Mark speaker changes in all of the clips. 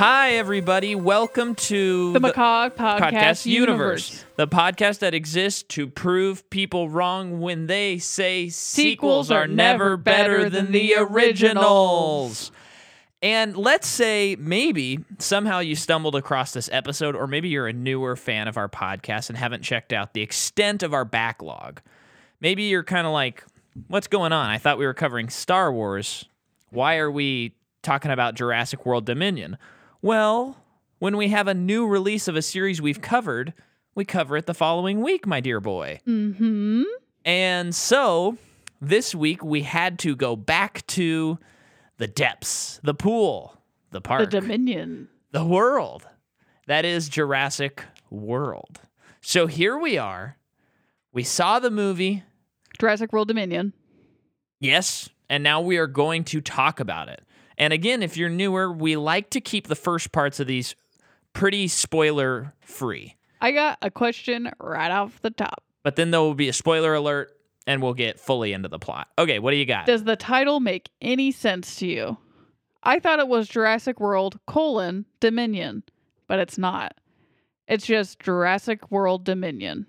Speaker 1: everybody. Welcome to
Speaker 2: The Macaw Podcast,
Speaker 1: universe,
Speaker 2: universe.
Speaker 1: the podcast that exists to prove people wrong when they say sequels,
Speaker 2: Sequels
Speaker 1: are,
Speaker 2: are
Speaker 1: never
Speaker 2: never
Speaker 1: better
Speaker 2: better
Speaker 1: than
Speaker 2: than the
Speaker 1: the originals.
Speaker 2: originals.
Speaker 1: And let's say maybe somehow you stumbled across this episode, or maybe you're a newer fan of our podcast and haven't checked out the extent of our backlog. Maybe you're kind of like, what's going on? I thought we were covering Star Wars. Why are we talking about Jurassic World Dominion? Well, when we have a new release of a series we've covered, we cover it the following week, my dear boy.
Speaker 2: Mm-hmm.
Speaker 1: And so this week we had to go back to the depths, the pool, the
Speaker 2: The
Speaker 1: park,
Speaker 2: Dominion.
Speaker 1: the world. That is Jurassic World. So here we are. We saw the movie.
Speaker 2: Jurassic World Dominion.
Speaker 1: Yes. And now we are going to talk about it. And again, if you're newer, we like to keep the first parts of these pretty spoiler free.
Speaker 2: I got a question right off the top.
Speaker 1: But then there will be a spoiler alert and we'll get fully into the plot. Okay, what do you got?
Speaker 2: Does the title make any sense to you? I thought it was Jurassic World colon Dominion, but it's not. It's just Jurassic World Dominion.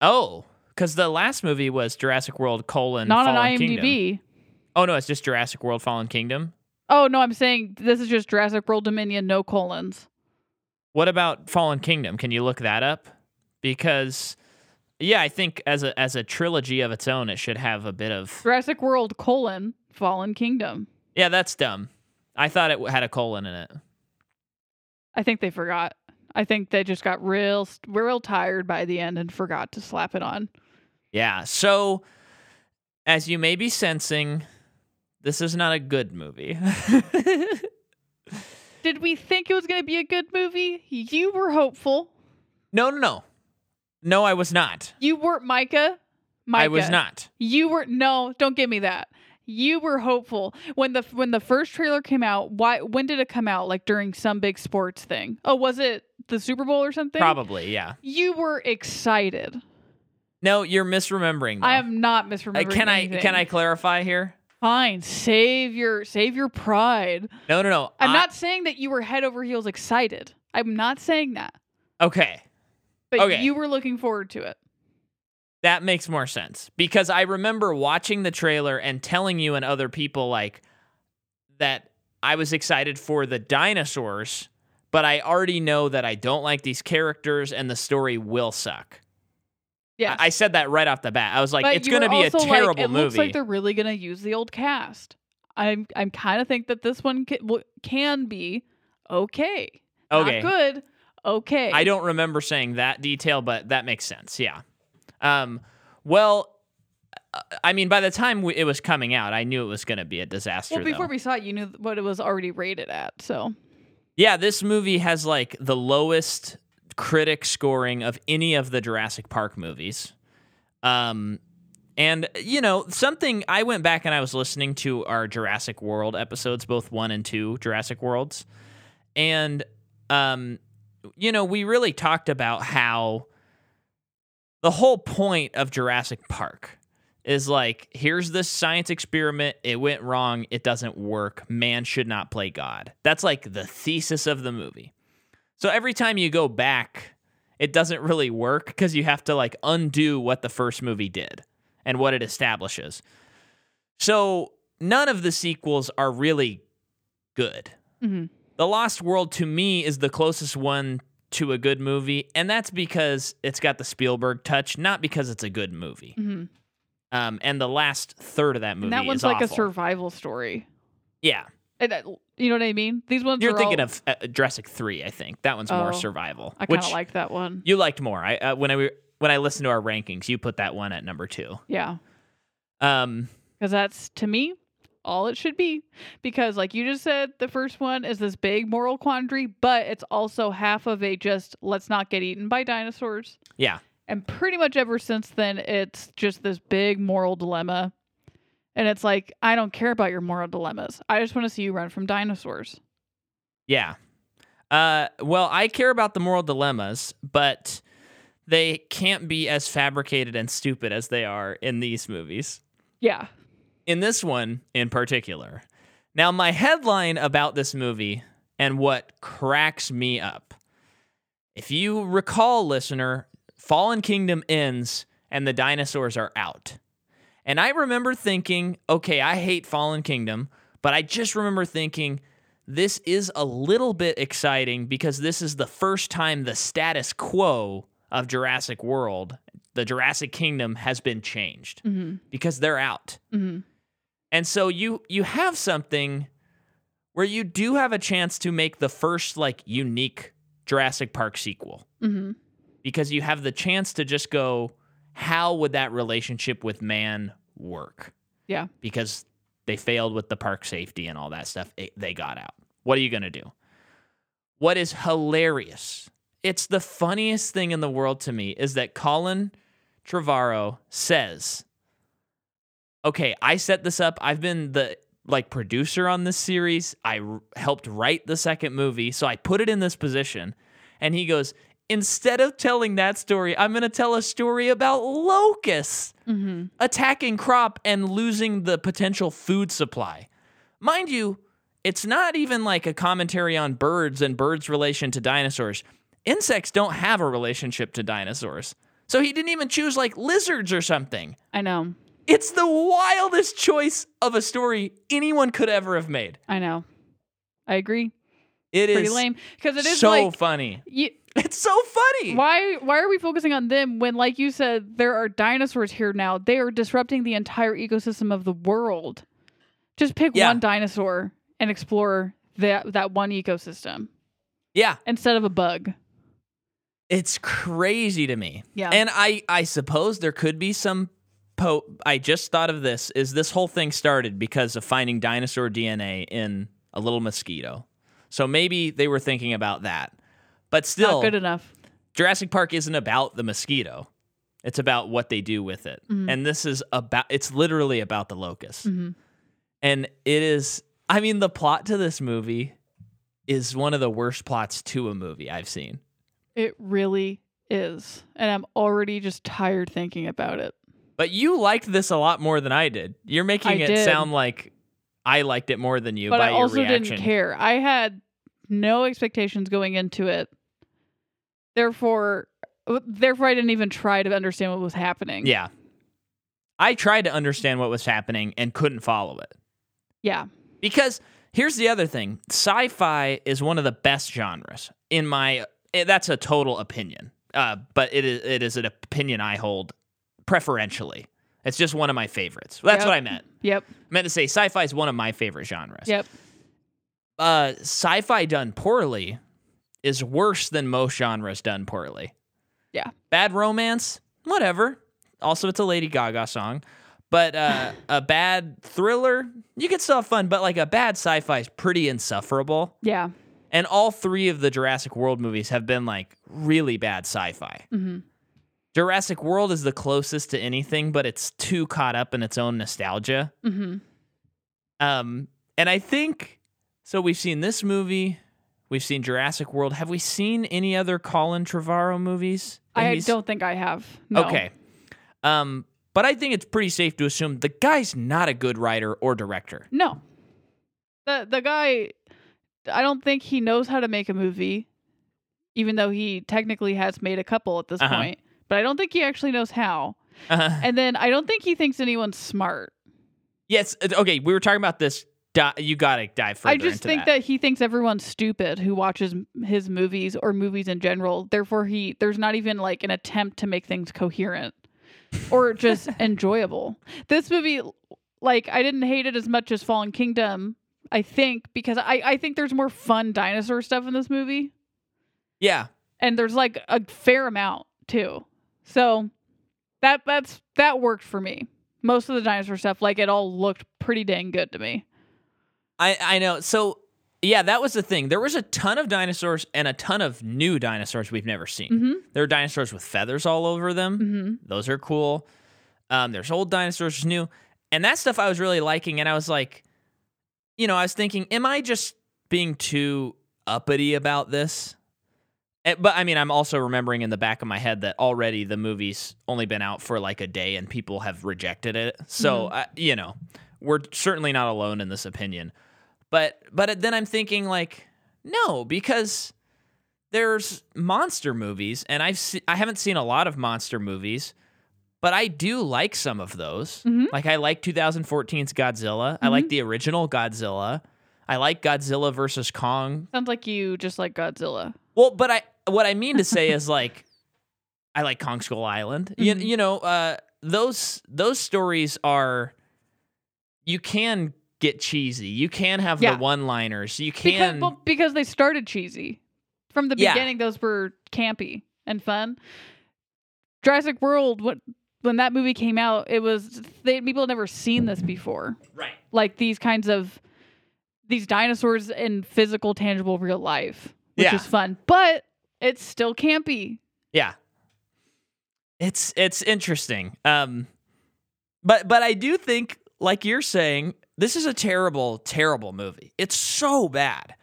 Speaker 1: Oh, because the last movie was Jurassic World colon
Speaker 2: not
Speaker 1: Fallen
Speaker 2: on IMDb.
Speaker 1: Kingdom. Oh no, it's just Jurassic World Fallen Kingdom.
Speaker 2: Oh no, I'm saying this is just Jurassic World Dominion, no colons.
Speaker 1: What about Fallen Kingdom? Can you look that up? Because yeah, I think as a as a trilogy of its own, it should have a bit of
Speaker 2: Jurassic World colon Fallen Kingdom.
Speaker 1: yeah. That's dumb. I thought it had a colon in it.
Speaker 2: I think they forgot. I think they just got real real tired by the end and forgot to slap it on.
Speaker 1: Yeah. So, as you may be sensing, this is not a good movie.
Speaker 2: Did we think it was going to be a good movie? You were hopeful.
Speaker 1: no, no, no, no. I was not.
Speaker 2: You weren't Micah. Micah.
Speaker 1: I was not.
Speaker 2: You were no. Don't give me that. You were hopeful when the when the first trailer came out. Why? When did it come out? Like during some big sports thing? Oh, was it the Super Bowl or something?
Speaker 1: Probably. Yeah.
Speaker 2: You were excited.
Speaker 1: No, you're misremembering. though.
Speaker 2: I am not
Speaker 1: Uh,
Speaker 2: misremembering.
Speaker 1: can I
Speaker 2: anything.
Speaker 1: can I clarify here?
Speaker 2: Fine. Save your save your pride.
Speaker 1: No, no, no.
Speaker 2: I'm
Speaker 1: I-
Speaker 2: not saying that you were head over heels excited. I'm not saying that.
Speaker 1: okay.
Speaker 2: But
Speaker 1: Okay.
Speaker 2: you were looking forward to it.
Speaker 1: That makes more sense because I remember watching the trailer and telling you and other people like that I was excited for the dinosaurs, but I already know that I don't like these characters and the story will suck.
Speaker 2: Yeah.
Speaker 1: I, I said that right off the bat. I was like,
Speaker 2: but
Speaker 1: it's
Speaker 2: you were
Speaker 1: going to be a
Speaker 2: also
Speaker 1: terrible
Speaker 2: like, it
Speaker 1: movie.
Speaker 2: looks like they're really going to use the old cast. I'm I'm kind of think that this one can, w- can be okay.
Speaker 1: okay,
Speaker 2: Not good. Okay.
Speaker 1: I don't remember saying that detail, but that makes sense. Yeah. Um, well, uh, I mean, by the time we, it was coming out, I knew it was going to be a disaster.
Speaker 2: Well, before
Speaker 1: though.
Speaker 2: we saw it, you knew what it was already rated at. So
Speaker 1: yeah, this movie has like the lowest critic scoring of any of the Jurassic Park movies. Um, and you know something, I went back and I was listening to our Jurassic World episodes, both one and two Jurassic Worlds, and um, you know we really talked about how the whole point of Jurassic Park is like here's this science experiment it went wrong it doesn't work man should not play god that's like the thesis of the movie so every time you go back it doesn't really work because you have to like undo what the first movie did and what it establishes so none of the sequels are really good
Speaker 2: mhm.
Speaker 1: the Lost World to me is the closest one to a good movie, and that's because it's got the Spielberg touch, not because it's a good movie.
Speaker 2: Mhm.
Speaker 1: Um, and the last third of that movie
Speaker 2: and that one's
Speaker 1: is
Speaker 2: like a
Speaker 1: awful.
Speaker 2: survival story.
Speaker 1: yeah.
Speaker 2: And uh, you know what I mean? These ones
Speaker 1: You're
Speaker 2: are
Speaker 1: thinking
Speaker 2: all-
Speaker 1: of uh, Jurassic Three, I think. That one's more
Speaker 2: Oh.
Speaker 1: survival,
Speaker 2: I kind
Speaker 1: which
Speaker 2: of like that one.
Speaker 1: you liked more. I uh, when I re- when I listened to our rankings, you put that one at number two.
Speaker 2: Yeah.
Speaker 1: Um,
Speaker 2: Because that's, to me, all it should be. Because, like you just said, the first one is this big moral quandary, but it's also half of a just let's not get eaten by dinosaurs.
Speaker 1: yeah,
Speaker 2: And pretty much ever since then, it's just this big moral dilemma. And it's like, I don't care about your moral dilemmas. I just want to see you run from dinosaurs.
Speaker 1: yeah. Uh, well, I care about the moral dilemmas, but they can't be as fabricated and stupid as they are in these movies.
Speaker 2: Yeah.
Speaker 1: in this one in particular. Now, my headline about this movie and what cracks me up. If you recall, listener, Fallen Kingdom ends and the dinosaurs are out. And I remember thinking, okay, I hate Fallen Kingdom, but I just remember thinking, this is a little bit exciting because this is the first time the status quo of Jurassic World, the Jurassic Kingdom, has been changed
Speaker 2: Mm-hmm.
Speaker 1: because they're out.
Speaker 2: Mm-hmm.
Speaker 1: And so you you have something where you do have a chance to make the first like unique Jurassic Park sequel
Speaker 2: Mm-hmm.
Speaker 1: because you have the chance to just go how would that relationship with man work?
Speaker 2: Yeah.
Speaker 1: Because they failed with the park safety and all that stuff. It- they got out. What are you going to do? What is hilarious? It's the funniest thing in the world to me is that Colin Trevorrow says, "Okay, I set this up. I've been the like producer on this series. I r- helped write the second movie, so I put it in this position." And he goes, "Instead of telling that story, I'm going to tell a story about locusts."
Speaker 2: Mm-hmm.
Speaker 1: attacking crop and losing the potential food supply. Mind you, it's not even like a commentary on birds and birds' relation to dinosaurs. Insects don't have a relationship to dinosaurs. So he didn't even choose like lizards or something.
Speaker 2: I know.
Speaker 1: It's the wildest choice of a story anyone could ever have made.
Speaker 2: I know. I agree.
Speaker 1: It is
Speaker 2: Pretty lame because it is
Speaker 1: so
Speaker 2: like
Speaker 1: funny.
Speaker 2: you,
Speaker 1: It's so funny.
Speaker 2: why why are we focusing on them when like you said there are dinosaurs here now they are disrupting the entire ecosystem of the world just pick
Speaker 1: Yeah.
Speaker 2: one dinosaur and explore that that one ecosystem
Speaker 1: Yeah,
Speaker 2: instead of a bug
Speaker 1: it's crazy to me.
Speaker 2: yeah
Speaker 1: And I I suppose there could be some po I just thought of this is this whole thing started because of finding dinosaur DNA in a little mosquito. So maybe they were thinking about that. But
Speaker 2: not
Speaker 1: still
Speaker 2: good enough
Speaker 1: Jurassic Park isn't about the mosquito. It's about what they do with it.
Speaker 2: Mhm.
Speaker 1: And this is about it's literally about the locust.
Speaker 2: Mhm.
Speaker 1: And it is I mean the plot to this movie is one of the worst plots to a movie I've seen.
Speaker 2: it really is and i'm already just tired thinking about it
Speaker 1: But you liked this a lot more than I did. You're making
Speaker 2: I
Speaker 1: it
Speaker 2: did.
Speaker 1: sound like I liked it more than you
Speaker 2: but
Speaker 1: by
Speaker 2: i also
Speaker 1: your reaction.
Speaker 2: didn't care i had no expectations going into it therefore therefore i didn't even try to understand what was happening
Speaker 1: Yeah. I tried to understand what was happening and couldn't follow it.
Speaker 2: yeah
Speaker 1: Because here's the other thing. Sci-fi is one of the best genres in my eh, that's a total opinion. Uh, but it is it is an opinion I hold preferentially. It's just one of my favorites. That's
Speaker 2: Yep.
Speaker 1: what I meant.
Speaker 2: yep
Speaker 1: I meant to say sci-fi is one of my favorite genres.
Speaker 2: yep
Speaker 1: uh, sci-fi done poorly is worse than most genres done poorly.
Speaker 2: Yeah.
Speaker 1: Bad romance, whatever. Also, it's a Lady Gaga song, but uh, a bad thriller, you can still have fun. But like a bad sci-fi is pretty insufferable.
Speaker 2: Yeah.
Speaker 1: And all three of the Jurassic World movies have been like really bad sci-fi.
Speaker 2: hmm
Speaker 1: Jurassic World is the closest to anything, but it's too caught up in its own nostalgia.
Speaker 2: hmm
Speaker 1: Um, and I think so. We've seen this movie. We've seen Jurassic World. Have we seen any other Colin Trevorrow movies? that
Speaker 2: I
Speaker 1: he's-
Speaker 2: don't think I have. No.
Speaker 1: Okay. Um, but I think it's pretty safe to assume the guy's not a good writer or director.
Speaker 2: No. The the guy I don't think he knows how to make a movie, even though he technically has made a couple at this
Speaker 1: Uh-huh.
Speaker 2: point. But I don't think he actually knows how.
Speaker 1: Uh,
Speaker 2: And then I don't think he thinks anyone's smart.
Speaker 1: yes. it- Okay. We were talking about this. Di- you gotta dive further
Speaker 2: I just
Speaker 1: into
Speaker 2: think that. he thinks everyone's stupid who watches m- his movies or movies in general. Therefore, he there's not even like an attempt to make things coherent or just enjoyable. This movie, like I didn't hate it as much as Fallen Kingdom. I think because I I think there's more fun dinosaur stuff in this movie,
Speaker 1: Yeah.
Speaker 2: and there's like a fair amount too. So that that's that worked for me. Most of the dinosaur stuff, like it all looked pretty dang good to me.
Speaker 1: I I know. So yeah, that was the thing. There was a ton of dinosaurs and a ton of new dinosaurs we've never seen.
Speaker 2: hmm
Speaker 1: There are dinosaurs with feathers all over them.
Speaker 2: hmm
Speaker 1: Those are cool. Um, there's old dinosaurs, there's new, and that stuff I was really liking. And I was like, you know, I was thinking, am I just being too uppity about this? Eh, But I mean, I'm also remembering in the back of my head that already the movie's only been out for like a day and people have rejected it. So, I, you know, we're certainly not alone in this opinion. But but then I'm thinking like, No, because there's monster movies, and I've se- I haven't seen a lot of monster movies, but I do like some of those.
Speaker 2: Mhm.
Speaker 1: Like I like 2014's Godzilla. I
Speaker 2: Mm-hmm.
Speaker 1: like the original Godzilla. I like Godzilla versus Kong.
Speaker 2: Sounds like you just like Godzilla.
Speaker 1: Well, but I what I mean to say is like I like Kong Skull Island. You,
Speaker 2: Mhm.
Speaker 1: you know, uh, those those stories are you can get cheesy. You can have
Speaker 2: Yeah.
Speaker 1: the one-liners. You
Speaker 2: Because
Speaker 1: can
Speaker 2: well, because they started cheesy. From the
Speaker 1: Yeah.
Speaker 2: beginning, those were campy and fun. Jurassic World, when, when that movie came out, it was they, people had never seen this before.
Speaker 1: right.
Speaker 2: Like these kinds of these dinosaurs in physical, tangible, real life, which
Speaker 1: Yeah.
Speaker 2: is fun, but it's still campy.
Speaker 1: Yeah. It's it's interesting. Um but but I do think like you're saying this is a terrible terrible movie. It's so bad.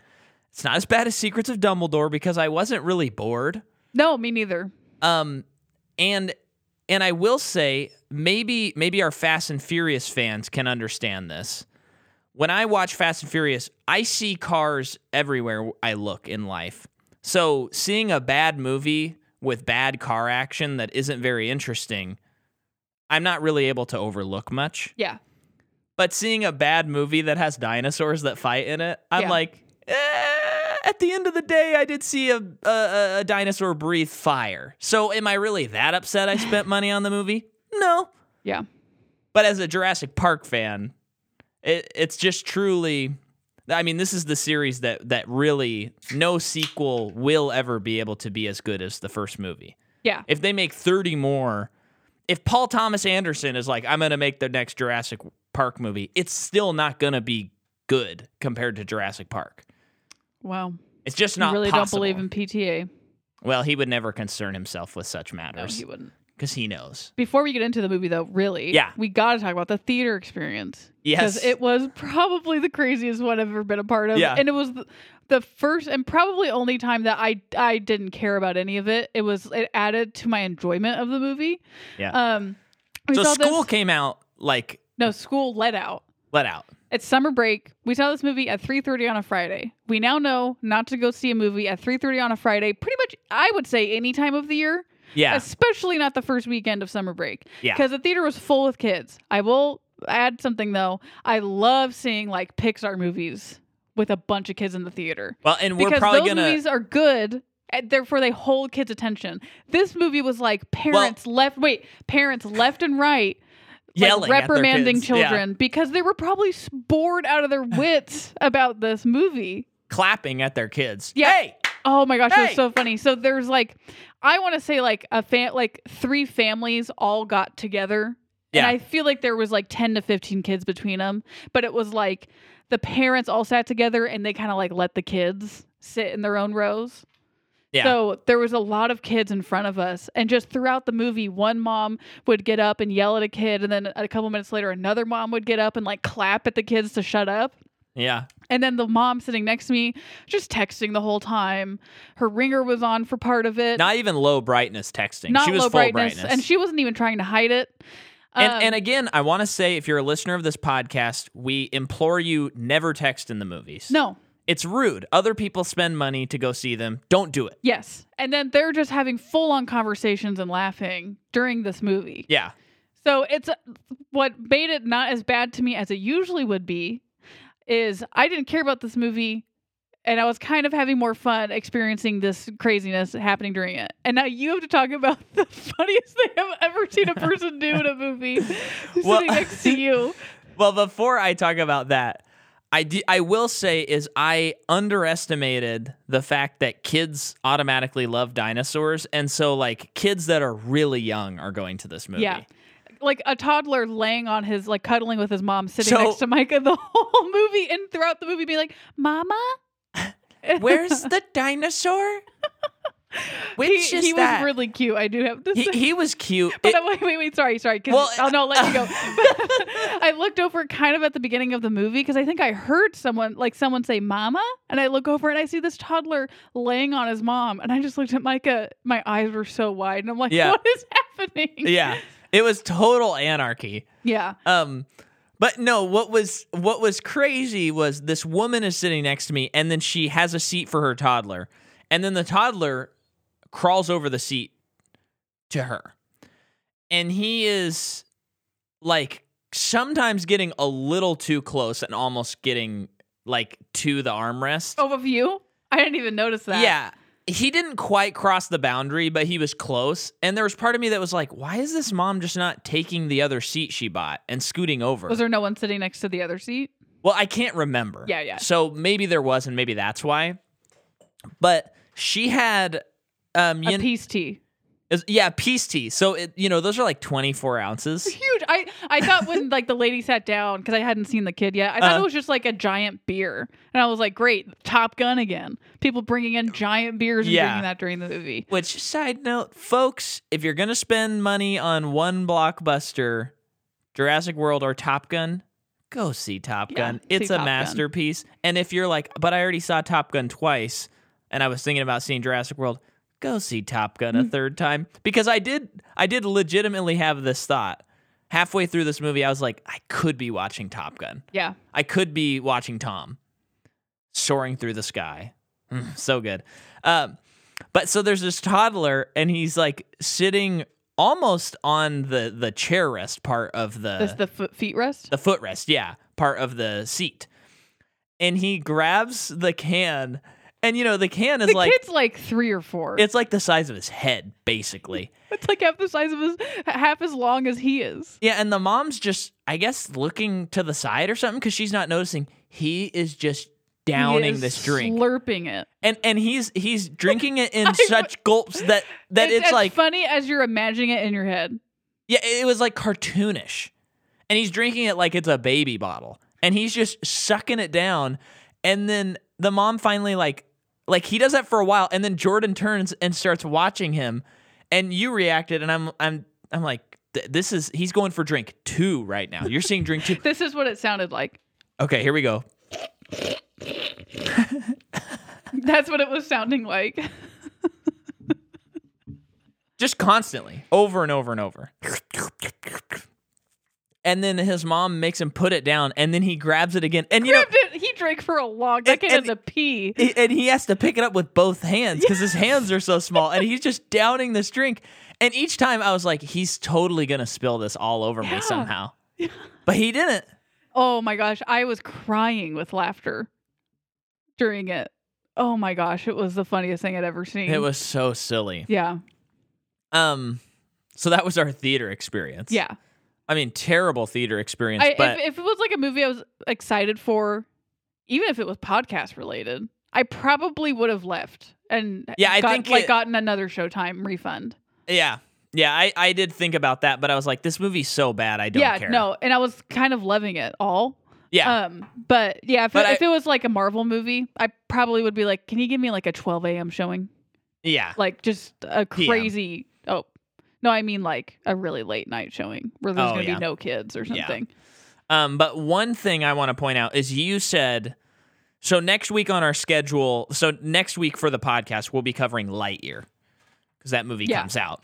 Speaker 1: It's not as bad as Secrets of Dumbledore because I wasn't really bored.
Speaker 2: No, me neither.
Speaker 1: Um and and I will say maybe maybe our Fast and Furious fans can understand this. When I watch Fast and Furious, I see cars everywhere I look in life. So seeing a bad movie with bad car action that isn't very interesting, I'm not really able to overlook much.
Speaker 2: Yeah,
Speaker 1: But seeing a bad movie that has dinosaurs that fight in it, I'm
Speaker 2: Yeah.
Speaker 1: like, eh, at the end of the day, I did see a, a- a a dinosaur breathe fire. So am I really that upset? I spent money on the movie? No.
Speaker 2: yeah.
Speaker 1: But as a Jurassic Park fan, it, it's just truly. I mean, this is the series that that really no sequel will ever be able to be as good as the first movie.
Speaker 2: Yeah.
Speaker 1: If they make thirty more, if Paul Thomas Anderson is like, I'm gonna make the next Jurassic Park movie, it's still not gonna be good compared to Jurassic Park.
Speaker 2: Wow.
Speaker 1: It's just
Speaker 2: I
Speaker 1: not
Speaker 2: really
Speaker 1: possible.
Speaker 2: don't believe in PTA.
Speaker 1: Well, he would never concern himself with such
Speaker 2: No,
Speaker 1: matters
Speaker 2: he wouldn't.
Speaker 1: because he knows.
Speaker 2: Before we get into the movie, though, really,
Speaker 1: Yeah.
Speaker 2: we got to talk about the theater experience.
Speaker 1: Yes.
Speaker 2: it was probably the craziest one I've ever been a part of.
Speaker 1: Yeah.
Speaker 2: And it was th- the first and probably only time that I I didn't care about any of it. It was it added to my enjoyment of the movie.
Speaker 1: Yeah.
Speaker 2: Um we
Speaker 1: so
Speaker 2: saw
Speaker 1: school
Speaker 2: this
Speaker 1: came out like
Speaker 2: No, school let out.
Speaker 1: let out.
Speaker 2: It's summer break. We saw this movie at 3:30 on a Friday. We now know not to go see a movie at 3:30 on a Friday. Pretty much I would say any time of the year,
Speaker 1: Yeah.
Speaker 2: especially not the first weekend of summer break
Speaker 1: Yeah.
Speaker 2: because the theater was full with kids. I will add something though. I love seeing like Pixar movies with a bunch of kids in the theater
Speaker 1: Well, and we're
Speaker 2: because
Speaker 1: probably
Speaker 2: those
Speaker 1: gonna.
Speaker 2: movies are good. And therefore, they hold kids' attention. This movie was like parents left. Wait, parents left and right, like,
Speaker 1: Yelling at their
Speaker 2: reprimanding
Speaker 1: kids. Yeah.
Speaker 2: children because they were probably s- bored out of their wits about this movie.
Speaker 1: clapping at their kids.
Speaker 2: Yeah.
Speaker 1: Hey,
Speaker 2: Oh my gosh, it was
Speaker 1: Hey!
Speaker 2: so funny. So there's like, I want to say like a fan, like three families all got together.
Speaker 1: Yeah.
Speaker 2: And I feel like there was like 10 to 15 kids between them, but it was like the parents all sat together and they kind of like let the kids sit in their own rows.
Speaker 1: Yeah.
Speaker 2: So there was a lot of kids in front of us. And just throughout the movie, one mom would get up and yell at a kid. And then a couple minutes later, another mom would get up and like clap at the kids to shut up.
Speaker 1: yeah,
Speaker 2: And then the mom sitting next to me, just texting the whole time. Her ringer was on for part of it.
Speaker 1: not even low brightness texting.
Speaker 2: Not
Speaker 1: she was
Speaker 2: low
Speaker 1: full brightness,
Speaker 2: And she wasn't even trying to hide it.
Speaker 1: and,
Speaker 2: Um,
Speaker 1: and again, I want to say, if you're a listener of this podcast, we implore you never text in the movies.
Speaker 2: no,
Speaker 1: it's rude. Other people spend money to go see them. Don't do it.
Speaker 2: yes. And then they're just having full on conversations and laughing during this movie.
Speaker 1: Yeah,
Speaker 2: So it's what made it not as bad to me as it usually would be is I didn't care about this movie and I was kind of having more fun experiencing this craziness happening during it. And now you have to talk about the funniest thing I've ever seen a person do in a movie
Speaker 1: Well-
Speaker 2: sitting next to you.
Speaker 1: Well, before I talk about that, I d- I will say is I underestimated the fact that kids automatically love dinosaurs, and so like kids that are really young are going to this movie.
Speaker 2: Yeah. Like a toddler laying on his, like cuddling with his mom, sitting
Speaker 1: So-
Speaker 2: next to Micah the whole movie and throughout the movie being like, Mama?
Speaker 1: Where's the dinosaur? Which
Speaker 2: He,
Speaker 1: is
Speaker 2: he was
Speaker 1: that?
Speaker 2: really cute, I do have to
Speaker 1: he,
Speaker 2: say.
Speaker 1: he was cute.
Speaker 2: But
Speaker 1: It-
Speaker 2: uh, wait, wait, wait. Sorry, sorry. Cause
Speaker 1: Well,
Speaker 2: I'll no, let you go. I looked over kind of at the beginning of the movie because I think I heard someone, like someone say "mama," and I look over and I see this toddler laying on his mom, and I just looked at Micah. My eyes were so wide, and I'm like,
Speaker 1: Yeah.
Speaker 2: "What is happening?"
Speaker 1: yeah, it was total anarchy.
Speaker 2: yeah.
Speaker 1: Um, But no, what was what was crazy was this woman is sitting next to me and then she has a seat for her toddler. And then the toddler crawls over the seat to her. And he is like sometimes getting a little too close and almost getting like to the armrest.
Speaker 2: Oh, of you? I didn't even notice that.
Speaker 1: Yeah. He didn't quite cross the boundary, but he was close. And there was part of me that was like, why is this mom just not taking the other seat she bought and scooting over?
Speaker 2: Was there no one sitting next to the other seat?
Speaker 1: well, I can't remember.
Speaker 2: Yeah, yeah.
Speaker 1: So maybe there was, and maybe that's why. But she had, um,
Speaker 2: a
Speaker 1: you
Speaker 2: peace tea.
Speaker 1: is- yeah, peace tea. So, it, you know, those are like 24 ounces.
Speaker 2: Huge. I, I thought when like the lady sat down because I hadn't seen the kid yet, I thought
Speaker 1: Uh.
Speaker 2: it was just like a giant beer, and I was like, great, Top Gun again. People bringing in giant beers and
Speaker 1: Yeah.
Speaker 2: drinking that during the movie.
Speaker 1: Which, side note, folks, if you're going to spend money on one blockbuster, Jurassic World or Top Gun, go see Top
Speaker 2: Yeah,
Speaker 1: Gun.
Speaker 2: see
Speaker 1: It's a
Speaker 2: Top Gun.
Speaker 1: masterpiece. And if you're like, but I already saw Top Gun twice and I was thinking about seeing Jurassic World, go see Top Gun
Speaker 2: Mm.
Speaker 1: a third time because I did I did legitimately have this thought. Halfway through this movie, I was like, I could be watching Top Gun.
Speaker 2: Yeah,
Speaker 1: I could be watching Tom soaring through the sky. Mm, so good. Um, but so there's this toddler, and he's like sitting almost on the the chair rest part of
Speaker 2: That's the f- feet rest.
Speaker 1: the footrest, yeah, part of the seat. And he grabs the can, and you know the can is
Speaker 2: the
Speaker 1: like
Speaker 2: kid's like three or four. It's,
Speaker 1: it's like the size of his head, basically.
Speaker 2: like half the size of his, half as long as he is.
Speaker 1: yeah, and the mom's just, I guess, looking to the side or something because she's not noticing. He is just
Speaker 2: He
Speaker 1: downing
Speaker 2: is
Speaker 1: this drink,
Speaker 2: slurping it.
Speaker 1: and and he's he's drinking it in such gulps that that it's,
Speaker 2: as
Speaker 1: like
Speaker 2: funny as you're imagining it in your head.
Speaker 1: yeah, it was like cartoonish, and he's drinking it like it's a baby bottle, and he's just sucking it down, and then the mom finally like like he does that for a while, and then Jordan turns and starts watching him, and you reacted, and I'm I'm I'm like. "Th- This is he's going for drink two right now. You're seeing drink two.
Speaker 2: This is what it sounded like.
Speaker 1: Okay, here we go.
Speaker 2: That's what it was sounding like.
Speaker 1: just constantly over and over and over and then his mom makes him put it down and then he grabs it again and you know
Speaker 2: Grabbed it. He drank for a long. That
Speaker 1: And-
Speaker 2: kid
Speaker 1: and-
Speaker 2: had to pee.
Speaker 1: he- and he has to pick it up with both hands because his hands are so small and he's just downing this drink and each time i was like he's totally gonna spill this all over
Speaker 2: Yeah.
Speaker 1: me somehow but he didn't
Speaker 2: Oh my gosh, I was crying with laughter during it. Oh my gosh, it was the funniest thing I'd ever seen.
Speaker 1: it was so silly
Speaker 2: Yeah.
Speaker 1: um so that was our theater experience
Speaker 2: Yeah.
Speaker 1: i mean terrible theater experience
Speaker 2: I,
Speaker 1: but
Speaker 2: if, if it was like a movie I was excited for, even if it was podcast related, I probably would have left and
Speaker 1: Yeah, I
Speaker 2: got-
Speaker 1: think
Speaker 2: like
Speaker 1: it-
Speaker 2: gotten another Showtime refund.
Speaker 1: yeah yeah I, I did think about that but i was like this movie's so bad i don't
Speaker 2: yeah,
Speaker 1: care
Speaker 2: no, and I was kind of loving it all.
Speaker 1: yeah
Speaker 2: Um, but yeah, if,
Speaker 1: But
Speaker 2: it,
Speaker 1: I-
Speaker 2: if it was like a Marvel movie, I probably would be like, "Can you give me like a 12 a.m. showing?
Speaker 1: Yeah.
Speaker 2: Like just a
Speaker 1: PM.
Speaker 2: crazy oh." No, I mean like a really late night showing where there's
Speaker 1: Oh,
Speaker 2: gonna
Speaker 1: yeah.
Speaker 2: be no kids or
Speaker 1: Yeah.
Speaker 2: something.
Speaker 1: Um, but one thing I want to point out is you said so next week on our schedule, so next week for the podcast, we'll be covering Lightyear because that movie
Speaker 2: Yeah.
Speaker 1: comes out.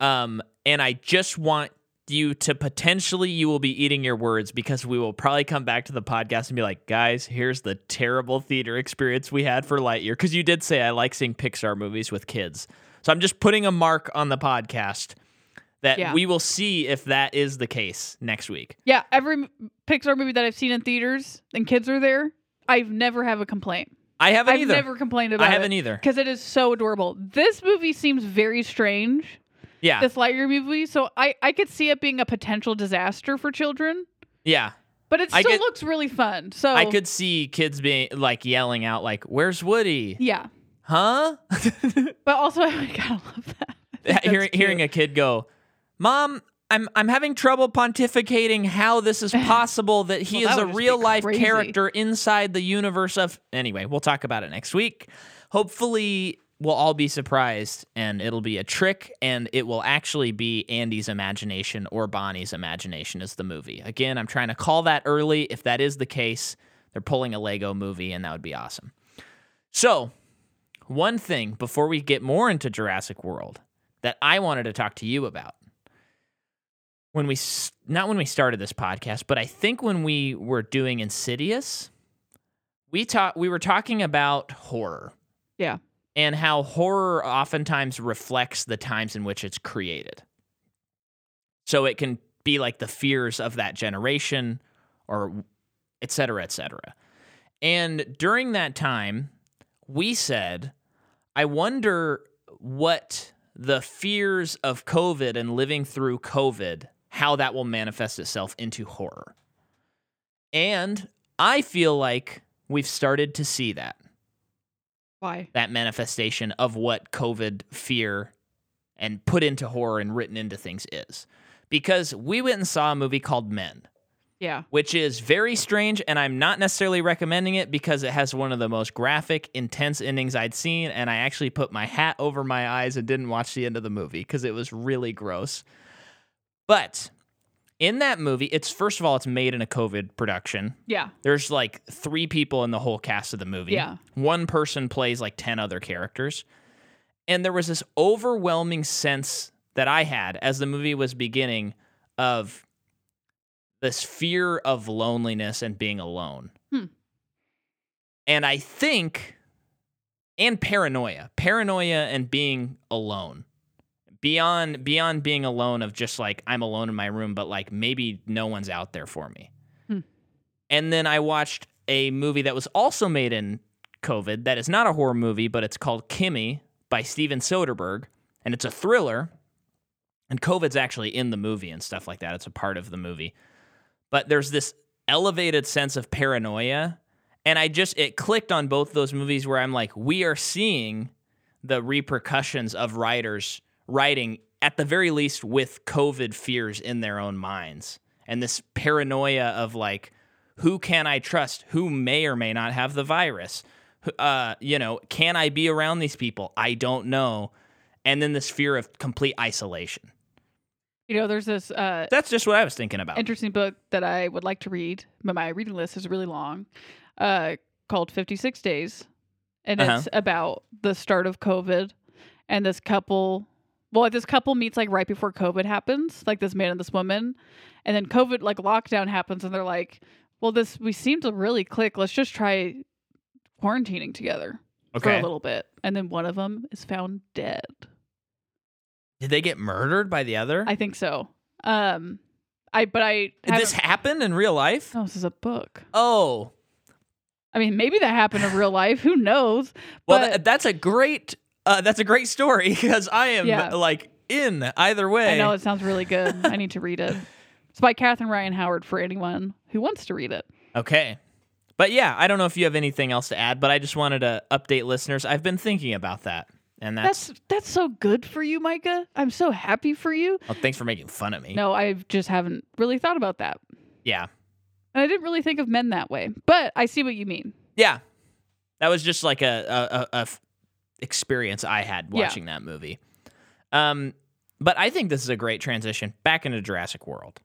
Speaker 1: Um, and I just want you to potentially you will be eating your words because we will probably come back to the podcast and be like, guys, here's the terrible theater experience we had for Lightyear. Because you did say I like seeing Pixar movies with kids. So I'm just putting a mark on the podcast that
Speaker 2: Yeah.
Speaker 1: we will see if that is the case next week.
Speaker 2: Yeah, every m- Pixar movie that I've seen in theaters and kids are there, I've never have a complaint.
Speaker 1: I haven't
Speaker 2: I've
Speaker 1: either.
Speaker 2: never complained
Speaker 1: I
Speaker 2: about
Speaker 1: haven't
Speaker 2: it
Speaker 1: either.
Speaker 2: because it is so adorable. This movie seems very strange,
Speaker 1: Yeah.
Speaker 2: this Lightyear movie, so I I could see it being a potential disaster for children,
Speaker 1: yeah.
Speaker 2: but it
Speaker 1: I
Speaker 2: still
Speaker 1: get-
Speaker 2: looks really fun. So
Speaker 1: I could see kids being like yelling out like, "Where's Woody?"
Speaker 2: yeah,
Speaker 1: Huh?
Speaker 2: but also I gotta love that. that's
Speaker 1: hearing, hearing a kid go, "Mom, I'm I'm having trouble pontificating how this is possible that he
Speaker 2: Well, that
Speaker 1: is a
Speaker 2: would just be
Speaker 1: real life
Speaker 2: crazy.
Speaker 1: character inside the universe of Anyway, we'll talk about it next week. Hopefully, we'll all be surprised and it'll be a trick and it will actually be Andy's imagination or Bonnie's imagination is the movie. Again, I'm trying to call that early if that is the case. They're pulling a Lego movie and that would be awesome. So, one thing before we get more into Jurassic World that I wanted to talk to you about. when we s- not when we started this podcast, but I think when we were doing Insidious, we talked we were talking about horror.
Speaker 2: Yeah.
Speaker 1: And how horror oftentimes reflects the times in which it's created. So it can be like the fears of that generation or et cetera, et cetera. And during that time, we said, I wonder what the fears of COVID and living through COVID, how that will manifest itself into horror. And I feel like we've started to see that,
Speaker 2: Why?
Speaker 1: that manifestation of what COVID fear and put into horror and written into things is. Because we went and saw a movie called Men
Speaker 2: Yeah.
Speaker 1: which is very strange and I'm not necessarily recommending it because it has one of the most graphic, intense endings I'd seen and I actually put my hat over my eyes and didn't watch the end of the movie because it was really gross. But in that movie, it's first of all it's made in a COVID production.
Speaker 2: Yeah.
Speaker 1: There's like 3 people in the whole cast of the movie.
Speaker 2: Yeah.
Speaker 1: One person plays like 10 other characters. And there was this overwhelming sense that I had as the movie was beginning of this fear of loneliness and being alone.
Speaker 2: Hmm.
Speaker 1: And I think, and paranoia, paranoia and being alone. Beyond beyond being alone of just like I'm alone in my room, but like maybe no one's out there for me.
Speaker 2: Hmm.
Speaker 1: And then I watched a movie that was also made in COVID that is not a horror movie, but it's called Kimmy by Steven Soderbergh, and it's a thriller. And COVID's actually in the movie and stuff like that. It's a part of the movie but there's this elevated sense of paranoia and i just it clicked on both those movies where i'm like we are seeing the repercussions of writers writing at the very least with covid fears in their own minds and this paranoia of like who can i trust who may or may not have the virus Who- uh you know can i be around these people i don't know and then this fear of complete isolation
Speaker 2: You know, there's this uh,
Speaker 1: that's just what i was thinking about
Speaker 2: interesting book that I would like to read, but my reading list is really long, uh, called 56 Days. And
Speaker 1: Uh-huh.
Speaker 2: it's about the start of COVID and this couple. Well, this couple meets like right before COVID happens, like this man and this woman. And then COVID, like lockdown happens, and they're like, well, this, we seem to really click. Let's just try quarantining together for a
Speaker 1: okay
Speaker 2: little bit. And then one of them is found dead.
Speaker 1: did they get murdered by the other
Speaker 2: I think so. Um, I, but I,
Speaker 1: Did this
Speaker 2: haven't-
Speaker 1: happened in real life?
Speaker 2: no, this is a book.
Speaker 1: Oh,
Speaker 2: I mean, maybe that happened in real life. Who knows?
Speaker 1: well,
Speaker 2: But-
Speaker 1: tha- that's a great uh, that's a great story because I am
Speaker 2: Yeah.
Speaker 1: like in either way.
Speaker 2: I know it sounds really good. I need to read it. It's by Catherine Ryan Howard for anyone who wants to read it.
Speaker 1: Okay, but yeah, I don't know if you have anything else to add, but I just wanted to update listeners. I've been thinking about that, and that's,
Speaker 2: That's that's so good for you, Micah. I'm so happy for you.
Speaker 1: oh, thanks for making fun of me.
Speaker 2: No, I just haven't really thought about that.
Speaker 1: Yeah,
Speaker 2: And I didn't really think of men that way. But I see what you mean.
Speaker 1: yeah, that was just like a a, a- a f- experience I had
Speaker 2: Yeah.
Speaker 1: watching that movie. Um, but I think this is a great transition back into Jurassic World.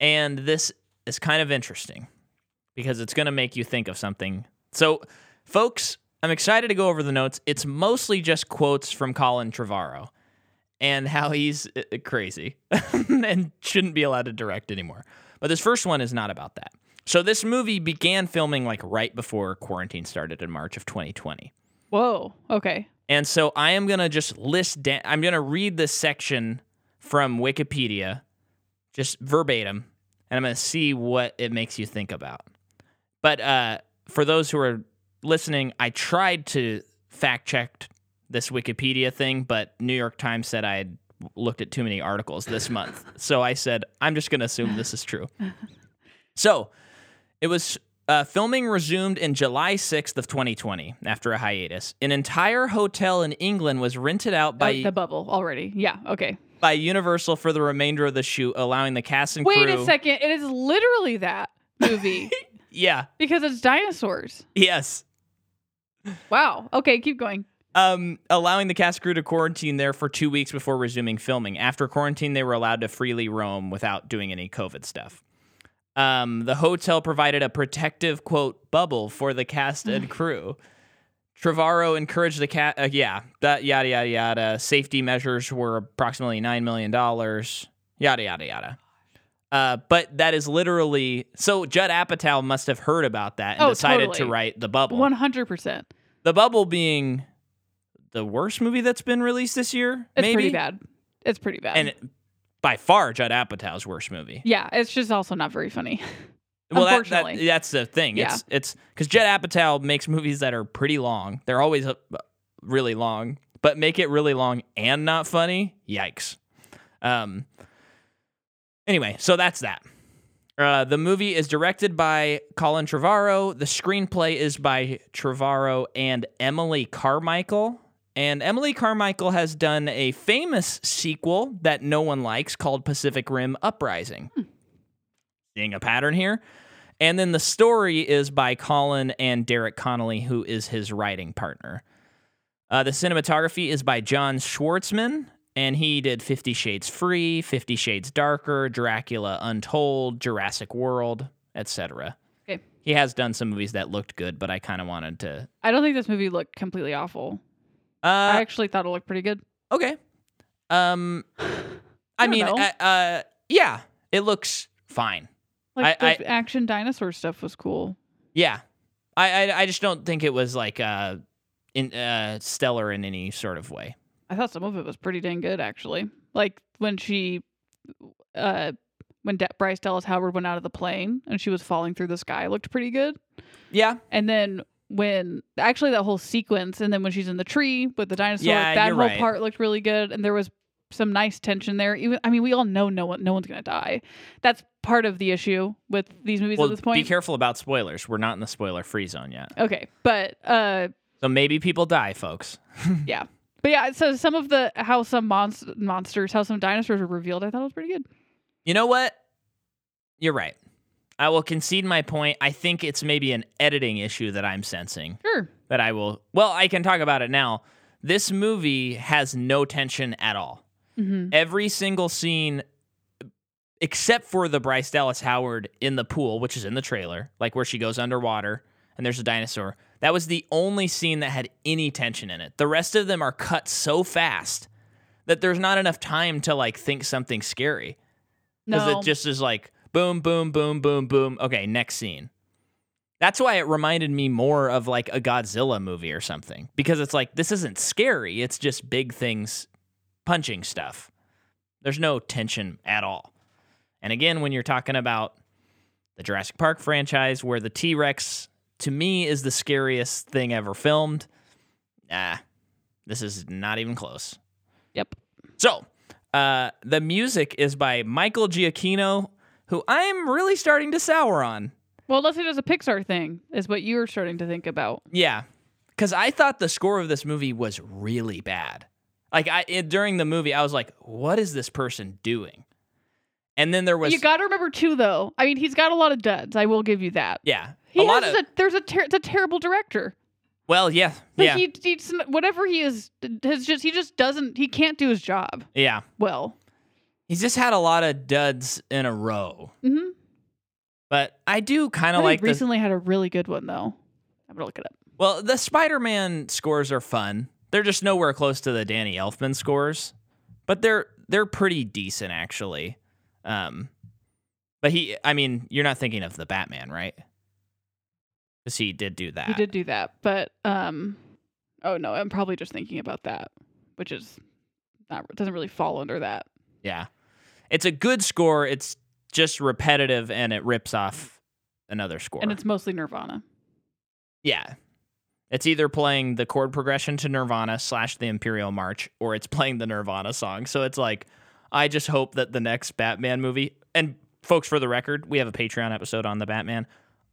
Speaker 1: And this is kind of interesting because it's going to make you think of something. So, folks, I'm excited to go over the notes. It's mostly just quotes from Colin Trevorrow and how he's uh, uh, crazy and shouldn't be allowed to direct anymore. But this first one is not about that. So, this movie began filming like right before quarantine started in March of 2020.
Speaker 2: Whoa. Okay.
Speaker 1: And so I am going to just list down, I'm going to read this section from Wikipedia, just verbatim, and I'm going to see what it makes you think about. But uh, for those who are listening, I tried to fact check this Wikipedia thing, but New York Times said I had looked at too many articles this month. so I said, I'm just going to assume this is true. So it was uh, filming resumed in July 6th of 2020 after a hiatus. An entire hotel in England was rented out by
Speaker 2: Oh, the bubble already. Yeah. Okay.
Speaker 1: by Universal for the remainder of the shoot, allowing the cast and
Speaker 2: Wait
Speaker 1: crew.
Speaker 2: a second. It is literally that movie
Speaker 1: Yeah.
Speaker 2: because it's dinosaurs.
Speaker 1: Yes.
Speaker 2: Wow. Okay. Keep going.
Speaker 1: um, allowing the cast crew to quarantine there for two weeks before resuming filming. After quarantine, they were allowed to freely roam without doing any COVID stuff. Um, the hotel provided a protective quote bubble for the cast and crew. Trevorrow encouraged the cat. Uh, yeah, that yada yada yada. Safety measures were approximately nine million dollars. Yada yada yada. Uh, but that is literally so. Judd Apatow must have heard about that and
Speaker 2: Oh,
Speaker 1: decided to
Speaker 2: totally.
Speaker 1: write the bubble.
Speaker 2: One hundred percent.
Speaker 1: the bubble being the worst movie that's been released this year.
Speaker 2: It's
Speaker 1: maybe
Speaker 2: pretty bad. It's pretty bad.
Speaker 1: and by far Judd Apatow's worst movie.
Speaker 2: yeah, it's just also not very funny.
Speaker 1: Well, that- that,
Speaker 2: Unfortunately.
Speaker 1: that's the thing. It's it's because Judd Apatow makes movies that are pretty long. They're always uh, really long, but make it really long and not funny. Yikes. Um. Anyway, so that's that. Uh, the movie is directed by Colin Trevorrow. The screenplay is by Trevorrow and Emily Carmichael. And Emily Carmichael has done a famous sequel that no one likes called Pacific Rim Uprising. Seeing a pattern here. And then the story is by Colin and Derek Connolly, who is his writing partner. Uh, the cinematography is by John Schwartzman, and he did Fifty Shades Free, Fifty Shades Darker, Dracula Untold, Jurassic World, etc.
Speaker 2: Okay.
Speaker 1: He has done some movies that looked good, but I kind of wanted to.
Speaker 2: I don't think this movie looked completely awful. I
Speaker 1: Uh,
Speaker 2: actually thought it looked pretty good.
Speaker 1: okay. Um, I,
Speaker 2: don't
Speaker 1: mean,
Speaker 2: know.
Speaker 1: uh, uh, yeah, it looks fine.
Speaker 2: Like
Speaker 1: I-
Speaker 2: the action dinosaur stuff was cool.
Speaker 1: Yeah, I, I, I just don't think it was like uh, in uh, stellar in any sort of way.
Speaker 2: I thought some of it was pretty dang good actually. Like when she, uh, when De- Bryce Dallas Howard went out of the plane and she was falling through the sky, looked pretty good.
Speaker 1: Yeah,
Speaker 2: And then when actually that whole sequence, and then when she's in the tree with the dinosaur,
Speaker 1: Yeah,
Speaker 2: that
Speaker 1: you're
Speaker 2: whole
Speaker 1: right.
Speaker 2: part looked really good, and there was some nice tension there. Even I mean, we all know no one, no one's gonna die. That's part of the issue with these movies
Speaker 1: well,
Speaker 2: at this
Speaker 1: be
Speaker 2: point.
Speaker 1: careful about spoilers. We're not in the spoiler free zone yet,
Speaker 2: okay, but uh,
Speaker 1: so maybe people die, folks.
Speaker 2: but yeah, so some of the how some monst- monsters, how some dinosaurs were revealed, I thought was pretty good.
Speaker 1: You know what? You're right. I will concede my point. I think it's maybe an editing issue that I'm sensing,
Speaker 2: Sure,
Speaker 1: but I will. Well, I can talk about it now. This movie has no tension at all.
Speaker 2: hmm
Speaker 1: Every single scene, except for the Bryce Dallas Howard in the pool, which is in the trailer, like where she goes underwater and there's a dinosaur, that was the only scene that had any tension in it. The rest of them are cut so fast that there's not enough time to like think something scary. Because
Speaker 2: no,
Speaker 1: it just is like boom, boom, boom, boom, boom. Okay, next scene. That's why it reminded me more of like a Godzilla movie or something. Because it's like, this isn't scary. It's just big things punching stuff. There's no tension at all. And again, when you're talking about the Jurassic Park franchise, where the T Rex to me is the scariest thing ever filmed, nah, this is not even close.
Speaker 2: yep,
Speaker 1: So, uh, the music is by Michael Giacchino, who I am really starting to sour on.
Speaker 2: well, unless it was a Pixar thing, is what you were starting to think about.
Speaker 1: Yeah, because I thought the score of this movie was really bad. Like I it, during the movie, I was like, "What is this person doing?" And then there was
Speaker 2: you got to remember too, though. I mean, he's got a lot of duds. I will give you that.
Speaker 1: yeah,
Speaker 2: He
Speaker 1: a lot
Speaker 2: has
Speaker 1: of
Speaker 2: a, there's a ter- it's a terrible director.
Speaker 1: well, yeah,
Speaker 2: Like
Speaker 1: yeah,
Speaker 2: he, he's, whatever he is, has just he just doesn't he can't do his job
Speaker 1: yeah.
Speaker 2: well.
Speaker 1: He's just had a lot of duds in a row.
Speaker 2: Mm-hmm.
Speaker 1: But I do kind of like the
Speaker 2: recently had a really good one though. I'm gonna look it up.
Speaker 1: Well, the Spider-Man scores are fun. They're just nowhere close to the Danny Elfman scores, but they're they're pretty decent actually. Um, but he, I mean, you're not thinking of the Batman, right? Because he did do that.
Speaker 2: He did do that, but um, oh no, I'm probably just thinking about that, which is not doesn't really fall under that.
Speaker 1: Yeah, it's a good score. It's just repetitive and it rips off another score.
Speaker 2: And it's mostly Nirvana.
Speaker 1: Yeah. It's either playing the chord progression to Nirvana slash the Imperial March, or it's playing the Nirvana song. So it's like, I just hope that the next Batman movie, and folks, for the record, we have a Patreon episode on the Batman.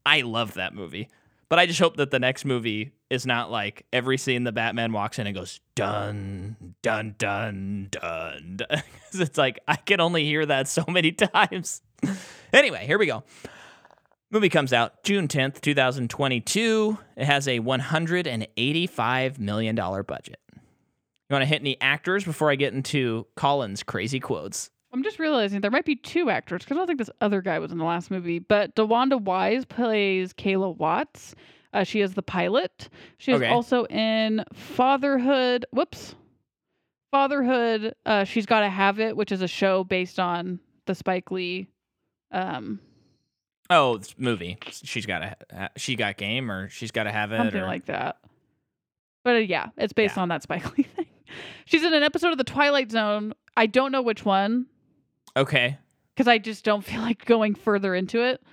Speaker 1: I love that movie. But I just hope that the next movie is not like every scene the Batman walks in and goes, dun, dun, dun, dun. dun. 'Cause it's like, I can only hear that so many times. anyway, here we go. Movie comes out June 10th, 2022. It has a $185 million budget. You want to hit any actors before I get into Colin's crazy quotes?
Speaker 2: I'm just realizing there might be two actors because I don't think this other guy was in the last movie. But DeWanda Wise plays Kayla Watts. Uh, she is the pilot. She is
Speaker 1: Okay.
Speaker 2: also in Fatherhood. Whoops, Fatherhood. Uh, she's got to have it, which is a show based on the Spike Lee Um,
Speaker 1: Oh, it's movie. She's got a ha- she got game or she's got to have it
Speaker 2: something
Speaker 1: or
Speaker 2: like that. But uh, yeah, it's based on that Spike Lee thing. She's in an episode of The Twilight Zone. I don't know which one
Speaker 1: okay.
Speaker 2: because I just don't feel like going further into it.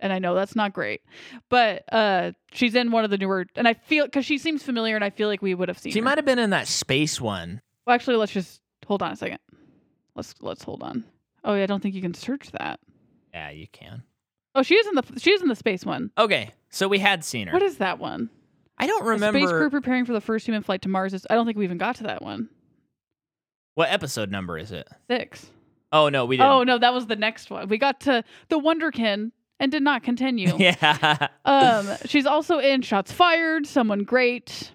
Speaker 2: And I know that's not great, but uh, she's in one of the newer, and I feel because she seems familiar, and I feel like we would have seen.
Speaker 1: She
Speaker 2: her.
Speaker 1: might have been in that space one.
Speaker 2: Well, actually, let's just hold on a second. Let's let's hold on. Oh, yeah, I don't think you can search that.
Speaker 1: Yeah, you can.
Speaker 2: Oh, she is in the she is in the space one.
Speaker 1: Okay, so we had seen her.
Speaker 2: What is that one?
Speaker 1: I don't
Speaker 2: The
Speaker 1: remember
Speaker 2: space crew preparing for the first human flight to Mars. Is, I don't think we even got to that one.
Speaker 1: what episode number is it.
Speaker 2: Six.
Speaker 1: Oh no, we didn't.
Speaker 2: Oh no, that was the next one. We got to the Wonderkin and did not continue.
Speaker 1: yeah.
Speaker 2: Um, she's also in Shots Fired, Someone Great,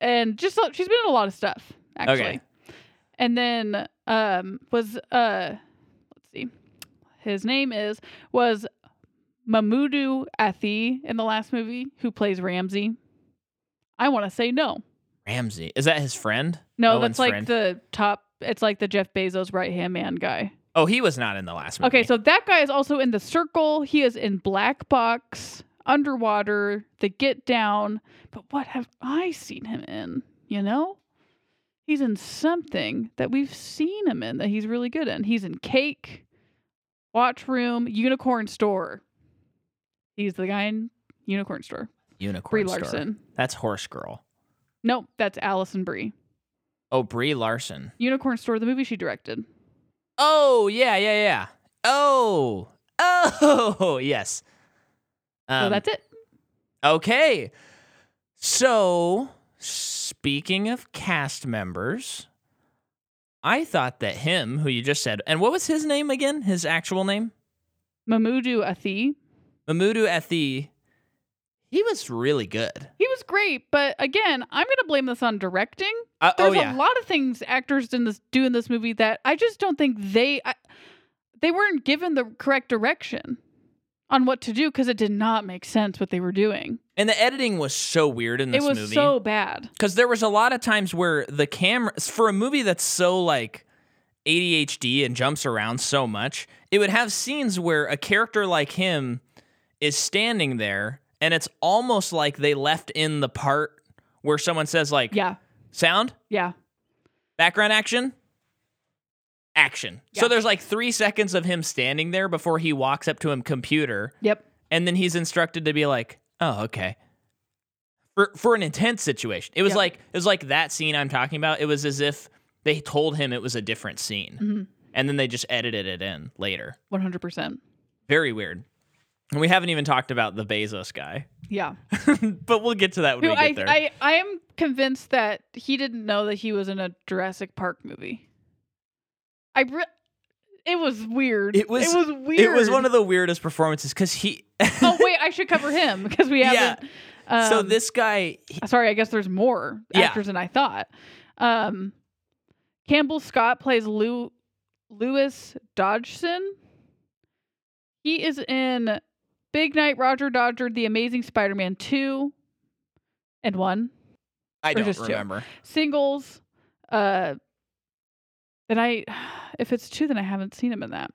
Speaker 2: and just lo- she's been in a lot of stuff actually.
Speaker 1: Okay.
Speaker 2: And then um was uh let's see, his name is was Mamoudou Athi in the last movie who plays Ramsey. I want to say no,
Speaker 1: Ramsey is that his friend?
Speaker 2: no,
Speaker 1: Owen's
Speaker 2: that's like
Speaker 1: friend.
Speaker 2: the top. It's like the Jeff Bezos right hand man guy.
Speaker 1: Oh, he was not in the last movie.
Speaker 2: Okay, so that guy is also in the circle. He is in Black Box, Underwater, The Get Down. But what have I seen him in? You know? He's in something that we've seen him in that he's really good in. He's in Cake, Watch Room, Unicorn Store. He's the guy in Unicorn Store.
Speaker 1: Unicorn
Speaker 2: Brie
Speaker 1: Store.
Speaker 2: Larson.
Speaker 1: That's Horse Girl.
Speaker 2: Nope, that's Allison Brie.
Speaker 1: Oh, Brie Larson.
Speaker 2: Unicorn Store, the movie she directed.
Speaker 1: Oh yeah, yeah, yeah. Oh, oh yes.
Speaker 2: so
Speaker 1: Um,
Speaker 2: that's it.
Speaker 1: Okay. So, speaking of cast members, I thought that him, who you just said, and what was his name again? His actual name?
Speaker 2: Mamoudou Athi.
Speaker 1: Mamoudou Athi. He was really good.
Speaker 2: He was great, but again, I'm going to blame this on directing.
Speaker 1: Uh,
Speaker 2: there's
Speaker 1: oh
Speaker 2: a
Speaker 1: yeah.
Speaker 2: lot of things actors in this do in this movie that I just don't think they I, they weren't given the correct direction on what to do because it did not make sense what they were doing.
Speaker 1: And the editing was so weird in
Speaker 2: It
Speaker 1: this
Speaker 2: was
Speaker 1: movie.
Speaker 2: so bad.
Speaker 1: because there was a lot of times where the camera for a movie that's so like ADHD and jumps around so much, it would have scenes where a character like him is standing there and it's almost like they left in the part where someone says like
Speaker 2: Yeah,
Speaker 1: sound,
Speaker 2: yeah,
Speaker 1: background action, action. So
Speaker 2: Yeah.
Speaker 1: there's like 3 seconds of him standing there before he walks up to him computer
Speaker 2: yep.
Speaker 1: and then he's instructed to be like, "Oh, okay." For for an intense situation, it was
Speaker 2: Yeah.
Speaker 1: like it was like that scene I'm talking about. It was as if they told him it was a different scene,
Speaker 2: Mm-hmm.
Speaker 1: and then they just edited it in later.
Speaker 2: One hundred percent.
Speaker 1: Very weird. And we haven't even talked about the Bezos guy,
Speaker 2: Yeah.
Speaker 1: but we'll get to that when
Speaker 2: Who
Speaker 1: we get
Speaker 2: I,
Speaker 1: there.
Speaker 2: I I am convinced that he didn't know that he was in a Jurassic Park movie. I re- it was weird.
Speaker 1: It was-
Speaker 2: it was weird.
Speaker 1: it was one of the weirdest performances because he.
Speaker 2: oh wait, I should cover him because we
Speaker 1: Yeah.
Speaker 2: haven't.
Speaker 1: so
Speaker 2: um,
Speaker 1: this guy, he-
Speaker 2: sorry, I guess there's more
Speaker 1: Yeah.
Speaker 2: actors than I thought. Um, Campbell Scott plays Lou Lewis Dodgson. He is in Big Night, Roger Dodger, The Amazing Spider-Man two and one
Speaker 1: I
Speaker 2: or
Speaker 1: don't
Speaker 2: just two.
Speaker 1: remember.
Speaker 2: singles. Uh, and I, if it's two, then I haven't seen him in that.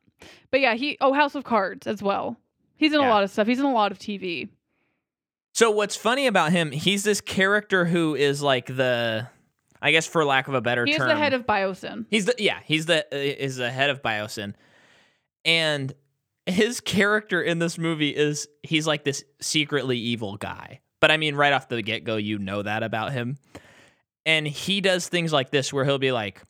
Speaker 2: But yeah, he oh House of Cards as well. He's in
Speaker 1: Yeah.
Speaker 2: a lot of stuff. He's in a lot of TV.
Speaker 1: So what's funny about him? He's this character who is like the, I guess for lack of a better
Speaker 2: He is
Speaker 1: term,
Speaker 2: the head of Biosyn.
Speaker 1: He's the yeah, he's the uh, is the head of Biosyn. And his character in this movie is he's like this secretly evil guy. But I mean right off the get-go you know that about him. And he does things like this where he'll be like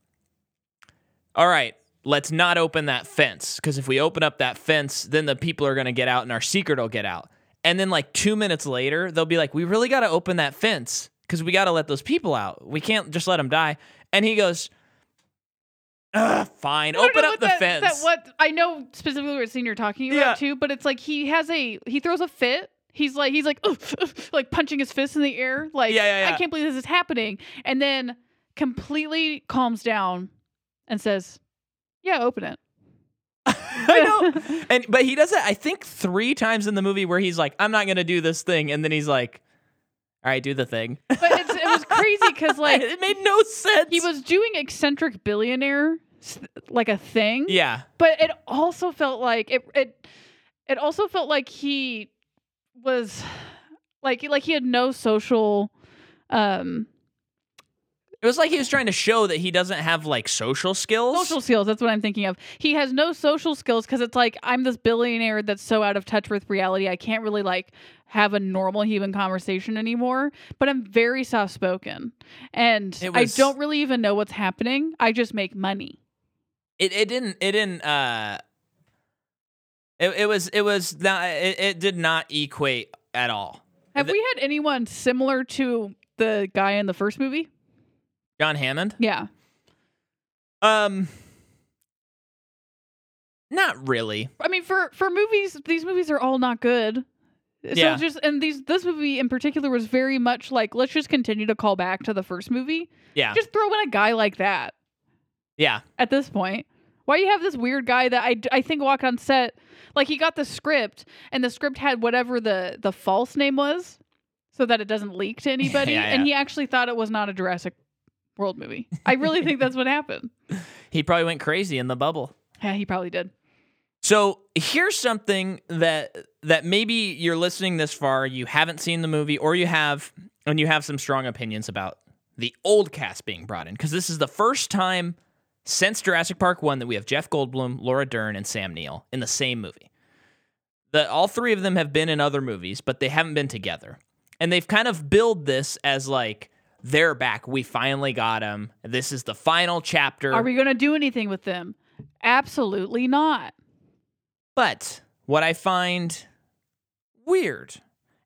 Speaker 1: All right, let's not open that fence because if we open up that fence, then the people are going to get out and our secret'll get out. And then like 2 minutes later, they'll be like, "We really got to open that fence because we got to let those people out. We can't just let them die." And he goes, Ugh, fine.
Speaker 2: I don't
Speaker 1: Open
Speaker 2: know
Speaker 1: up
Speaker 2: what
Speaker 1: the
Speaker 2: that,
Speaker 1: fence.
Speaker 2: That what I know specifically what scene you're talking about
Speaker 1: Yeah.
Speaker 2: too, but it's like he has a he throws a fit. He's like he's like "Oof, oof," like punching his fist in the air. Like
Speaker 1: Yeah, yeah, yeah.
Speaker 2: I can't believe this is happening. And then completely calms down and says, "Yeah, open it."
Speaker 1: I know. And but he does it. I think three times in the movie where he's like, "I'm not gonna do this thing," and then he's like, "All right, do the thing."
Speaker 2: But it's, it was crazy because like
Speaker 1: it made no sense.
Speaker 2: he was doing eccentric billionaire s- like a thing.
Speaker 1: Yeah.
Speaker 2: But it also felt like it it it also felt like he was like like he had no social um
Speaker 1: It was like he was trying to show that he doesn't have like social skills.
Speaker 2: social skills that's what i'm thinking of he has no social skills because it's like i'm this billionaire that's so out of touch with reality i can't really like have a normal human conversation anymore but i'm very soft spoken and
Speaker 1: It
Speaker 2: i
Speaker 1: was-
Speaker 2: don't really even know what's happening i just make money
Speaker 1: it it didn't it didn't uh it, it was it was not it, it did not equate at all
Speaker 2: have
Speaker 1: The-
Speaker 2: we had anyone similar to the guy in the first movie
Speaker 1: john hammond
Speaker 2: yeah
Speaker 1: um not really
Speaker 2: i mean for for movies these movies are all not good
Speaker 1: Yeah.
Speaker 2: So just and these this movie in particular was very much like let's just continue to call back to the first movie.
Speaker 1: yeah
Speaker 2: Just throw in a guy like that.
Speaker 1: yeah
Speaker 2: at this point. Why you have this weird guy that I, I think walked on set like he got the script and the script had whatever the the false name was so that it doesn't leak to anybody
Speaker 1: Yeah,
Speaker 2: and
Speaker 1: yeah.
Speaker 2: he actually thought it was not a Jurassic World movie. I really think that's what happened.
Speaker 1: he probably went crazy in the bubble
Speaker 2: Yeah, he probably did.
Speaker 1: so here's something that that maybe you're listening this far you haven't seen the movie or you have and you have some strong opinions about the old cast being brought in because this is the first time since Jurassic Park 1 that we have Jeff Goldblum, Laura Dern, and Sam Neill in the same movie. The, all three of them have been in other movies, but they haven't been together. And they've kind of billed this as like, they're back. We finally got them. This is the final chapter.
Speaker 2: Are we going to do anything with them? Absolutely not.
Speaker 1: But what I find weird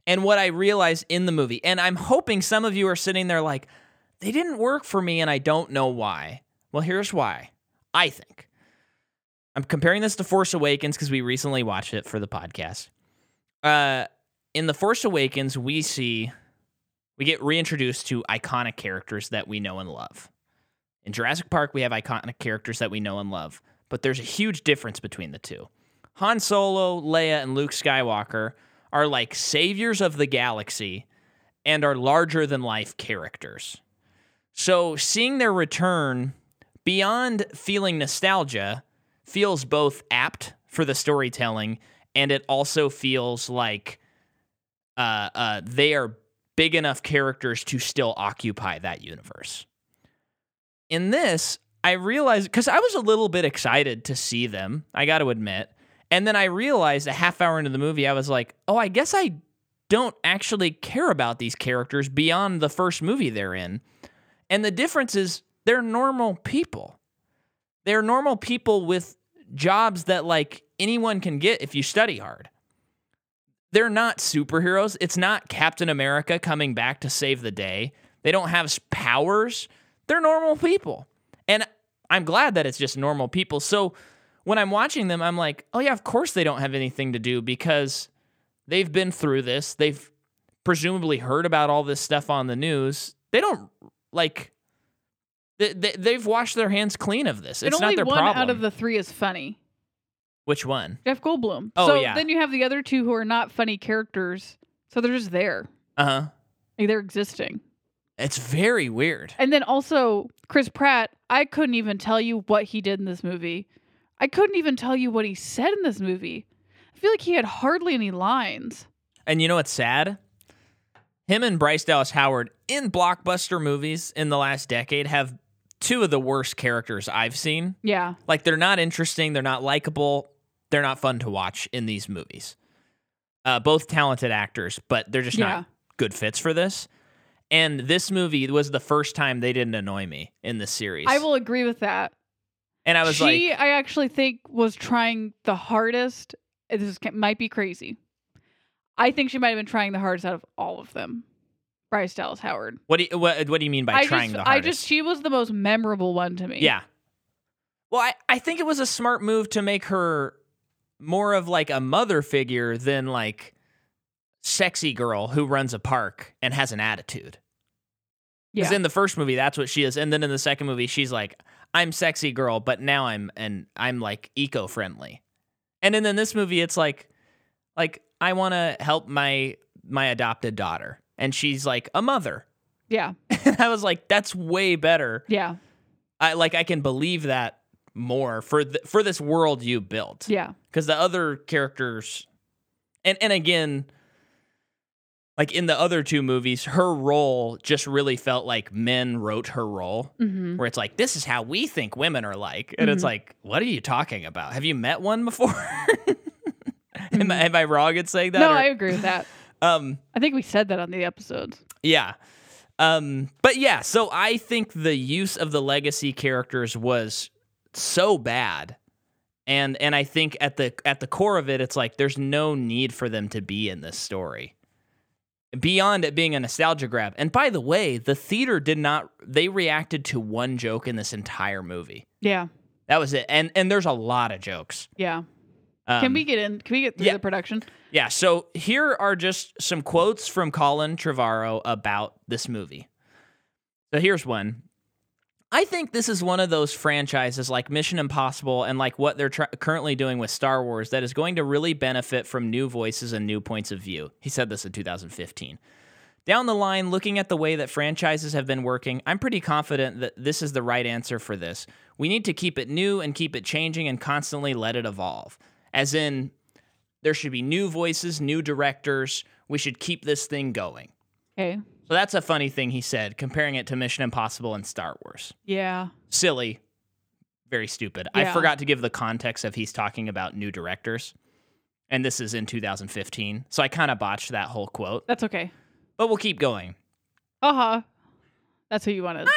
Speaker 1: and what I realize in the movie, and I'm hoping some of you are sitting there like, they didn't work for me and I don't know why. Well, here's why. I think. I'm comparing this to Force Awakens because we recently watched it for the podcast. Uh, in The Force Awakens, we see, we get reintroduced to iconic characters that we know and love. In Jurassic Park, we have iconic characters that we know and love, but there's a huge difference between the two. Han Solo, Leia, and Luke Skywalker are like saviors of the galaxy and are larger than life characters. So seeing their return beyond feeling nostalgia feels both apt for the storytelling and it also feels like uh, uh, they are big enough characters to still occupy that universe. In this, I realized because I was a little bit excited to see them, I got to admit. And then I realized a half hour into the movie, I was like, oh, I guess I don't actually care about these characters beyond the first movie they're in. And the difference is they're normal people. They're normal people with jobs that like anyone can get if you study hard. They're not superheroes. It's not Captain America coming back to save the day. They don't have s- powers. They're normal people. And I'm glad that it's just normal people. So when I'm watching them, I'm like, oh, yeah, of course they don't have anything to do because they've been through this. They've presumably heard about all this stuff on the news. They don't like, they, they, they've washed their hands clean of this. It's
Speaker 2: and only
Speaker 1: not their
Speaker 2: one
Speaker 1: problem.
Speaker 2: out of the 3 is funny.
Speaker 1: Which one?
Speaker 2: Jeff Goldblum.
Speaker 1: Oh,
Speaker 2: so
Speaker 1: yeah.
Speaker 2: then you have the other two who are not funny characters. So they're just there.
Speaker 1: Uh huh.
Speaker 2: Like they're existing.
Speaker 1: It's very weird.
Speaker 2: And then also Chris Pratt, I couldn't even tell you what he did in this movie. I couldn't even tell you what he said in this movie. I feel like he had hardly any lines.
Speaker 1: And you know what's sad? Him and Bryce Dallas Howard in blockbuster movies in the last decade have two of the worst characters I've seen.
Speaker 2: Yeah.
Speaker 1: Like they're not interesting, they're not likable, they're not fun to watch in these movies. Uh, both talented actors, but they're just
Speaker 2: Yeah.
Speaker 1: not good fits for this. And this movie was the first time they didn't annoy me in this series.
Speaker 2: I will agree with that.
Speaker 1: and I was
Speaker 2: she,
Speaker 1: like,
Speaker 2: I actually think was trying the hardest. This is, might be crazy. I think she might have been trying the hardest out of all of them. Bryce Dallas Howard.
Speaker 1: "What do you, what, what do you mean by
Speaker 2: I
Speaker 1: trying
Speaker 2: just,
Speaker 1: the
Speaker 2: I
Speaker 1: hardest?"
Speaker 2: just, she was the most memorable one to me.
Speaker 1: Yeah. Well, I, I think it was a smart move to make her more of like a mother figure than like sexy girl who runs a park and has an attitude. Because
Speaker 2: Yeah.
Speaker 1: in the first movie, that's what she is, and then in the second movie, she's like, "I'm sexy girl, but now I'm and I'm like eco friendly," and then in this movie, it's like, like I want to help my my adopted daughter, and she's like a mother,
Speaker 2: yeah.
Speaker 1: and I was like, "That's way better."
Speaker 2: Yeah.
Speaker 1: I like I can believe that more for th- for this world you built
Speaker 2: Yeah.
Speaker 1: because the other characters and and again like in the other two movies her role just really felt like men wrote her role
Speaker 2: Mm-hmm.
Speaker 1: where it's like this is how we think women are like and it's
Speaker 2: Mhm.
Speaker 1: like what are you talking about have you met one before am, I, am i wrong in saying that
Speaker 2: Mm-hmm. No,
Speaker 1: or-
Speaker 2: I agree with that.
Speaker 1: um
Speaker 2: I think we said that on the episodes.
Speaker 1: yeah um but yeah so i think the use of the legacy characters was so bad and and i think at the at the core of it it's like there's no need for them to be in this story beyond it being a nostalgia grab and by the way the theater did not they reacted to one joke in this entire movie
Speaker 2: Yeah.
Speaker 1: That was it. And and there's a lot of jokes.
Speaker 2: Yeah.
Speaker 1: Um,
Speaker 2: Can we get in? Can we get through
Speaker 1: yeah.
Speaker 2: the production?
Speaker 1: Yeah. So here are just some quotes from Colin Trevorrow about this movie. So here's one. I think this is one of those franchises like Mission Impossible and like what they're tr- currently doing with Star Wars that is going to really benefit from new voices and new points of view. He said this in 2015. Down the line, looking at the way that franchises have been working, I'm pretty confident that this is the right answer for this. We need to keep it new and keep it changing and constantly let it evolve. As in, there should be new voices, new directors. We should keep this thing going.
Speaker 2: Okay.
Speaker 1: So that's a funny thing he said, comparing it to Mission Impossible and Star Wars.
Speaker 2: Yeah.
Speaker 1: Silly, very stupid. I
Speaker 2: Yeah.
Speaker 1: forgot to give the context of he's talking about new directors. And this is in 2015. So I kind of botched that whole quote,
Speaker 2: That's okay.
Speaker 1: but we'll keep going.
Speaker 2: Uh huh. That's who you wanted.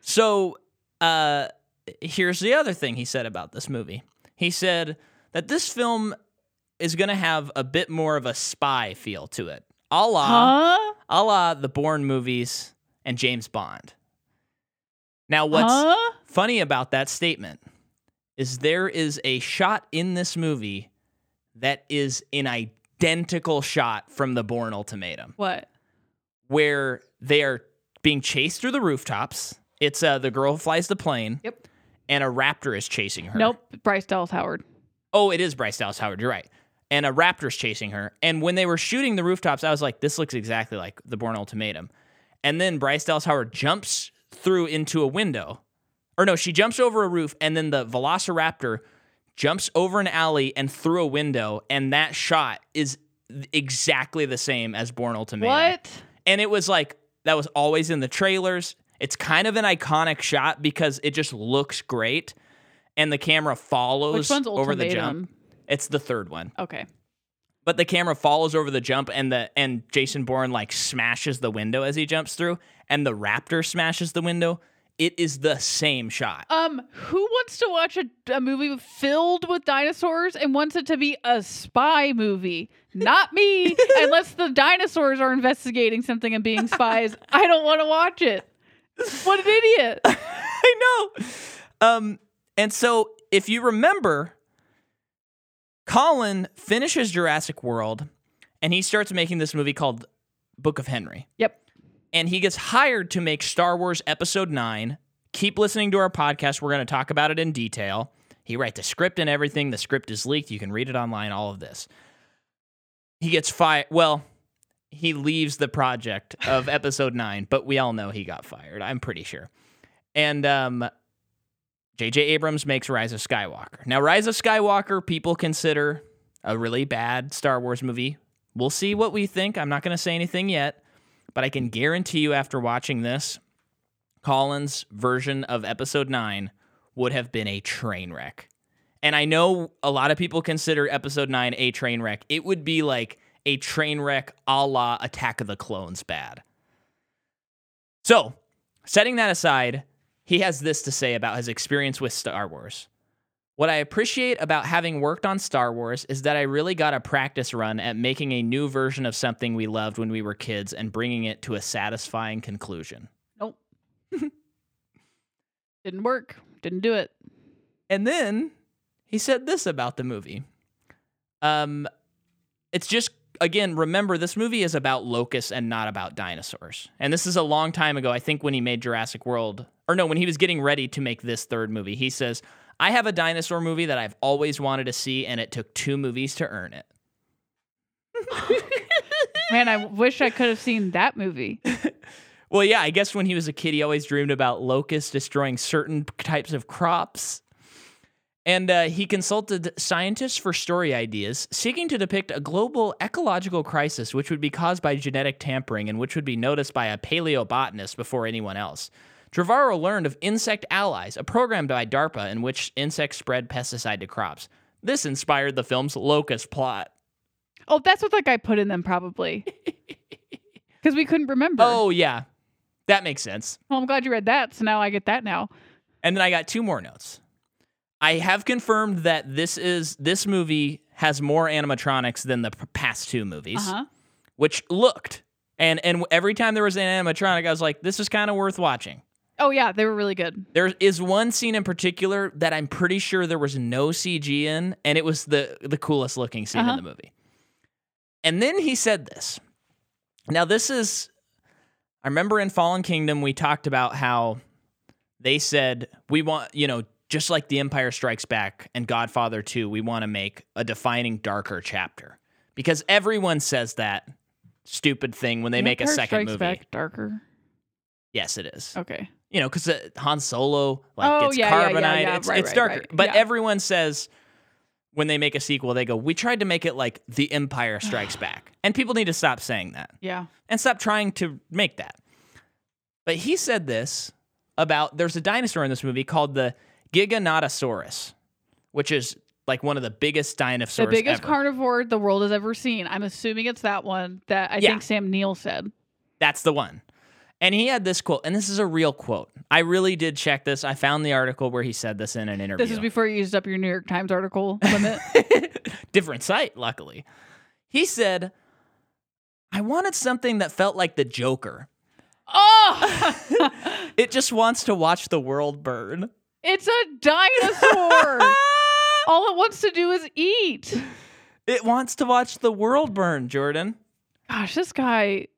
Speaker 1: So uh, here's the other thing he said about this movie. He said that this film is going to have a bit more of a spy feel to it, a la.
Speaker 2: Huh?
Speaker 1: a la the Bourne movies and James Bond. Now, what's
Speaker 2: Huh?
Speaker 1: funny about that statement is there is a shot in this movie that is an identical shot from the Bourne Ultimatum,
Speaker 2: What?
Speaker 1: where they are being chased through the rooftops. It's uh, the girl who flies the plane,
Speaker 2: Yep.
Speaker 1: and a raptor is chasing her.
Speaker 2: Nope. Bryce Dallas Howard.
Speaker 1: Oh, it is Bryce Dallas Howard. You're right. And a raptor's chasing her. And when they were shooting the rooftops, I was like, this looks exactly like the Born Ultimatum. And then Bryce Dallas Howard jumps through into a window. Or no, she jumps over a roof, and then the velociraptor jumps over an alley and through a window. And that shot is exactly the same as Born Ultimatum.
Speaker 2: What?
Speaker 1: And it was like, that was always in the trailers. It's kind of an iconic shot because it just looks great. And the camera follows
Speaker 2: Which one's
Speaker 1: over the jump.
Speaker 2: ultimatum?
Speaker 1: It's the third one.
Speaker 2: Okay.
Speaker 1: But the camera follows over the jump and the and Jason Bourne like smashes the window as he jumps through and the raptor smashes the window. It is the same shot.
Speaker 2: Um, who wants to watch a, a movie filled with dinosaurs and wants it to be a spy movie? Not me, unless the dinosaurs are investigating something and being spies. I don't want to watch it. What an idiot.
Speaker 1: I know. Um and so if you remember Colin finishes Jurassic World and he starts making this movie called Book of Henry.
Speaker 2: Yep.
Speaker 1: and he gets hired to make Star Wars Episode 9. Keep listening to our podcast. We're going to talk about it in detail. He writes a script and everything. The script is leaked. You can read it online, all of this. He gets fired. Well, he leaves the project of Episode 9, but we all know he got fired. I'm pretty sure. And um, J.J. Abrams makes Rise of Skywalker. Now, Rise of Skywalker, people consider a really bad Star Wars movie. We'll see what we think. I'm not going to say anything yet but I can guarantee you after watching this, Colin's version of episode 9 would have been a train wreck. And I know a lot of people consider episode 9 a train wreck. It would be like a train wreck a la Attack of the Clones bad. So, setting that aside, he has this to say about his experience with Star Wars. What I appreciate about having worked on Star Wars is that I really got a practice run at making a new version of something we loved when we were kids and bringing it to a satisfying conclusion.
Speaker 2: Nope. Didn't work. Didn't do it.
Speaker 1: And then he said this about the movie. Um, it's just again, remember this movie is about locusts and not about dinosaurs. And this is a long time ago. I think when he made Jurassic World, or no, when he was getting ready to make this third movie, he says, "I have a dinosaur movie that I've always wanted to see, and it took two movies to earn it."
Speaker 2: Man, I wish I could have seen that movie.
Speaker 1: Well, yeah, I guess when he was a kid, he always dreamed about locusts destroying certain types of crops. And uh, he consulted scientists for story ideas, seeking to depict a global ecological crisis which would be caused by genetic tampering and which would be noticed by a paleobotanist before anyone else. Trevorrow learned of Insect Allies, a program by DARPA in which insects spread pesticide to crops. This inspired the film's locust plot.
Speaker 2: Oh, that's what that guy put in them probably. Because we couldn't remember.
Speaker 1: Oh, yeah. That makes sense.
Speaker 2: Well, I'm glad you read that. So now I get that now.
Speaker 1: And then I got two more notes. I have confirmed that this is this movie has more animatronics than the p- past two movies,
Speaker 2: Uh-huh.
Speaker 1: which looked and and every time there was an animatronic, I was like, this is kind of worth watching.
Speaker 2: Oh yeah, they were really good.
Speaker 1: There is one scene in particular that I'm pretty sure there was no CG in, and it was the the coolest looking scene
Speaker 2: Uh-huh.
Speaker 1: in the movie. And then he said this. Now this is I remember in Fallen Kingdom we talked about how they said we want, you know, just like The Empire Strikes Back and Godfather 2, we want to make a defining darker chapter. Because everyone says that stupid thing when they make a
Speaker 2: Empire
Speaker 1: second
Speaker 2: Strikes
Speaker 1: movie.
Speaker 2: Back darker.
Speaker 1: Yes, it is
Speaker 2: Okay.
Speaker 1: you know, because Han Solo like
Speaker 2: Oh,
Speaker 1: it's
Speaker 2: yeah, yeah, yeah,
Speaker 1: carbonite,
Speaker 2: yeah.
Speaker 1: it's,
Speaker 2: Right,
Speaker 1: it's
Speaker 2: right,
Speaker 1: darker.
Speaker 2: right.
Speaker 1: But
Speaker 2: Yeah.
Speaker 1: everyone says when they make a sequel, they go, "We tried to make it like The Empire Strikes Back," and people need to stop saying that
Speaker 2: Yeah.
Speaker 1: and stop trying to make that. But he said this about there's a dinosaur in this movie called the Giganotosaurus, which is like one of the biggest dinosaurs.
Speaker 2: the biggest
Speaker 1: ever.
Speaker 2: carnivore the world has ever seen. I'm assuming it's that one that I
Speaker 1: Yeah.
Speaker 2: think Sam Neill said.
Speaker 1: That's the one. And he had this quote, and this is a real quote. I really did check this. I found the article where he said this in an interview.
Speaker 2: This is before you used up your New York Times article limit.
Speaker 1: different site, luckily. He said, I wanted something that felt like the Joker.
Speaker 2: oh,
Speaker 1: It just wants to watch the world burn.
Speaker 2: it's a dinosaur. All it wants to do is eat.
Speaker 1: It wants to watch the world burn, Jordan.
Speaker 2: Gosh, this guy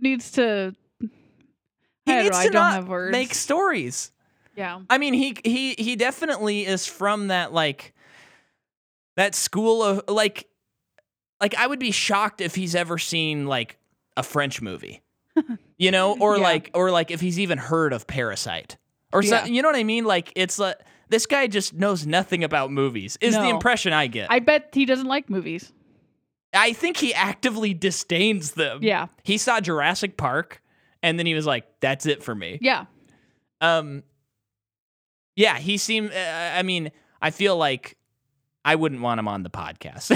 Speaker 2: needs to.
Speaker 1: He
Speaker 2: I, don't,
Speaker 1: needs
Speaker 2: know, I
Speaker 1: to
Speaker 2: don't have
Speaker 1: not
Speaker 2: words.
Speaker 1: make stories.
Speaker 2: yeah.
Speaker 1: I mean, he he he definitely is from that like that school of like like I would be shocked if he's ever seen like a French movie. You know, or
Speaker 2: Yeah.
Speaker 1: like or like if he's even heard of Parasite. Or so,
Speaker 2: Yeah.
Speaker 1: you know what I mean? Like it's like this guy just knows nothing about movies. Is the
Speaker 2: No.
Speaker 1: impression I get. I,
Speaker 2: I bet he doesn't like movies.
Speaker 1: think he actively disdains them.
Speaker 2: Yeah.
Speaker 1: He saw Jurassic Park and then he was like that's it for me.
Speaker 2: Yeah.
Speaker 1: Um, yeah, he seemed. Uh, I mean, I feel like I wouldn't want him on the podcast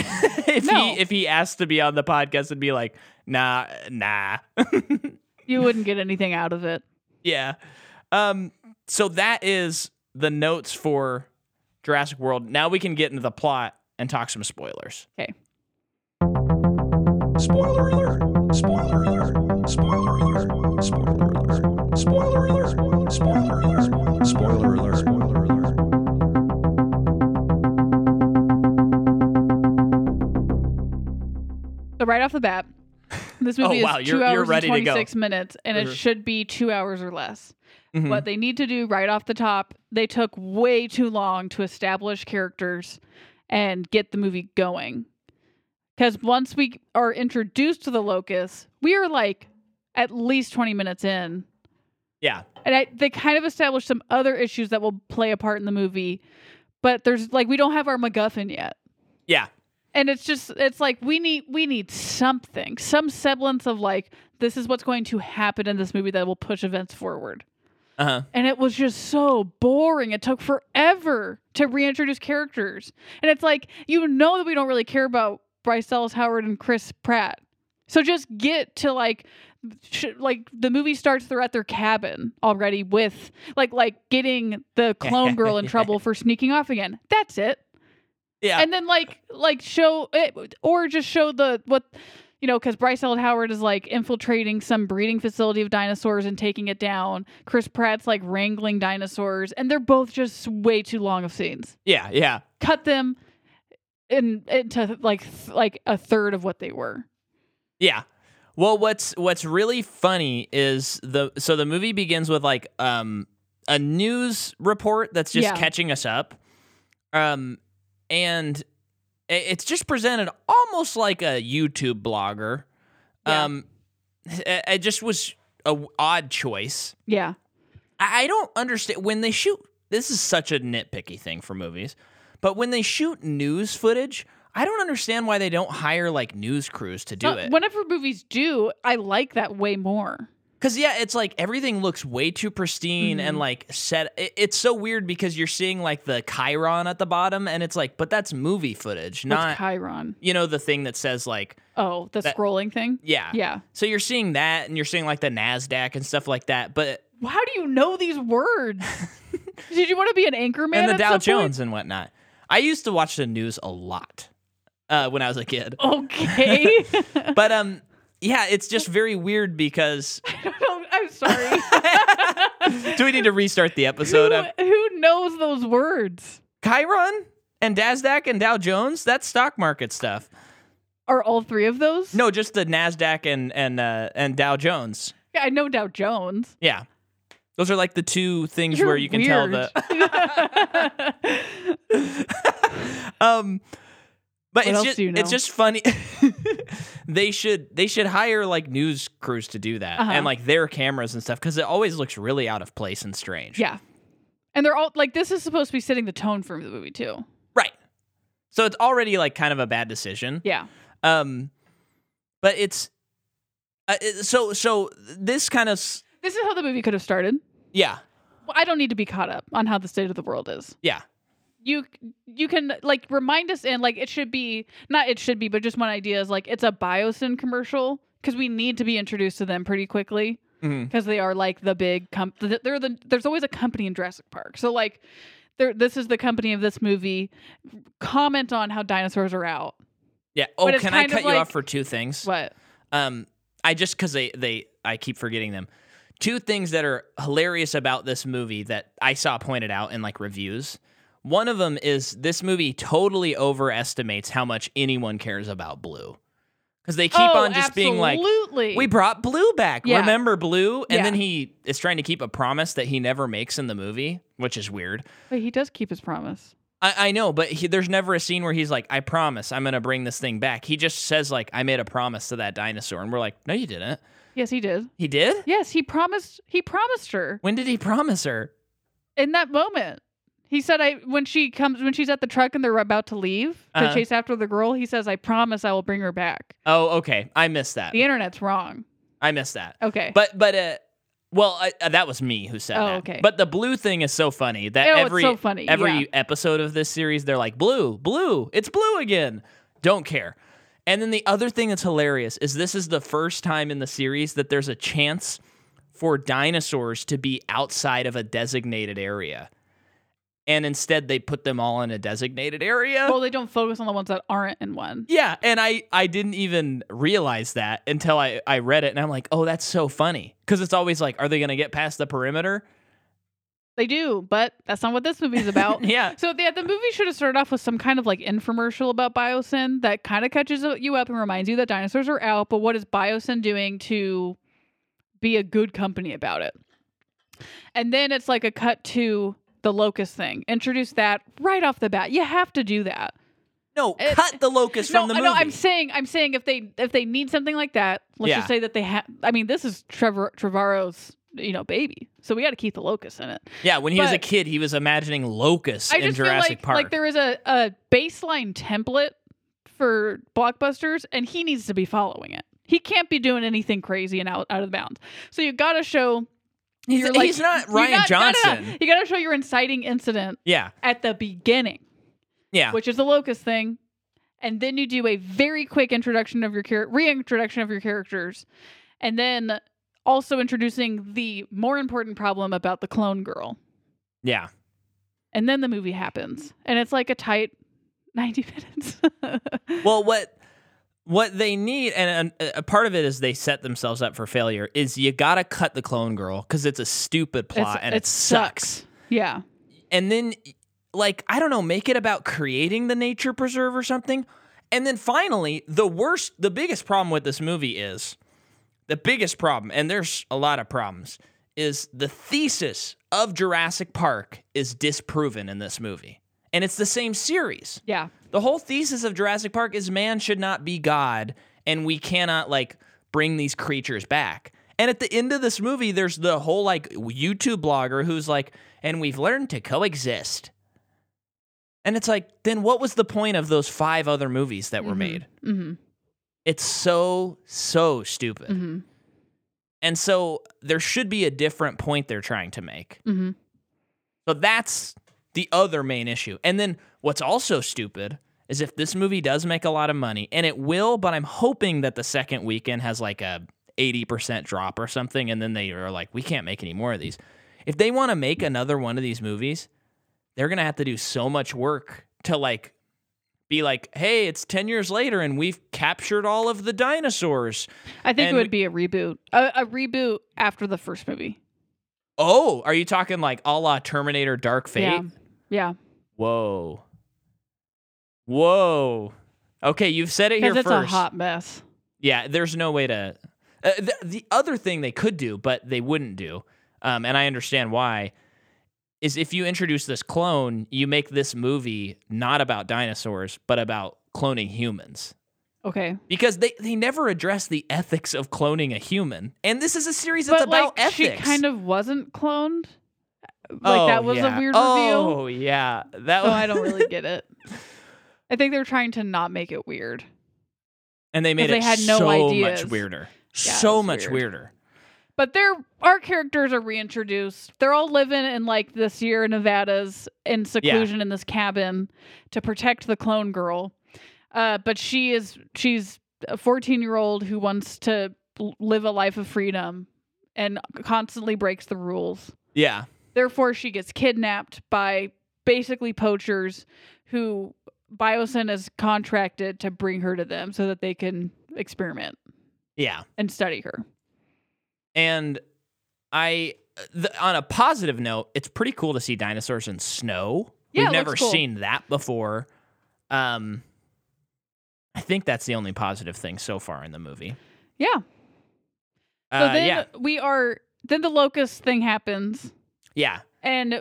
Speaker 1: if
Speaker 2: No.
Speaker 1: he if he asked to be on the podcast and be like, nah, nah,
Speaker 2: You wouldn't get anything out of it.
Speaker 1: yeah. Um, so that is the notes for Jurassic World. Now we can get into the plot and talk some spoilers.
Speaker 3: Spoiler alert. Spoiler alert. Spoiler alert. Spoiler alert. Spoiler alert. Spoiler alert. Spoiler alert. Spoiler alert.
Speaker 2: So right off the bat, this movie
Speaker 1: Oh, wow,
Speaker 2: is 2
Speaker 1: you're-
Speaker 2: hours
Speaker 1: you're ready to
Speaker 2: and
Speaker 1: go.
Speaker 2: 26 minutes and it
Speaker 1: Mhm.
Speaker 2: should be 2 hours or less.
Speaker 1: Mhm.
Speaker 2: What they need to do right off the top, they took way too long to establish characters and get the movie going. Cuz once we are introduced to the locust, we are like at least 20 minutes in.
Speaker 1: Yeah,
Speaker 2: And I, they kind of established some other issues that will play a part in the movie, but there's like we don't have our MacGuffin yet
Speaker 1: yeah,
Speaker 2: and it's just it's like we need we need something some semblance of like this is what's going to happen in this movie that will push events forward
Speaker 1: uh huh,
Speaker 2: and it was just so boring it took forever to reintroduce characters and it's like you know that we don't really care about bryce dallas howard and chris pratt so just get to like sh- like the movie starts they're at their cabin already with like like getting the clone girl in trouble for sneaking off again that's it
Speaker 1: yeah.
Speaker 2: and then like like show it or just show the what you know because bryce Dallas howard is like infiltrating some breeding facility of dinosaurs and taking it down chris pratt's like wrangling dinosaurs and they're both just way too long of scenes
Speaker 1: yeah, yeah,
Speaker 2: cut them in into like th- like a third of what they were
Speaker 1: Yeah. Well, what's what's really funny is the so the movie begins with like um a news report that's just
Speaker 2: Yeah.
Speaker 1: catching us up. Um and i- it's just presented almost like a YouTube blogger.
Speaker 2: Yeah.
Speaker 1: Um it it just was a w- odd choice.
Speaker 2: Yeah.
Speaker 1: I, I don't understand when they shoot. This is such a nitpicky thing for movies, but when they shoot news footage, I don't understand why they don't hire like news crews to do
Speaker 2: No,
Speaker 1: it.
Speaker 2: Whenever movies do, I like that way more.
Speaker 1: Because yeah, it's like everything looks way too pristine and
Speaker 2: Mm-hmm.
Speaker 1: like set. It, it's so weird because you're seeing like the Chiron at the bottom, and it's like, but that's movie footage,
Speaker 2: What's
Speaker 1: not
Speaker 2: Chiron?
Speaker 1: you know the thing that says like
Speaker 2: Oh, the
Speaker 1: That-
Speaker 2: scrolling thing?
Speaker 1: yeah
Speaker 2: Yeah.
Speaker 1: So you're seeing that, and you're seeing like the Nasdaq and stuff like that, but
Speaker 2: How do you know these words? Did you want to be an anchor man?
Speaker 1: and the
Speaker 2: at
Speaker 1: Dow
Speaker 2: some point?
Speaker 1: Jones and whatnot. I used to watch the news a lot uh, when I was a kid,
Speaker 2: Okay.
Speaker 1: but um, yeah, it's just very weird because.
Speaker 2: I'm sorry.
Speaker 1: Do we need to restart the episode?
Speaker 2: who,
Speaker 1: Um,
Speaker 2: who knows those words?
Speaker 1: Chiron and Nasdaq and Dow Jones. That's stock market stuff.
Speaker 2: Are all three of those?
Speaker 1: No, just the Nasdaq and and uh, and Dow Jones.
Speaker 2: Yeah, I know Dow Jones.
Speaker 1: Yeah, those are like the two things
Speaker 2: You're
Speaker 1: where you can tell
Speaker 2: weird.
Speaker 1: the. Um, but
Speaker 2: What
Speaker 1: it's
Speaker 2: else
Speaker 1: just
Speaker 2: do you know?
Speaker 1: it's just funny. they should they should hire like news crews to do that
Speaker 2: Uh-huh.
Speaker 1: and like their cameras and stuff because it always looks really out of place and strange.
Speaker 2: yeah. And they're all like, this is supposed to be setting the tone for the movie, too.
Speaker 1: right. So it's already like kind of a bad decision.
Speaker 2: Yeah.
Speaker 1: Um, but it's uh, it- so so this kind of s-
Speaker 2: This is how the movie could have started.
Speaker 1: yeah
Speaker 2: Well, I don't need to be caught up on how the state of the world is.
Speaker 1: yeah
Speaker 2: you you can like remind us and like it should be not it should be but just one idea is like it's a biosyn commercial because we need to be introduced to them pretty quickly
Speaker 1: Mhm.
Speaker 2: because they are like the big comp th- they're the there's always a company in Jurassic Park so like they're, this is the company of this movie comment on how dinosaurs are out
Speaker 1: yeah. Oh,
Speaker 2: But it's
Speaker 1: can I
Speaker 2: kind of
Speaker 1: cut you off
Speaker 2: like-
Speaker 1: for two things?
Speaker 2: what
Speaker 1: Um, I just because they they I keep forgetting them. Two things that are hilarious about this movie that I saw pointed out in like reviews. One of them is this movie totally overestimates how much anyone cares about Blue, because they keep
Speaker 2: Oh,
Speaker 1: on just being like,
Speaker 2: absolutely
Speaker 1: "We brought Blue back.
Speaker 2: Yeah.
Speaker 1: Remember Blue?" And
Speaker 2: Yeah.
Speaker 1: then he is trying to keep a promise that he never makes in the movie, which is weird.
Speaker 2: but he does keep his promise
Speaker 1: I, I know, but he, there's never a scene where he's like, "I promise, I'm gonna bring this thing back." He just says like, "I made a promise to that dinosaur," and we're like, "No, you didn't."
Speaker 2: yes he did
Speaker 1: He did.
Speaker 2: yes he promised he promised her
Speaker 1: When did he promise her?
Speaker 2: in that moment he said i when she comes when she's at the truck and they're about to leave to
Speaker 1: Uh-huh.
Speaker 2: chase after the girl he says i promise i will bring her back
Speaker 1: Oh, okay. I missed that.
Speaker 2: the internet's wrong
Speaker 1: I missed that.
Speaker 2: okay
Speaker 1: But but uh well, I, uh, that was me who said
Speaker 2: Oh,
Speaker 1: that.
Speaker 2: okay.
Speaker 1: But the blue thing is so funny that
Speaker 2: Oh, it's
Speaker 1: every
Speaker 2: so funny,
Speaker 1: every
Speaker 2: yeah.
Speaker 1: episode of this series they're like blue, blue, it's blue again. Don't care. And then the other thing that's hilarious is this is the first time in the series that there's a chance for dinosaurs to be outside of a designated area. And instead they put them all in a designated area.
Speaker 2: well they don't focus on the ones that aren't in one
Speaker 1: Yeah, and I I didn't even realize that until I I read it and I'm like, "Oh, that's so funny." Cuz it's always like, are they going to get past the perimeter?
Speaker 2: they do but that's not what this movie's about
Speaker 1: Yeah.
Speaker 2: so yeah the movie should have started off with some kind of like infomercial about biosyn that kind of catches you up and reminds you that dinosaurs are out but what is biosyn doing to be a good company about it and then it's like a cut to the locust thing introduce that right off the bat you have to do that
Speaker 1: No,
Speaker 2: It-
Speaker 1: cut the locust
Speaker 2: no,
Speaker 1: from the
Speaker 2: I-
Speaker 1: movie.
Speaker 2: no, I'm saying, I'm saying, if they if they need something like that, let's
Speaker 1: Yeah.
Speaker 2: just say that they have. I mean, this is Trevor Trevorrow's, you know, baby. So we got to keep the locust in it.
Speaker 1: yeah, when he was a
Speaker 2: but-
Speaker 1: kid, he was imagining locusts
Speaker 2: I
Speaker 1: in
Speaker 2: just feel
Speaker 1: Jurassic
Speaker 2: like
Speaker 1: Park.
Speaker 2: like there is a a baseline template for blockbusters, and he needs to be following it. He can't be doing anything crazy and out out of bounds. So you got to show.
Speaker 1: he's,
Speaker 2: you're like-
Speaker 1: he's not
Speaker 2: you
Speaker 1: Ryan
Speaker 2: got- no, no, no.
Speaker 1: Johnson.
Speaker 2: You got to show your inciting incident
Speaker 1: Yeah.
Speaker 2: at the beginning.
Speaker 1: Yeah.
Speaker 2: which is the locust thing. And then you do a very quick introduction of your char- reintroduction of your characters, and then also introducing the more important problem about the clone girl.
Speaker 1: yeah.
Speaker 2: And then the movie happens, and it's like a tight ninety minutes.
Speaker 1: Well, what what they need and uh, a, a part of it is they set themselves up for failure is you got to cut the clone girl cuz it's a stupid plot and it, sucks.
Speaker 2: Yeah,
Speaker 1: and then like i don't know make it about creating the nature preserve or something and then finally the worst the biggest problem with this movie is the biggest problem and there's a lot of problems is the thesis of jurassic park is disproven in this movie and it's the same series
Speaker 2: yeah.
Speaker 1: the whole thesis of jurassic park is man should not be god and we cannot like bring these creatures back And at the end of this movie, there's the whole like YouTube blogger who's like, and we've learned to coexist. And it's like, then what was the point of those five other movies that were
Speaker 2: Mhm.
Speaker 1: made?
Speaker 2: Mm-hmm.
Speaker 1: It's so, so stupid.
Speaker 2: Mm-hmm.
Speaker 1: And so there should be a different point they're trying to make.
Speaker 2: Mm-hmm.
Speaker 1: So that's the other main issue. And then what's also stupid is if this movie does make a lot of money, and it will, but I'm hoping that the second weekend has like a 80% drop or something, and then they are like, we can't make any more of these. If they want to make another one of these movies, they're gonna have to do so much work to like be like, hey, it's 10 years later and we've captured all of the dinosaurs.
Speaker 2: I think
Speaker 1: And
Speaker 2: it would be a reboot, a, a reboot after the first movie.
Speaker 1: Oh, are you talking like a la Terminator Dark Fate?
Speaker 2: Yeah, yeah,
Speaker 1: Whoa. Whoa. Okay, you've said it here
Speaker 2: because it's
Speaker 1: first.
Speaker 2: a hot mess.
Speaker 1: yeah, there's no way to. Uh, the, the other thing they could do, but they wouldn't do, um, and I understand why, is if you introduce this clone, you make this movie not about dinosaurs, but about cloning humans.
Speaker 2: Okay,
Speaker 1: Because they, they never address the ethics of cloning a human. And this is a series that's
Speaker 2: but
Speaker 1: about
Speaker 2: like
Speaker 1: ethics.
Speaker 2: she kind of wasn't cloned. Like
Speaker 1: oh,
Speaker 2: that was
Speaker 1: yeah.
Speaker 2: a weird reveal.
Speaker 1: Oh, yeah. That
Speaker 2: So
Speaker 1: was,
Speaker 2: I don't really get it. I think they're trying to not make it weird.
Speaker 1: And they made
Speaker 2: they
Speaker 1: it
Speaker 2: had no
Speaker 1: so
Speaker 2: ideas.
Speaker 1: much weirder.
Speaker 2: Yeah, it
Speaker 1: so
Speaker 2: was
Speaker 1: much
Speaker 2: weird.
Speaker 1: weirder.
Speaker 2: But they're our characters are reintroduced. They're all living in like this Sierra Nevada's in seclusion in this cabin to protect the clone girl. Uh, but she is she's a 14 year old who wants to l- live a life of freedom and constantly breaks the rules.
Speaker 1: Yeah.
Speaker 2: Therefore, she gets kidnapped by basically poachers who Biosyn is contracted to bring her to them so that they can experiment
Speaker 1: Yeah.
Speaker 2: and study her.
Speaker 1: And I th- on a positive note, it's pretty cool to see dinosaurs in snow.
Speaker 2: Yeah,
Speaker 1: We've
Speaker 2: it
Speaker 1: never
Speaker 2: looks cool.
Speaker 1: seen that before. Um I think that's the only positive thing so far in the movie.
Speaker 2: Yeah. So
Speaker 1: Uh,
Speaker 2: then
Speaker 1: yeah.
Speaker 2: we are then the locust thing happens
Speaker 1: Yeah.
Speaker 2: and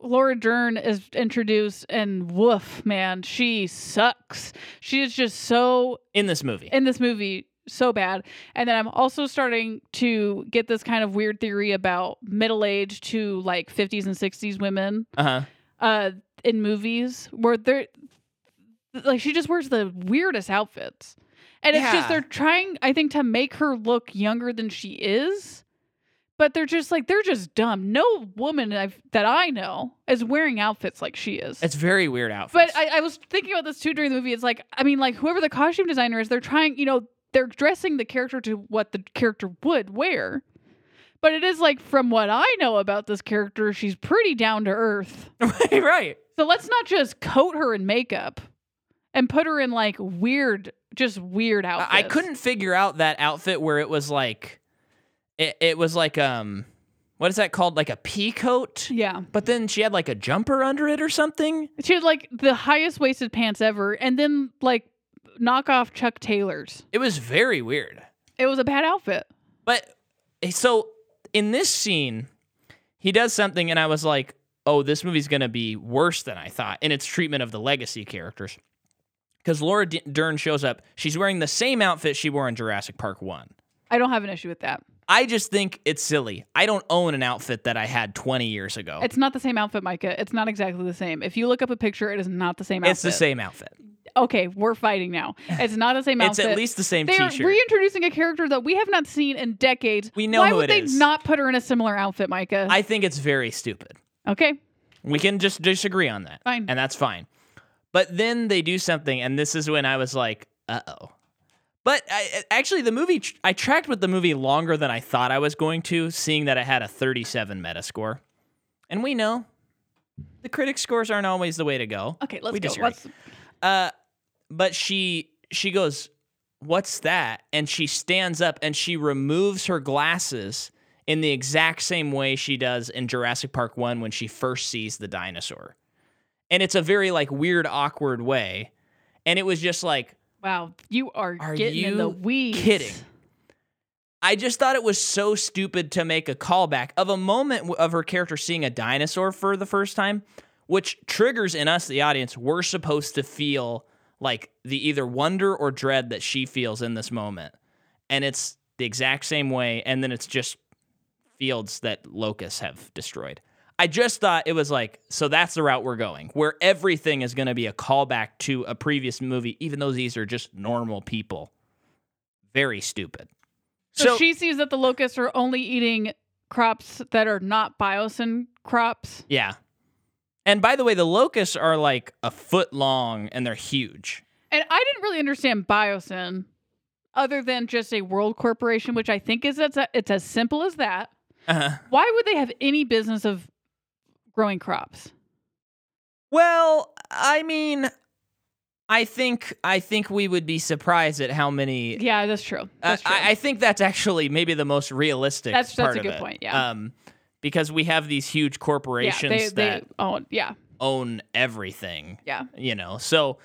Speaker 2: Laura Dern is introduced and woof man she sucks. She is just so
Speaker 1: In this movie.
Speaker 2: in this movie so bad. And then I'm also starting to get this kind of weird theory about middle-aged to like 50s and 60s women
Speaker 1: Uh-huh.
Speaker 2: uh in movies where they're like she just wears the weirdest outfits. And it's
Speaker 1: Yeah.
Speaker 2: just they're trying, I think, to make her look younger than she is. But they're just like they're just dumb. No woman I've, that I know is wearing outfits like she is.
Speaker 1: It's very weird outfits.
Speaker 2: but I, I was thinking about this too during the movie. It's like I mean, like whoever the costume designer is, they're trying, you know, they're dressing the character to what the character would wear. But it is like from what I know about this character, she's pretty down to earth.
Speaker 1: I right.
Speaker 2: So let's not just coat her in makeup and put her in like weird, just weird outfits.
Speaker 1: I I couldn't figure out that outfit where it was like it, it was like um what is that called? Like a pea coat?
Speaker 2: Yeah.
Speaker 1: But then she had like a jumper under it or something.
Speaker 2: She had like the highest waisted pants ever and then like knockoff Chuck Taylor's.
Speaker 1: It was very weird.
Speaker 2: It was a bad outfit.
Speaker 1: But eh, so in this scene, he does something, and I was like, oh, this movie's going to be worse than I thought in its treatment of the legacy characters. Because Laura D- Dern shows up, she's wearing the same outfit she wore in Jurassic Park 1.
Speaker 2: I don't have an issue with that.
Speaker 1: I just think it's silly. I don't own an outfit that I had 20 years ago.
Speaker 2: It's not the same outfit, Micah. It's not exactly the same. If you look up a picture, it is not the same outfit.
Speaker 1: It's the same outfit.
Speaker 2: Okay, we're fighting now. It's not the same
Speaker 1: It's
Speaker 2: outfit.
Speaker 1: at least the same
Speaker 2: They're
Speaker 1: t-shirt.
Speaker 2: reintroducing a character that we have not seen in decades.
Speaker 1: We know
Speaker 2: Why
Speaker 1: who
Speaker 2: would
Speaker 1: it
Speaker 2: they
Speaker 1: is.
Speaker 2: not put her in a similar outfit, Micah?
Speaker 1: I think it's very stupid.
Speaker 2: okay,
Speaker 1: We can just disagree on that.
Speaker 2: Fine.
Speaker 1: And that's fine. But then they do something, and this is when I was like, uh oh. But I, I- actually, the movie, tr- I tracked with the movie longer than I thought I was going to, seeing that it had a 37 Metascore. And we know the critic scores aren't always the way to go.
Speaker 2: okay, let's
Speaker 1: We
Speaker 2: go.
Speaker 1: disagree.
Speaker 2: Let's
Speaker 1: Uh, but she she goes, "What's that?" And she stands up and she removes her glasses in the exact same way she does in Jurassic Park 1 when she first sees the dinosaur. And it's a very like weird awkward way. And it was just like
Speaker 2: Wow, you are,
Speaker 1: Are
Speaker 2: getting in the
Speaker 1: you
Speaker 2: weeds.
Speaker 1: kidding? I just thought it was so stupid to make a callback of a moment w- of her character seeing a dinosaur for the first time, which triggers in us, the audience, we're supposed to feel like the either wonder or dread that she feels in this moment. And it's the exact same way, and then it's just fields that locusts have destroyed. I just thought it was like, so that's the route we're going, where everything is going to be a callback to a previous movie, even though these are just normal people. Very stupid.
Speaker 2: So, she sees that the locusts are only eating crops that are not biosyn crops.
Speaker 1: Yeah. And by the way, the locusts are like a foot long and they're huge.
Speaker 2: And I didn't really understand biosyn other than just a world corporation, which I think is it's, it's as simple as that.
Speaker 1: Uh-huh.
Speaker 2: Why would they have any business of growing crops?
Speaker 1: Well, I mean, I think I think we would be surprised at how many.
Speaker 2: Yeah, that's true.
Speaker 1: Uh,
Speaker 2: That's true.
Speaker 1: I, I think that's actually maybe the most realistic.
Speaker 2: That's- that's
Speaker 1: part
Speaker 2: a
Speaker 1: of
Speaker 2: good
Speaker 1: it.
Speaker 2: point, yeah.
Speaker 1: Um, because we have these huge
Speaker 2: yeah,
Speaker 1: corporations
Speaker 2: they,
Speaker 1: that
Speaker 2: they own. Yeah,
Speaker 1: own everything.
Speaker 2: yeah.
Speaker 1: you know so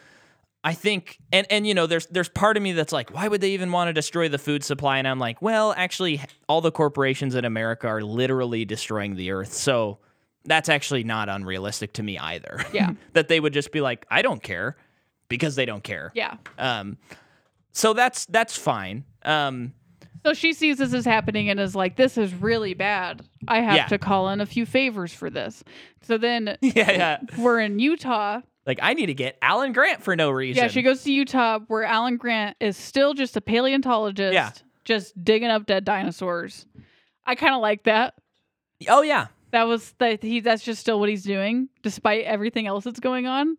Speaker 1: i think and and you know there's there's part of me that's like why would they even want to destroy the food supply and i'm like well actually all the corporations in america are literally destroying the earth so that's actually not unrealistic to me either
Speaker 2: Yeah.
Speaker 1: that they would just be like i don't care because they don't care
Speaker 2: Yeah.
Speaker 1: um so that's that's fine um
Speaker 2: So she sees this is happening and is like, "This is really bad. I have
Speaker 1: Yeah.
Speaker 2: to call in a few favors for this." So then
Speaker 1: yeah, yeah.
Speaker 2: we're in Utah.
Speaker 1: like i need to get alan grant for no reason
Speaker 2: Yeah, she goes to Utah where Alan Grant is still just a paleontologist,
Speaker 1: Yeah.
Speaker 2: just digging up dead dinosaurs. I kind of like that.
Speaker 1: oh yeah
Speaker 2: That was that he. That's just still what he's doing, despite everything else that's going on.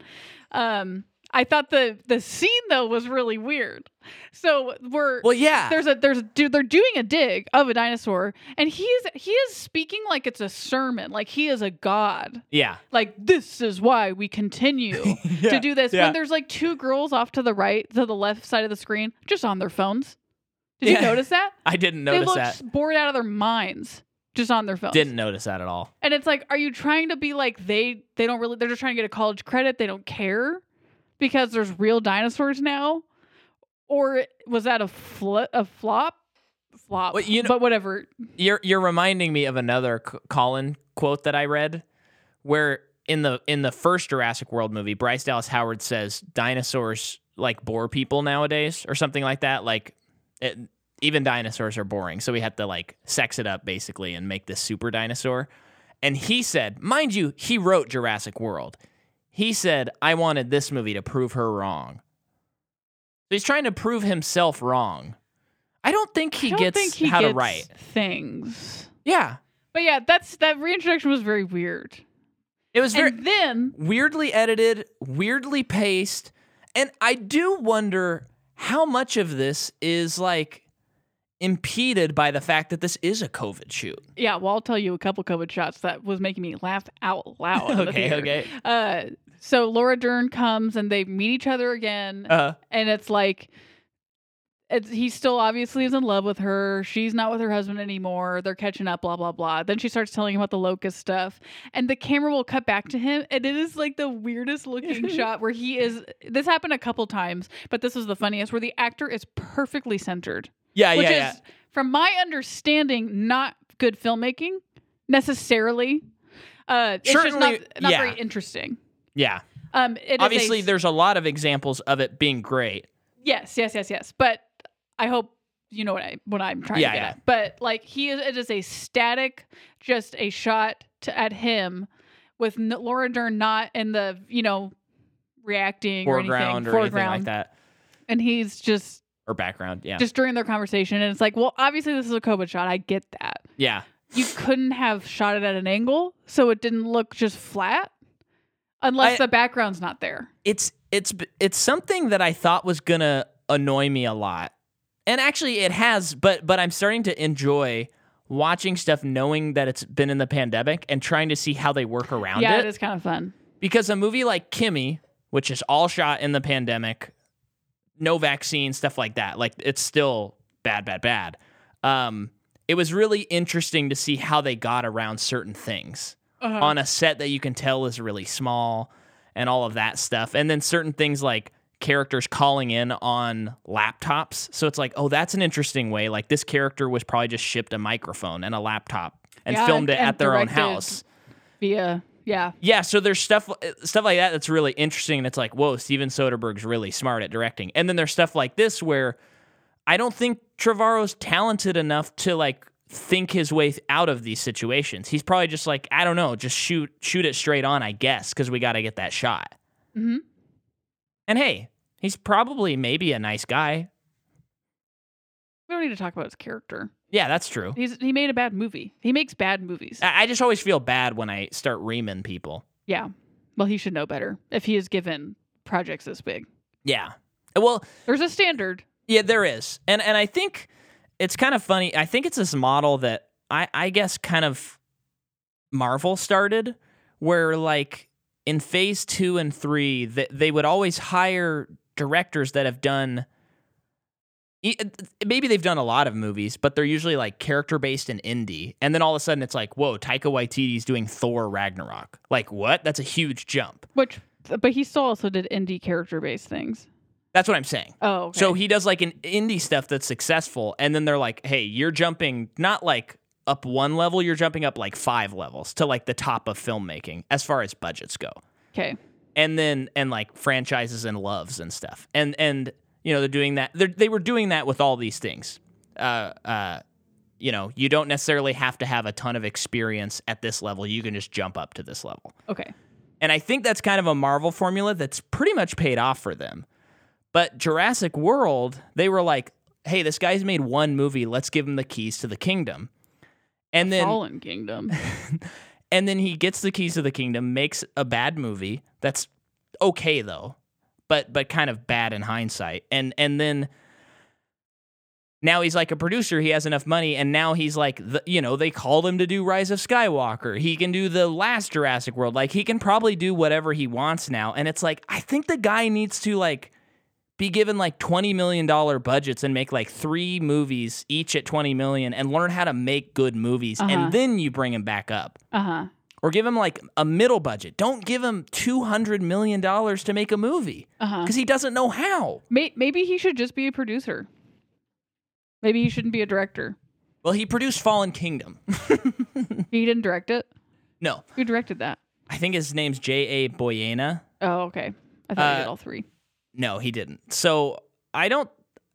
Speaker 2: Um, I thought the the scene though was really weird. So we're
Speaker 1: well yeah
Speaker 2: there's a there's a dude they're doing a dig of a dinosaur and he is he is speaking like it's a sermon like he is a god
Speaker 1: yeah
Speaker 2: like this is why we continue to do this
Speaker 1: yeah.
Speaker 2: when there's like two girls off to the right to the left side of the screen just on their phones did
Speaker 1: Yeah.
Speaker 2: you notice that
Speaker 1: i didn't
Speaker 2: they
Speaker 1: notice
Speaker 2: look
Speaker 1: that
Speaker 2: bored out of their minds just on their phones
Speaker 1: didn't notice that at all
Speaker 2: and it's like are you trying to be like they they don't really they're just trying to get a college credit they don't care because there's real dinosaurs now or was that a fl- a flop flop
Speaker 1: Well, you know-
Speaker 2: but whatever
Speaker 1: You're you're reminding me of another C- Colin quote that I read, where in the in the first Jurassic World movie, Bryce Dallas Howard says dinosaurs like bore people nowadays or something like that. Like it, even dinosaurs are boring, so we have to like sex it up basically and make this super dinosaur. And he said, mind you, he wrote Jurassic World. He said, I wanted this movie to prove her wrong. So he's trying to prove himself wrong. I don't think he
Speaker 2: I don't
Speaker 1: gets
Speaker 2: think he
Speaker 1: how to
Speaker 2: gets
Speaker 1: write.
Speaker 2: things
Speaker 1: Yeah.
Speaker 2: but yeah that's that reintroduction was very weird
Speaker 1: It was very
Speaker 2: and then
Speaker 1: weirdly edited, weirdly paced, and I do wonder how much of this is like impeded by the fact that this is a COVID shoot.
Speaker 2: yeah well i'll tell you a couple covid shots that was making me laugh out loud in the
Speaker 1: okay,
Speaker 2: theater.
Speaker 1: okay.
Speaker 2: uh so laura dern comes and they meet each other again
Speaker 1: Uh,
Speaker 2: and it's like it's, he still obviously is in love with her. She's not with her husband anymore. They're catching up, blah blah blah. Then she starts telling him about the locust stuff, and the camera will cut back to him, and it is like the weirdest looking shot where he is. This happened a couple times, but this was the funniest, where the actor is perfectly centered,
Speaker 1: yeah,
Speaker 2: which
Speaker 1: yeah,
Speaker 2: is,
Speaker 1: Uh, yeah.
Speaker 2: from my understanding, not good filmmaking necessarily. Uh, it's just
Speaker 1: Certainly,
Speaker 2: not, not
Speaker 1: yeah.
Speaker 2: very interesting.
Speaker 1: yeah.
Speaker 2: Um, it is a
Speaker 1: Obviously,
Speaker 2: s-
Speaker 1: there's a lot of examples of it being great.
Speaker 2: Yes, yes, yes, yes. But I hope you know what I what I'm trying
Speaker 1: Yeah,
Speaker 2: to get
Speaker 1: yeah.
Speaker 2: at. But like he is, it is a static, just a shot to, at him with n- Laura Dern not in the you know reacting
Speaker 1: Foreground or,
Speaker 2: or anything,
Speaker 1: anything like that.
Speaker 2: and he's just
Speaker 1: Or background. Yeah.
Speaker 2: just during their conversation, and it's like, well, obviously this is a COVID shot. I get that.
Speaker 1: yeah.
Speaker 2: You couldn't have shot it at an angle, so it didn't look just flat, unless
Speaker 1: I-
Speaker 2: the background's not there.
Speaker 1: it's it's b- it's something that I thought was gonna annoy me a lot, and actually it has. But but I'm starting to enjoy watching stuff, knowing that it's been in the pandemic, and trying to see how they work around
Speaker 2: yeah,
Speaker 1: it.
Speaker 2: it is kind of fun.
Speaker 1: Because a movie like Kimmy, which is all shot in the pandemic, no vaccine, stuff like that, like it's still bad, bad, bad. Um, it was really interesting to see how they got around certain things
Speaker 2: Uh-huh.
Speaker 1: on a set that you can tell is really small and all of that stuff. And then certain things like characters calling in on laptops. So it's like, oh, that's an interesting way. Like this character was probably just shipped a microphone and a laptop and
Speaker 2: Yeah,
Speaker 1: filmed it
Speaker 2: and
Speaker 1: at their own
Speaker 2: directed.
Speaker 1: house.
Speaker 2: via yeah,
Speaker 1: Yeah, so there's stuff uh, stuff like that that's really interesting and it's like, whoa, Steven Soderbergh's really smart at directing. And then there's stuff like this where I don't think Trevorrow's talented enough to like think his way out of these situations. He's probably just like, I don't know, just shoot shoot it straight on, I guess, because we got to get that shot.
Speaker 2: Mhm.
Speaker 1: And hey, he's probably maybe a nice guy.
Speaker 2: We don't need to talk about his character.
Speaker 1: Yeah, that's true.
Speaker 2: He's he made a bad movie. He makes bad movies.
Speaker 1: I, I just always feel bad when I start reaming people.
Speaker 2: yeah. Well, he should know better if he is given projects this big.
Speaker 1: Yeah. Well,
Speaker 2: There's a standard.
Speaker 1: Yeah, there is. And and I think it's kind of funny. I think it's this model that I, I guess kind of Marvel started where like in phase two and three that they would always hire directors that have done e- maybe they've done a lot of movies, but they're usually like character based and indie. And then all of a sudden it's like, whoa, Taika Waititi's doing Thor Ragnarok. Like what? That's a huge jump.
Speaker 2: Which, but he still also did indie character based things.
Speaker 1: That's what I'm saying.
Speaker 2: Oh, okay.
Speaker 1: So he does like an indie stuff that's successful, and then they're like, "Hey, you're jumping not like up one level, you're jumping up like five levels to like the top of filmmaking as far as budgets go."
Speaker 2: okay.
Speaker 1: And then and like franchises and loves and stuff, and and you know they're doing that. They're, they were doing that with all these things. Uh, uh, you know, you don't necessarily have to have a ton of experience at this level. You can just jump up to this level.
Speaker 2: Okay.
Speaker 1: And I think that's kind of a Marvel formula that's pretty much paid off for them. But Jurassic World, they were like, hey, this guy's made one movie, let's give him the keys to the kingdom. And then
Speaker 2: Fallen Kingdom.
Speaker 1: and then he gets the keys to the kingdom, makes a bad movie that's okay though, but but kind of bad in hindsight. And and then now he's like a producer. He has enough money, and now he's like the, you know they called him to do Rise of Skywalker. He can do the last Jurassic World. Like he can probably do whatever he wants now. And it's like I think the guy needs to like be given like 20 million dollar budgets and make like 3 movies each at 20 million and learn how to make good movies
Speaker 2: Uh-huh.
Speaker 1: and then you bring him back up
Speaker 2: Uh huh.
Speaker 1: or give him like a middle budget. Don't give him two hundred million dollars to make a movie
Speaker 2: Uh huh.
Speaker 1: because he doesn't know how.
Speaker 2: May- maybe he should just be a producer. Maybe he shouldn't be a director.
Speaker 1: Well, he produced Fallen Kingdom.
Speaker 2: He didn't direct it.
Speaker 1: no,
Speaker 2: Who directed that?
Speaker 1: I think his name's J. A. Boyena.
Speaker 2: Oh, okay. I thought he did
Speaker 1: Uh,
Speaker 2: all three.
Speaker 1: No, he didn't. So I don't.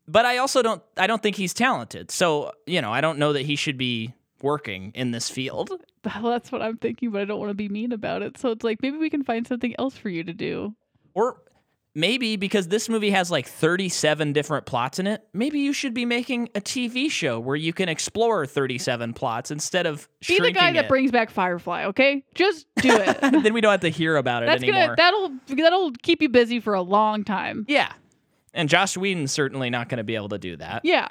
Speaker 1: But I also don't. I don't think he's talented. So you know, I don't know that he should be working in this field.
Speaker 2: Well, that's what I'm thinking, but I don't want to be mean about it. So it's like maybe we can find something else for you to do.
Speaker 1: Or maybe because this movie has like 37 different plots in it, maybe you should be making a TV show where you can explore 37 plots instead of
Speaker 2: Be
Speaker 1: shrinking
Speaker 2: the guy that
Speaker 1: it.
Speaker 2: brings back Firefly, okay? Just do it.
Speaker 1: then we don't have to hear about it
Speaker 2: that's gonna
Speaker 1: anymore.
Speaker 2: that'll that'll keep you busy for a long time.
Speaker 1: yeah. And Josh Whedon's certainly not going to be able to do that.
Speaker 2: Yeah.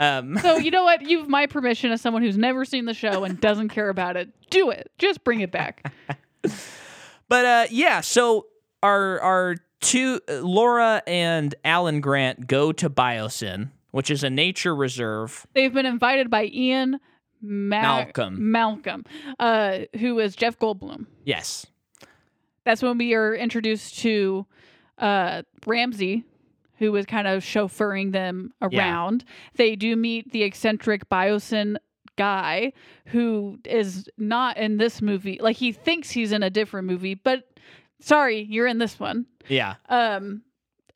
Speaker 1: Um,
Speaker 2: So you know what? You've my permission as someone who's never seen the show and doesn't care about it. Do it. Just bring it back.
Speaker 1: but uh, yeah, so our our two Laura and Alan Grant go to Biosyn, which is a nature reserve.
Speaker 2: They've been invited by Ian Ma-
Speaker 1: Malcolm.
Speaker 2: Malcolm, uh, who is Jeff Goldblum.
Speaker 1: Yes,
Speaker 2: That's when we are introduced to uh, Ramsey, who is kind of chauffeuring them
Speaker 1: Yeah.
Speaker 2: around. They do meet the eccentric Biosyn guy who is not in this movie. Like he thinks he's in a different movie, but sorry, you're in this one.
Speaker 1: yeah,
Speaker 2: Um,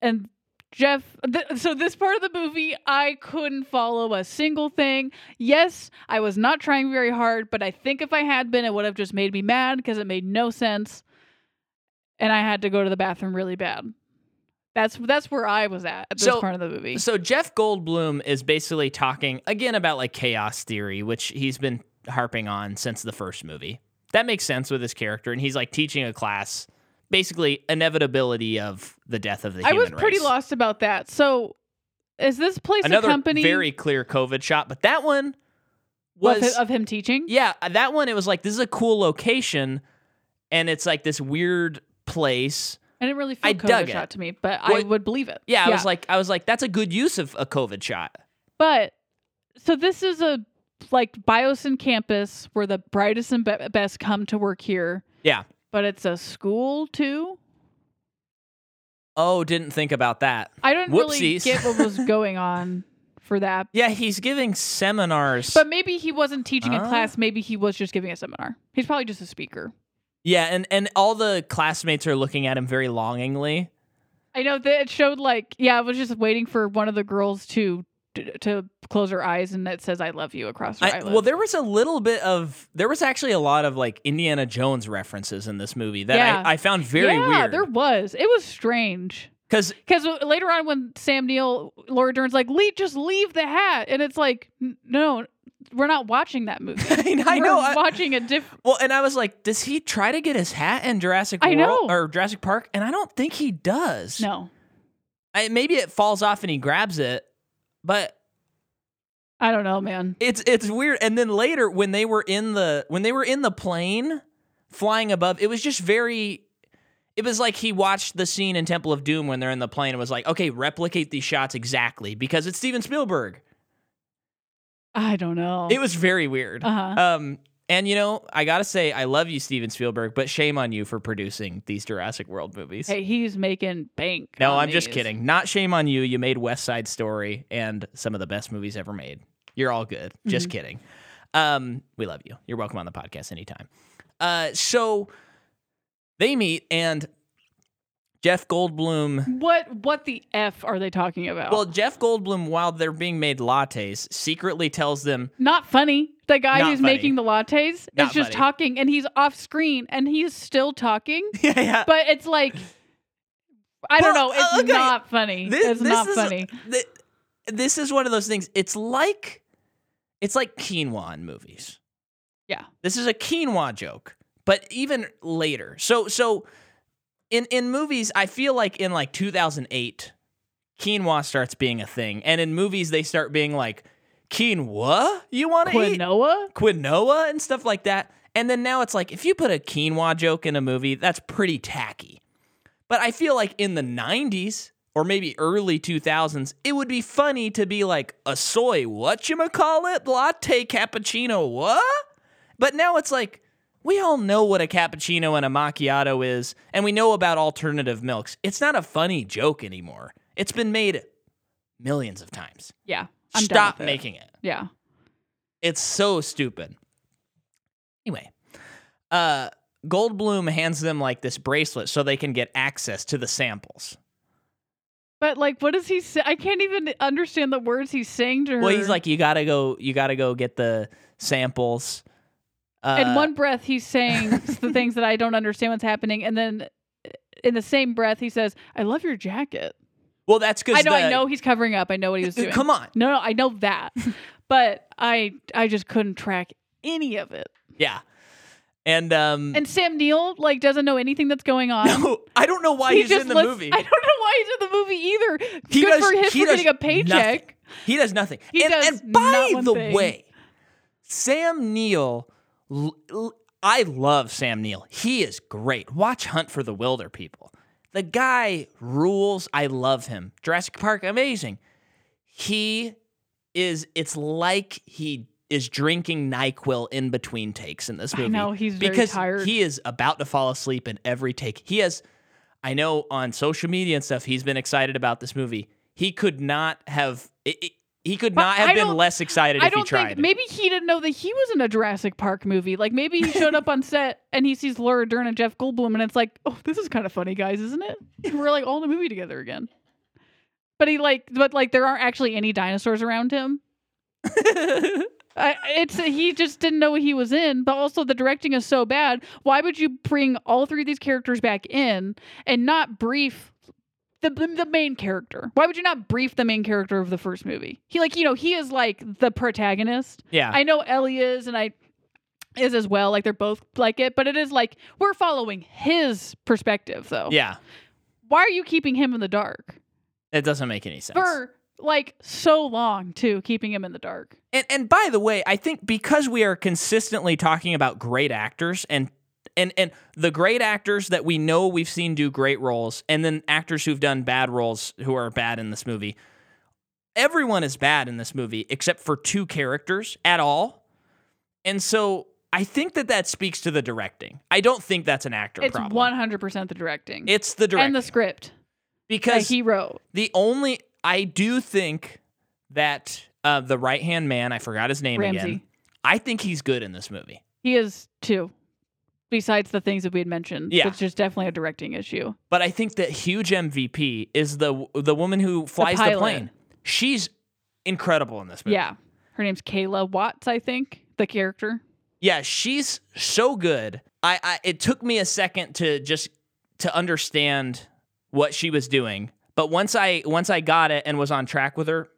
Speaker 2: and Jeff, th- so this part of the movie, I couldn't follow a single thing. Yes, I was not trying very hard, but I think if I had been, it would have just made me mad because it made no sense, and I had to go to the bathroom really bad. That's that's where I was at at this
Speaker 1: So-
Speaker 2: part of the movie.
Speaker 1: So Jeff Goldblum is basically talking again about like chaos theory, which he's been harping on since the first movie. That makes sense with his character, and he's like teaching a class, basically inevitability of the death of the
Speaker 2: I
Speaker 1: human
Speaker 2: was pretty
Speaker 1: race.
Speaker 2: lost about that. So, is this place
Speaker 1: Another
Speaker 2: a company
Speaker 1: very clear COVID shot, but that one
Speaker 2: of,
Speaker 1: was
Speaker 2: of him teaching?
Speaker 1: yeah, that one it was like this is a cool location, and it's like this weird place.
Speaker 2: I didn't really feel
Speaker 1: I
Speaker 2: COVID
Speaker 1: dug it.
Speaker 2: shot to me, but I
Speaker 1: Well,
Speaker 2: would believe it.
Speaker 1: Yeah, I was like, I was like, that's a good use of a COVID shot.
Speaker 2: But so this is a like Biosyn campus where the brightest and be- best come to work here.
Speaker 1: Yeah.
Speaker 2: But it's a school too.
Speaker 1: Oh, didn't think about that.
Speaker 2: I don't really
Speaker 1: Whoopsies.
Speaker 2: get what was going on for that.
Speaker 1: Yeah, he's giving seminars.
Speaker 2: But maybe he wasn't teaching a
Speaker 1: Huh?
Speaker 2: class. Maybe he was just giving a seminar. He's probably just a speaker.
Speaker 1: Yeah, and and all the classmates are looking at him very longingly.
Speaker 2: I know that it showed like yeah, I was just waiting for one of the girls to to, to close her eyes and it says "I love you" across her
Speaker 1: I,
Speaker 2: eyelids.
Speaker 1: well, there was a little bit of there was actually a lot of like Indiana Jones references in this movie that
Speaker 2: Yeah.
Speaker 1: I, I found very
Speaker 2: yeah, there
Speaker 1: weird
Speaker 2: was. It was strange
Speaker 1: because
Speaker 2: because later on when Sam Neill, Laura Dern's like, "Leave, just leave the hat," and it's like, "N- "No, we're not watching that movie.
Speaker 1: I
Speaker 2: we're
Speaker 1: know I-
Speaker 2: watching a different."
Speaker 1: well, and I was like, does he try to get his hat in Jurassic
Speaker 2: I
Speaker 1: World
Speaker 2: know.
Speaker 1: or Jurassic Park? And I don't think he does.
Speaker 2: No,
Speaker 1: I, maybe it falls off and he grabs it, but
Speaker 2: I don't know, man.
Speaker 1: it's it's weird. And then later when they were in the when they were in the plane flying above, it was just very. It was like he watched the scene in Temple of Doom when they're in the plane and was like, okay, replicate these shots exactly because it's Steven Spielberg.
Speaker 2: I don't know.
Speaker 1: It was very weird.
Speaker 2: Oh. Uh-huh.
Speaker 1: Um, and you know, I gotta say, I love you, Steven Spielberg, but shame on you for producing these Jurassic World movies.
Speaker 2: Hey, he's making bank.
Speaker 1: no,
Speaker 2: on
Speaker 1: I'm just
Speaker 2: these.
Speaker 1: kidding. Not shame on you. You made West Side Story and some of the best movies ever made. You're all good. Just kidding. Um, we love you. You're welcome on the podcast anytime. Uh, so they meet, and Jeff Goldblum.
Speaker 2: What what the f are they talking about?
Speaker 1: Well, Jeff Goldblum, while they're being made lattes, secretly tells them,
Speaker 2: not funny. The guy
Speaker 1: Not
Speaker 2: who's
Speaker 1: funny.
Speaker 2: making the lattes
Speaker 1: Not
Speaker 2: is just
Speaker 1: funny.
Speaker 2: talking, and he's off screen, and he's still talking.
Speaker 1: "Yeah, yeah,
Speaker 2: But it's like, I don't
Speaker 1: Well,
Speaker 2: know. It's
Speaker 1: uh, okay.
Speaker 2: not funny. it's not funny.
Speaker 1: Is, thi- this is one of those things. It's like it's like quinoa in movies.
Speaker 2: Yeah.
Speaker 1: This is a quinoa joke, but even later. So so in in movies, I feel like in like 2008, quinoa starts being a thing, and in movies they start being like quinoa. You want to eat
Speaker 2: Quinoa.
Speaker 1: quinoa and stuff like that. And then now it's like if you put a quinoa joke in a movie, that's pretty tacky. But I feel like in the 90s or maybe early 2000s, it would be funny to be like a soy whatchamacallit latte cappuccino, what? But now it's like we all know what a cappuccino and a macchiato is, and we know about alternative milks. It's not a funny joke anymore. It's been made millions of times.
Speaker 2: Yeah. I'm done
Speaker 1: Stop
Speaker 2: with it.
Speaker 1: making it.
Speaker 2: Yeah.
Speaker 1: It's so stupid. Anyway, uh, Goldblum hands them like this bracelet so they can get access to the samples.
Speaker 2: But like, what does he say? I can't even understand the words he's saying to her.
Speaker 1: Well, he's like, you gotta go, you gotta go get the samples. Uh,
Speaker 2: in one breath he's saying s- the things that I don't understand what's happening, and then uh, in the same breath he says, "I love your jacket."
Speaker 1: well, that's because
Speaker 2: I know, I know he's covering up. I know what he was doing.
Speaker 1: Come on,
Speaker 2: No, no, I know that, but I, I just couldn't track any of it.
Speaker 1: yeah, and um,
Speaker 2: And Sam Neill like doesn't know anything that's going on.
Speaker 1: no, I don't know why
Speaker 2: He
Speaker 1: he's in the
Speaker 2: lets-
Speaker 1: movie.
Speaker 2: I don't know why he's in the movie either.
Speaker 1: He
Speaker 2: Good
Speaker 1: does-
Speaker 2: for him
Speaker 1: he
Speaker 2: for
Speaker 1: does
Speaker 2: getting a paycheck.
Speaker 1: nothing. He does nothing.
Speaker 2: He
Speaker 1: and,
Speaker 2: does
Speaker 1: and by
Speaker 2: not one
Speaker 1: the
Speaker 2: thing.
Speaker 1: way, Sam Neill, l- l- I love Sam Neill. He is great. Watch Hunt for the Wilder People. The guy rules. I love him. Jurassic Park, amazing. He is, it's like he is drinking NyQuil in between takes in this
Speaker 2: I
Speaker 1: movie.
Speaker 2: know, he's very
Speaker 1: because
Speaker 2: tired.
Speaker 1: he is about to fall asleep in every take. He has I know on social media and stuff, he's been excited about this movie. He could not have. It, it- he could
Speaker 2: But
Speaker 1: not have
Speaker 2: I
Speaker 1: been
Speaker 2: don't-
Speaker 1: less excited
Speaker 2: I
Speaker 1: if he
Speaker 2: don't
Speaker 1: tried.
Speaker 2: think maybe he didn't know that he was in a Jurassic Park movie. Like maybe he showed up on set and he sees Laura Dern and Jeff Goldblum, and it's like, oh, this is kind of funny, guys, isn't it? And we're like all in the movie together again. But he like, but like there aren't actually any dinosaurs around him. I, it's he just didn't know what he was in, but also the directing is so bad. Why would you bring all three of these characters back in and not brief the the the main character? Why would you not brief the main character of the first movie? He like you know he is like the protagonist.
Speaker 1: yeah,
Speaker 2: I know Ellie is, and I is as well. Like they're both like it, but it is like we're following his perspective though.
Speaker 1: yeah.
Speaker 2: Why are you keeping him in the dark
Speaker 1: It doesn't make any sense.
Speaker 2: for like so long too? Keeping him in the dark.
Speaker 1: And and by the way, I think because we are consistently talking about great actors and and and the great actors that we know we've seen do great roles and then actors who've done bad roles who are bad in this movie. Everyone is bad in this movie except for two characters at all. And so I think that that speaks to the directing. I don't think that's an actor
Speaker 2: It's
Speaker 1: problem.
Speaker 2: one hundred percent the directing.
Speaker 1: it's the directing.
Speaker 2: and the script that
Speaker 1: because
Speaker 2: he wrote.
Speaker 1: the only I do think that uh, the right hand man, I forgot his name again.
Speaker 2: Ramsey.
Speaker 1: I think he's good in this movie.
Speaker 2: He is too. Besides the things that we had mentioned,
Speaker 1: Yeah.
Speaker 2: which is definitely a directing issue.
Speaker 1: But I think that huge MVP is the the woman who flies the,
Speaker 2: pilot.
Speaker 1: plane. She's incredible in this movie.
Speaker 2: Yeah. Her name's Kayla Watts, I think, the character.
Speaker 1: Yeah, she's so good. I, I it took me a second to just to understand what she was doing, but once I once I got it and was on track with her,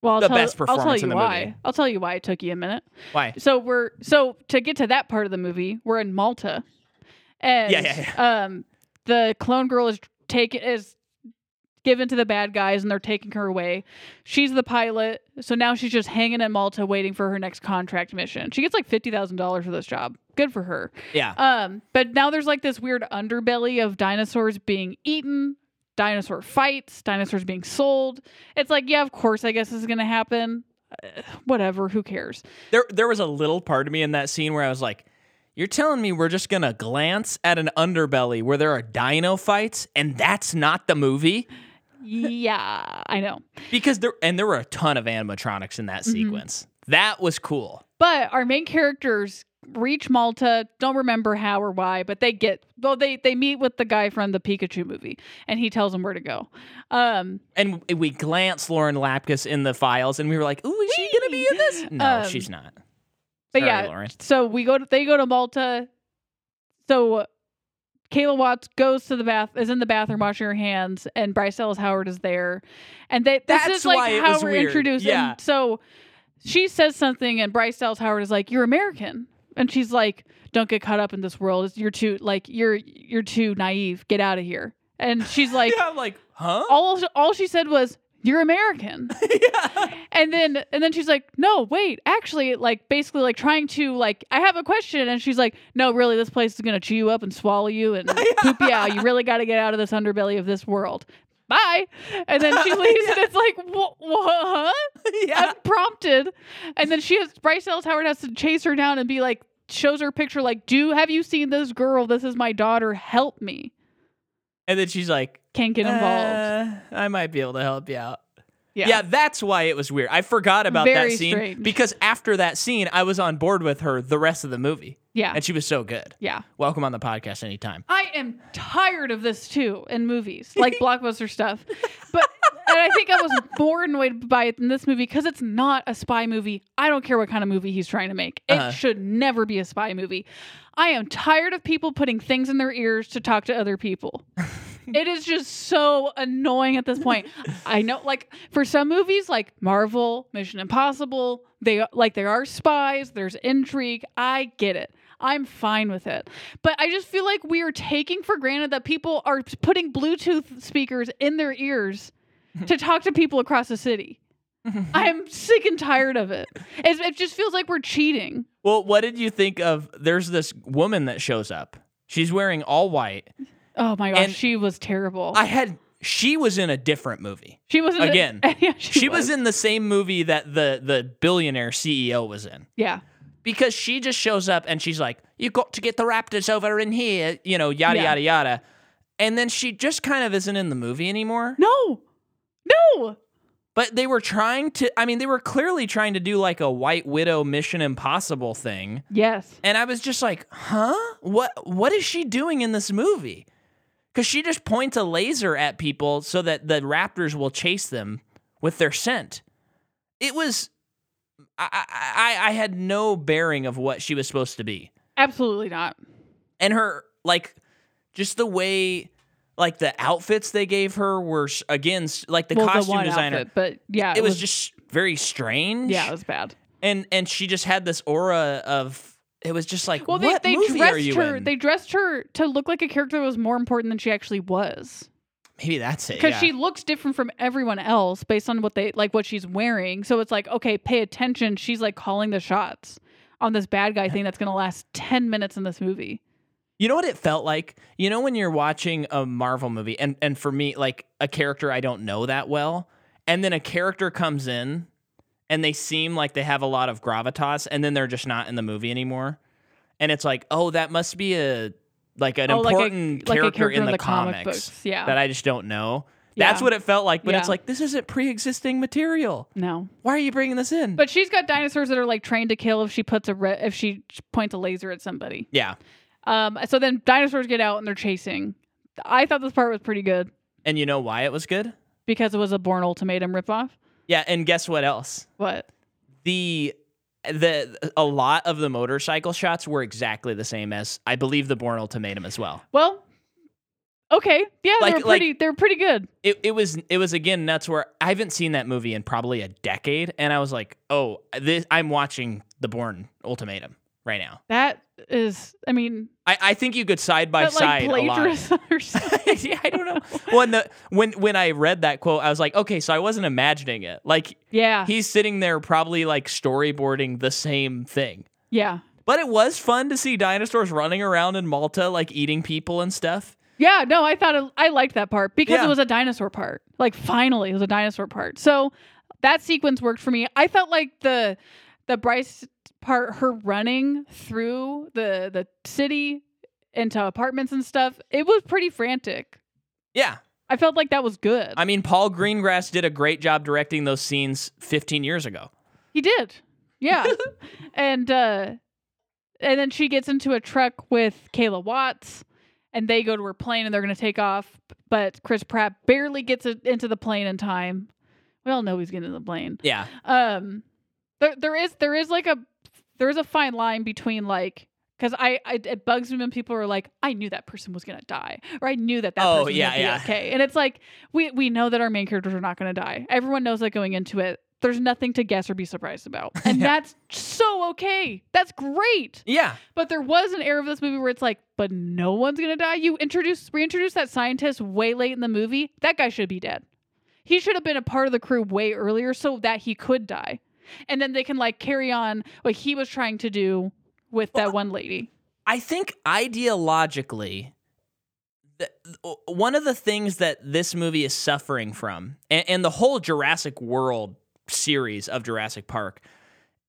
Speaker 2: Well, I'll
Speaker 1: The
Speaker 2: tell,
Speaker 1: best
Speaker 2: I'll tell
Speaker 1: performance
Speaker 2: you
Speaker 1: in the
Speaker 2: why.
Speaker 1: movie.
Speaker 2: I'll tell you why it took you a minute.
Speaker 1: why?
Speaker 2: So we're so to get to that part of the movie, we're in Malta, and
Speaker 1: Yeah, yeah,
Speaker 2: um, the clone girl is taken is given to the bad guys, and they're taking her away. She's the pilot, so now she's just hanging in Malta waiting for her next contract mission. She gets like fifty thousand dollars for this job. Good for her.
Speaker 1: Yeah,
Speaker 2: Um, but now there's like this weird underbelly of dinosaurs being eaten, dinosaur fights, dinosaurs being sold. It's like, yeah, of course, I guess this is gonna happen. Uh, whatever, who cares?
Speaker 1: there there was a little part of me in that scene where I was like, "You're telling me we're just gonna glance at an underbelly where there are dino fights, and that's not the movie?"
Speaker 2: yeah, I know.
Speaker 1: Because there and there were a ton of animatronics in that
Speaker 2: Mm-hmm.
Speaker 1: sequence. That was cool.
Speaker 2: But our main characters reach Malta, don't remember how or why, but they get well they they meet with the guy from the Pikachu movie and he tells them where to go. Um
Speaker 1: And we glanced Lauren Lapkus in the files, and we were like, "Ooh, is she gonna be in this?" No,
Speaker 2: Um,
Speaker 1: she's not.
Speaker 2: but
Speaker 1: Sorry,
Speaker 2: yeah,
Speaker 1: Lauren.
Speaker 2: so we go to they go to Malta. So Kayla Watts goes to the bath is in the bathroom washing her hands and Bryce Ellis Howard is there. And they this
Speaker 1: That's
Speaker 2: is like
Speaker 1: why it
Speaker 2: how
Speaker 1: was
Speaker 2: we're
Speaker 1: weird.
Speaker 2: introduced.
Speaker 1: Yeah.
Speaker 2: And so she says something and Bryce Dallas Howard is like, You're American. And she's like, Don't get caught up in this world. You're too like you're you're too naive. Get out of here. And she's like
Speaker 1: yeah, I'm like, huh?
Speaker 2: all all she said was you're american
Speaker 1: yeah.
Speaker 2: and then and then she's like no wait actually like basically like trying to like i have a question and she's like no really this place is gonna chew you up and swallow you and poop you out you really gotta get out of this underbelly of this world bye and then she leaves and it's like what
Speaker 1: yeah.
Speaker 2: unprompted and then she has bryce dallas howard has to chase her down and be like shows her picture like do have you seen this girl this is my daughter help me
Speaker 1: And then she's like,
Speaker 2: can't get involved
Speaker 1: "Uh, I might be able to help you out. Yeah. that's why it was weird. I forgot about
Speaker 2: Very
Speaker 1: that scene
Speaker 2: strange.
Speaker 1: because after that scene, I was on board with her the rest of the movie,
Speaker 2: yeah
Speaker 1: and she was so good.
Speaker 2: yeah
Speaker 1: Welcome on the podcast anytime.
Speaker 2: I am tired of this too in movies, like blockbuster stuff. But and I think I was more annoyed by it in this movie because it's not a spy movie. I don't care what kind of movie he's trying to make. It
Speaker 1: Uh-huh.
Speaker 2: should never be a spy movie. I am tired of people putting things in their ears to talk to other people. it is just so annoying at this point. I know like for some movies like Marvel, Mission Impossible, they like there are spies, there's intrigue. I get it. I'm fine with it. But I just feel like we are taking for granted that people are putting Bluetooth speakers in their ears to talk to people across the city. I'm sick and tired of it. It, it just feels like we're cheating.
Speaker 1: Well, what did you think of? There's this woman that shows up. She's wearing all white.
Speaker 2: Oh my gosh,
Speaker 1: And-
Speaker 2: she was terrible.
Speaker 1: I had. She was in a different movie.
Speaker 2: she was not
Speaker 1: again,
Speaker 2: yeah,
Speaker 1: She, was. in the same movie that the the billionaire CEO was in
Speaker 2: Yeah,
Speaker 1: because she just shows up and she's like, "You got to get the Raptors over in here," you know, yada
Speaker 2: Yeah.
Speaker 1: yada yada. And then she just kind of isn't in the movie anymore.
Speaker 2: no, no.
Speaker 1: But they were trying to, I mean, they were clearly trying to do like a White Widow Mission Impossible thing.
Speaker 2: Yes,
Speaker 1: And I was just like, huh? What what is she doing in this movie? Cause she just points a laser at people so that the raptors will chase them with their scent. It was I I, I- I had no bearing of what she was supposed to be.
Speaker 2: absolutely not.
Speaker 1: And her like just the way like the outfits they gave her were s- again s- like the
Speaker 2: Well,
Speaker 1: costume
Speaker 2: one
Speaker 1: designer
Speaker 2: outfit, but yeah,
Speaker 1: it, was, just very strange.
Speaker 2: yeah, it was bad.
Speaker 1: and and she just had this aura of it was just like
Speaker 2: Well,
Speaker 1: what
Speaker 2: they, they
Speaker 1: movie
Speaker 2: dressed
Speaker 1: are you
Speaker 2: her.
Speaker 1: in?
Speaker 2: They dressed her to look like a character that was more important than she actually was.
Speaker 1: Maybe that's it.
Speaker 2: because
Speaker 1: yeah.
Speaker 2: she looks different from everyone else based on what they like what she's wearing so it's like okay pay attention she's like calling the shots on this bad guy thing that's gonna last 10 minutes in this movie
Speaker 1: You know what it felt like? You know when you're watching a Marvel movie and and for me like a character I don't know that well and then a character comes in and they seem like they have a lot of gravitas and then they're just not in the movie anymore. And it's like, "Oh, that must be a like an
Speaker 2: Oh, like a-
Speaker 1: important
Speaker 2: like a
Speaker 1: character,
Speaker 2: character
Speaker 1: in
Speaker 2: in
Speaker 1: the,
Speaker 2: the comic
Speaker 1: comics
Speaker 2: books, yeah.
Speaker 1: that I just don't know." That's
Speaker 2: Yeah.
Speaker 1: what it felt like, but it's
Speaker 2: Yeah.
Speaker 1: like this isn't pre-existing material.
Speaker 2: no
Speaker 1: Why are you bringing this in?
Speaker 2: but she's got dinosaurs that are like trained to kill if she puts a re- if she points a laser at somebody
Speaker 1: yeah.
Speaker 2: um so then dinosaurs get out and they're chasing i thought this part was pretty good
Speaker 1: And you know why it was good?
Speaker 2: because it was a born ultimatum ripoff
Speaker 1: Yeah, and guess what else?
Speaker 2: What?
Speaker 1: The the a lot of the motorcycle shots were exactly the same as I believe the Born Ultimatum as well.
Speaker 2: Well, okay, yeah,
Speaker 1: Like-
Speaker 2: they're
Speaker 1: like-
Speaker 2: pretty. they're pretty good.
Speaker 1: It it was it was again nuts where I haven't seen that movie in probably a decade, and I was like, oh, this I'm watching the Born Ultimatum right now.
Speaker 2: That is, I mean,
Speaker 1: I, I think you could side by
Speaker 2: but like
Speaker 1: side a lot.
Speaker 2: plagiarism or something.
Speaker 1: yeah, I don't know. When the when when I read that quote, I was like, okay, so I wasn't imagining it. Like
Speaker 2: Yeah,
Speaker 1: he's sitting there probably like storyboarding the same thing.
Speaker 2: yeah,
Speaker 1: But it was fun to see dinosaurs running around in Malta, like eating people and stuff.
Speaker 2: yeah. No, I thought it, I liked that part because
Speaker 1: Yeah.
Speaker 2: it was a dinosaur part. Like finally, it was a dinosaur part. So that sequence worked for me. I felt like the the Bryce part, her running through the the city into apartments and stuff, it was pretty frantic.
Speaker 1: Yeah.
Speaker 2: I felt like that was good.
Speaker 1: I mean, Paul Greengrass did a great job directing those scenes 15 years ago.
Speaker 2: He did. Yeah. and uh and then she gets into a truck with Kayla Watts and they go to her plane and they're going to take off, but Chris Pratt barely gets it into the plane in time. We all know he's getting in the plane.
Speaker 1: Yeah.
Speaker 2: Um there there is there is like a there is a fine line between like cuz I, I it bugs me when people are like I knew that person was going to die or I knew that that
Speaker 1: Oh,
Speaker 2: person
Speaker 1: yeah,
Speaker 2: would be
Speaker 1: yeah.
Speaker 2: okay. And it's like we we know that our main characters are not going to die. Everyone knows that going into it. There's nothing to guess or be surprised about. And
Speaker 1: Yeah.
Speaker 2: that's so okay. That's great.
Speaker 1: Yeah.
Speaker 2: But there was an era of this movie where it's like, but no one's gonna die. You introduce reintroduce that scientist way late in the movie. That guy should be dead. He should have been a part of the crew way earlier so that he could die. And then they can like carry on what he was trying to do with that one lady.
Speaker 1: I think ideologically, th- one of the things that this movie is suffering from, and, and the whole Jurassic World series of Jurassic Park,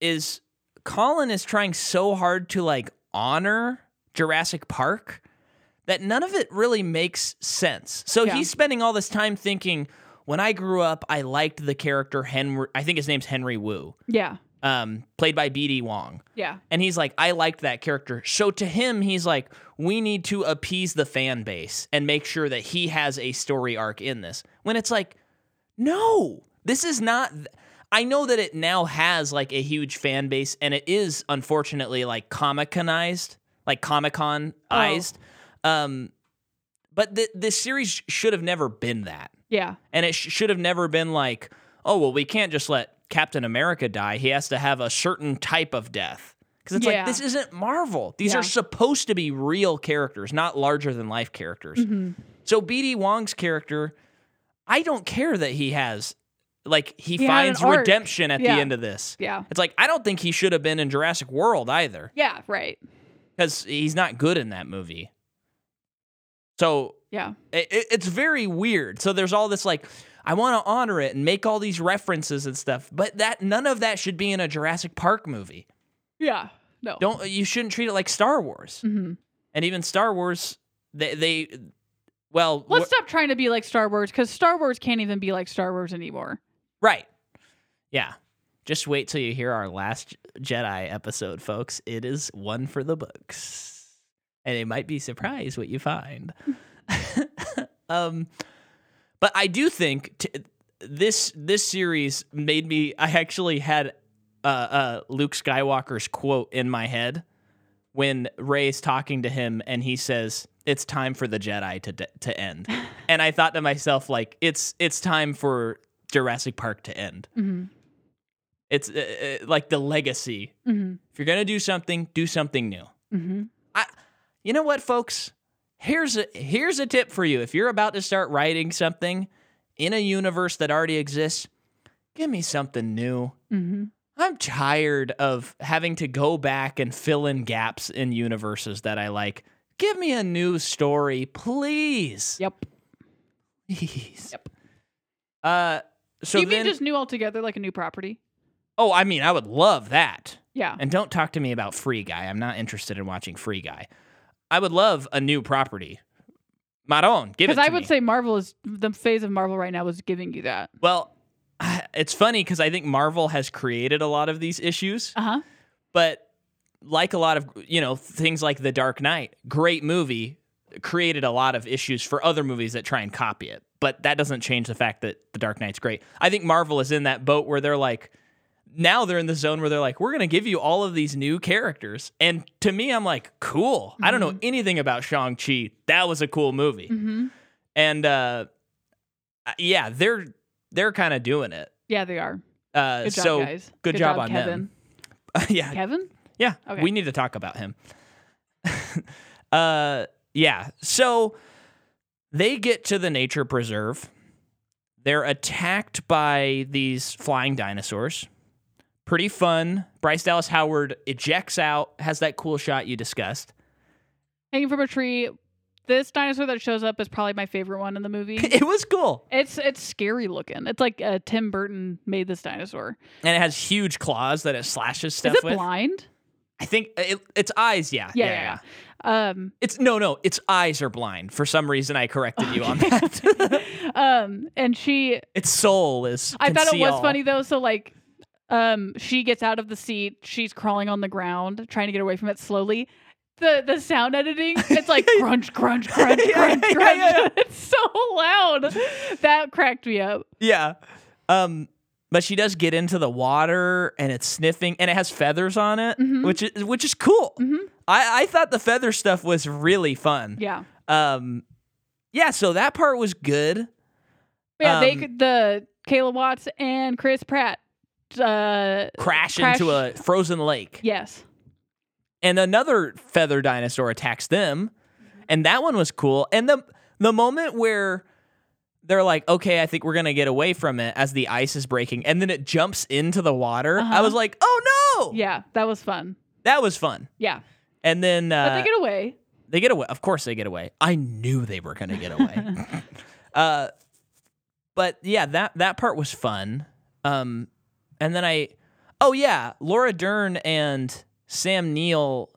Speaker 1: is Colin is trying so hard to like honor Jurassic Park that none of it really makes sense. So
Speaker 2: Yeah.
Speaker 1: he's spending all this time thinking, when I grew up, I liked the character Henry, I think his name's Henry Wu,
Speaker 2: Yeah.
Speaker 1: um, played by BD Wong.
Speaker 2: Yeah.
Speaker 1: And he's like, I liked that character. So to him, he's like, we need to appease the fan base and make sure that he has a story arc in this. When it's like, no, this is not. th- I know that it now has like a huge fan base and it is unfortunately like Comic Conized, like Comic Conized. Um, but th- this series sh- should have never been that.
Speaker 2: Yeah.
Speaker 1: And it sh- should have never been like, oh, well, we can't just let Captain America die. He has to have a certain type of death. Because it's
Speaker 2: Yeah.
Speaker 1: like, this isn't Marvel. These
Speaker 2: Yeah.
Speaker 1: are supposed to be real characters, not larger than life characters.
Speaker 2: Mhm.
Speaker 1: So BD Wong's character, I don't care that he has, like, he,
Speaker 2: He had an
Speaker 1: finds
Speaker 2: arc.
Speaker 1: redemption at
Speaker 2: Yeah.
Speaker 1: the end of this.
Speaker 2: Yeah.
Speaker 1: It's like, I don't think he should have been in Jurassic World either
Speaker 2: Yeah. Right.
Speaker 1: because he's not good in that movie. So
Speaker 2: Yeah.
Speaker 1: it, it- it's very weird. So there's all this like, I want to honor it and make all these references and stuff, but that none of that should be in a Jurassic Park movie.
Speaker 2: Yeah. No.
Speaker 1: Don't you shouldn't treat it like Star Wars.
Speaker 2: hmm
Speaker 1: And even Star Wars, they, they well,
Speaker 2: Let's
Speaker 1: wh-
Speaker 2: stop trying to be like Star Wars because Star Wars can't even be like Star Wars anymore.
Speaker 1: right, yeah. Just wait till you hear our last Jedi episode, folks. It is one for the books, and it might be surprised what you find. um, but I do think t- this this series made me. I actually had uh, uh, Luke Skywalker's quote in my head when Ray's talking to him, and he says, "It's time for the Jedi to de- to end." and I thought to myself, like, it's it's time for Jurassic Park to end.
Speaker 2: hmm
Speaker 1: It's uh, uh, like the legacy.
Speaker 2: hmm
Speaker 1: If you're gonna do something, do something new.
Speaker 2: hmm
Speaker 1: You know what, folks? Here's a here's a tip for you. If you're about to start writing something in a universe that already exists, give me something new.
Speaker 2: hmm
Speaker 1: I'm tired of having to go back and fill in gaps in universes that I like. Give me a new story, please.
Speaker 2: Yep.
Speaker 1: Please.
Speaker 2: Yep.
Speaker 1: Uh so
Speaker 2: you
Speaker 1: then
Speaker 2: mean just new altogether, like a new property?
Speaker 1: Oh, I mean, I would love that.
Speaker 2: Yeah.
Speaker 1: And don't talk to me about Free Guy. I'm not interested in watching Free Guy. I would love a new property. Maron, give it
Speaker 2: Because
Speaker 1: to
Speaker 2: I would
Speaker 1: me.
Speaker 2: say Marvel is the phase of Marvel right now is giving you that.
Speaker 1: Well, it's funny because I think Marvel has created a lot of these issues,
Speaker 2: Uh huh.
Speaker 1: but like a lot of you know things like The Dark Knight, great movie, created a lot of issues for other movies that try and copy it. but that doesn't change the fact that The Dark Knight's great. I think Marvel is in that boat where they're like, now they're in the zone where they're like, we're going to give you all of these new characters. And to me, I'm like, cool. I don't know anything about Shang-Chi. That was a cool movie.
Speaker 2: Mm-hmm.
Speaker 1: And uh, yeah, they're they're kind of doing it.
Speaker 2: Yeah, they are.
Speaker 1: Uh,
Speaker 2: Good job,
Speaker 1: so
Speaker 2: guys.
Speaker 1: good job on
Speaker 2: Kevin.
Speaker 1: them. yeah,
Speaker 2: Kevin?
Speaker 1: yeah,
Speaker 2: Okay.
Speaker 1: we need to talk about him. uh, yeah. So they get to the nature preserve. They're attacked by these flying dinosaurs. Pretty fun. Bryce Dallas Howard ejects out, has that cool shot you discussed.
Speaker 2: Hanging from a tree. This dinosaur that shows up is probably my favorite one in the movie.
Speaker 1: It was cool.
Speaker 2: it's it's scary looking. It's like uh, Tim Burton made this dinosaur.
Speaker 1: And it has huge claws that it slashes stuff
Speaker 2: is it
Speaker 1: with.
Speaker 2: blind?
Speaker 1: I think uh, it, its eyes, yeah.
Speaker 2: Yeah, yeah, yeah. Um,
Speaker 1: It's no, no, its eyes are blind. For some reason, I corrected you on that.
Speaker 2: um, and she
Speaker 1: its soul is.
Speaker 2: I
Speaker 1: can
Speaker 2: thought it
Speaker 1: see
Speaker 2: was
Speaker 1: all.
Speaker 2: funny though. So like, um, she gets out of the seat. She's crawling on the ground, trying to get away from it slowly. The the sound editing, it's like crunch, crunch, crunch,
Speaker 1: Yeah,
Speaker 2: crunch,
Speaker 1: yeah,
Speaker 2: crunch.
Speaker 1: yeah, yeah.
Speaker 2: It's so loud. That cracked me up.
Speaker 1: Yeah. Um but she does get into the water and it's sniffing and it has feathers on it,
Speaker 2: Mhm.
Speaker 1: which is which is cool.
Speaker 2: Mhm.
Speaker 1: I, I thought the feather stuff was really fun.
Speaker 2: Yeah,
Speaker 1: Um yeah, so that part was good.
Speaker 2: yeah. they
Speaker 1: Um,
Speaker 2: could the Kayla Watts and Chris Pratt. Uh,
Speaker 1: Crash,
Speaker 2: Crash-
Speaker 1: into a frozen lake.
Speaker 2: yes,
Speaker 1: And another feather dinosaur attacks them.
Speaker 2: Mm-hmm.
Speaker 1: And that one was cool. And the the moment where they're like, okay, I think we're gonna get away from it as the ice is breaking, and then it jumps into the water. I
Speaker 2: Uh-huh.
Speaker 1: was like, oh no!
Speaker 2: yeah. That was fun.
Speaker 1: That was fun.
Speaker 2: Yeah,
Speaker 1: And then uh,
Speaker 2: but they get away.
Speaker 1: They get away. Of course, they get away. I knew they were going to get away. uh, but yeah, that that part was fun. Um, and then I, oh yeah, Laura Dern and Sam Neill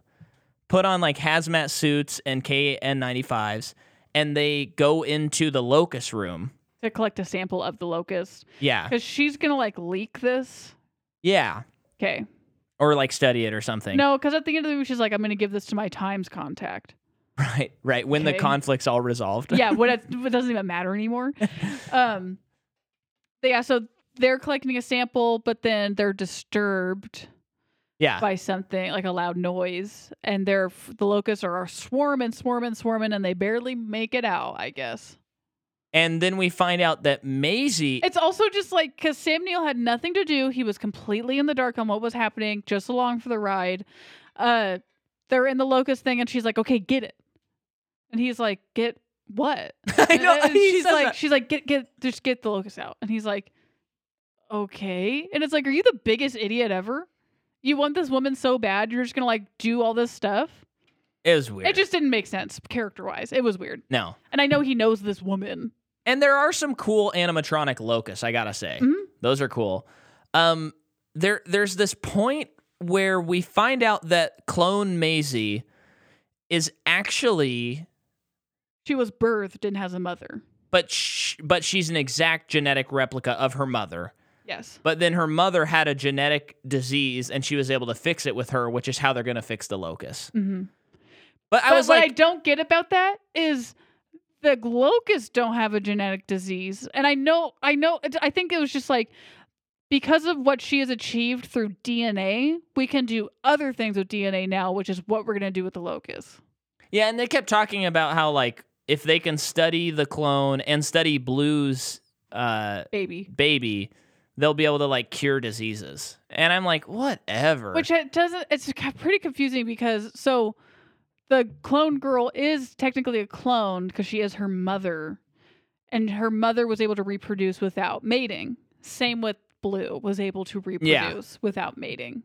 Speaker 1: put on like hazmat suits and KN95s, and they go into the locust room.
Speaker 2: To collect a sample of the locust,
Speaker 1: Yeah,
Speaker 2: because she's gonna like leak this.
Speaker 1: yeah,
Speaker 2: Okay,
Speaker 1: or like study it or something.
Speaker 2: No, because at the end of the movie, she's like, "I'm going to give this to my Times contact."
Speaker 1: right, right. When the
Speaker 2: Okay.
Speaker 1: conflict's all resolved.
Speaker 2: Yeah, what it, it doesn't even matter anymore. Um, but yeah, so they're collecting a sample, but then they're disturbed
Speaker 1: yeah,
Speaker 2: by something like a loud noise, and they're f- the locusts are swarming, swarming, swarming, and they barely make it out. I guess
Speaker 1: and then we find out that Maisie.
Speaker 2: it's also just like because Sam Neill had nothing to do; he was completely in the dark on what was happening, just along for the ride. Uh, they're in the locust thing, and she's like, "Okay, get it," and he's like, "Get what?"
Speaker 1: I
Speaker 2: And-
Speaker 1: know.
Speaker 2: and
Speaker 1: he
Speaker 2: she's
Speaker 1: says
Speaker 2: like,
Speaker 1: that.
Speaker 2: she's like, get get just get the locust out. And he's like, okay. And it's like, are you the biggest idiot ever? You want this woman so bad, you're just gonna like do all this stuff.
Speaker 1: It was weird.
Speaker 2: It just didn't make sense character wise. It was weird.
Speaker 1: no.
Speaker 2: And I know he knows this woman.
Speaker 1: And there are some cool animatronic locusts, I gotta say.
Speaker 2: Mhm.
Speaker 1: Those are cool. Um, there there's this point where we find out that clone Maisie is actually
Speaker 2: She was birthed and has a mother.
Speaker 1: but sh- but she's an exact genetic replica of her mother.
Speaker 2: Yes.
Speaker 1: But then her mother had a genetic disease and she was able to fix it with her, which is how they're gonna fix the locust.
Speaker 2: Mm-hmm. But
Speaker 1: But, I was
Speaker 2: what I
Speaker 1: like
Speaker 2: don't get about that is the locusts don't have a genetic disease, and I know, I know, it- I think it was just like because of what she has achieved through DNA, we can do other things with DNA now, which is what we're gonna do with the locusts.
Speaker 1: Yeah, and they kept talking about how like if they can study the clone and study blues uh
Speaker 2: baby,
Speaker 1: baby, they'll be able to like cure diseases. And I'm like, whatever.
Speaker 2: which it doesn't. It's ca- pretty confusing because so the clone girl is technically a clone because she is her mother, and her mother was able to reproduce without mating. Same with Blue was able to reproduce without mating.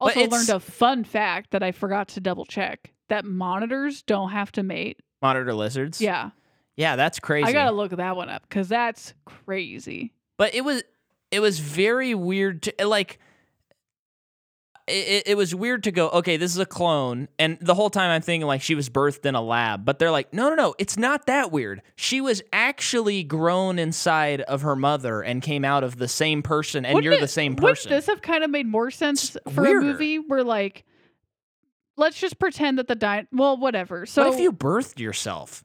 Speaker 1: But
Speaker 2: Also learned
Speaker 1: it's-
Speaker 2: a fun fact that I forgot to double check that monitors don't have to mate.
Speaker 1: monitor lizards.
Speaker 2: Yeah,
Speaker 1: Yeah, that's crazy.
Speaker 2: I gotta look that one up because that's crazy.
Speaker 1: but it was it was very weird to like it, it was weird to go, okay, this is a clone. And the whole time I'm thinking like she was birthed in a lab, but they're like, no, no, no, it's not that weird. She was actually grown inside of her mother and came out of the same person, and
Speaker 2: Wouldn't
Speaker 1: you're
Speaker 2: it-
Speaker 1: the same
Speaker 2: Wouldn't
Speaker 1: person.
Speaker 2: this have kind of made more sense
Speaker 1: It's
Speaker 2: for
Speaker 1: weirder.
Speaker 2: a movie where like let's just pretend that the di well, whatever. So
Speaker 1: what if you birthed yourself?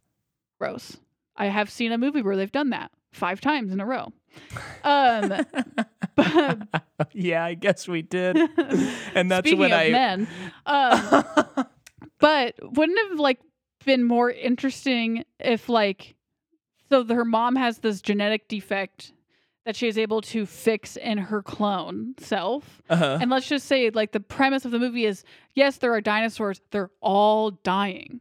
Speaker 2: gross. I have seen a movie where they've done that five times in a row. Um, but
Speaker 1: yeah, I guess we did. and that's
Speaker 2: speaking
Speaker 1: when
Speaker 2: of
Speaker 1: I
Speaker 2: men, um,
Speaker 1: Uh-huh.
Speaker 2: but wouldn't it have like been more interesting if like so her mom has this genetic defect that she is able to fix in her clone self.
Speaker 1: uh-huh.
Speaker 2: And let's just say, like, the premise of the movie is yes, there are dinosaurs, they're all dying.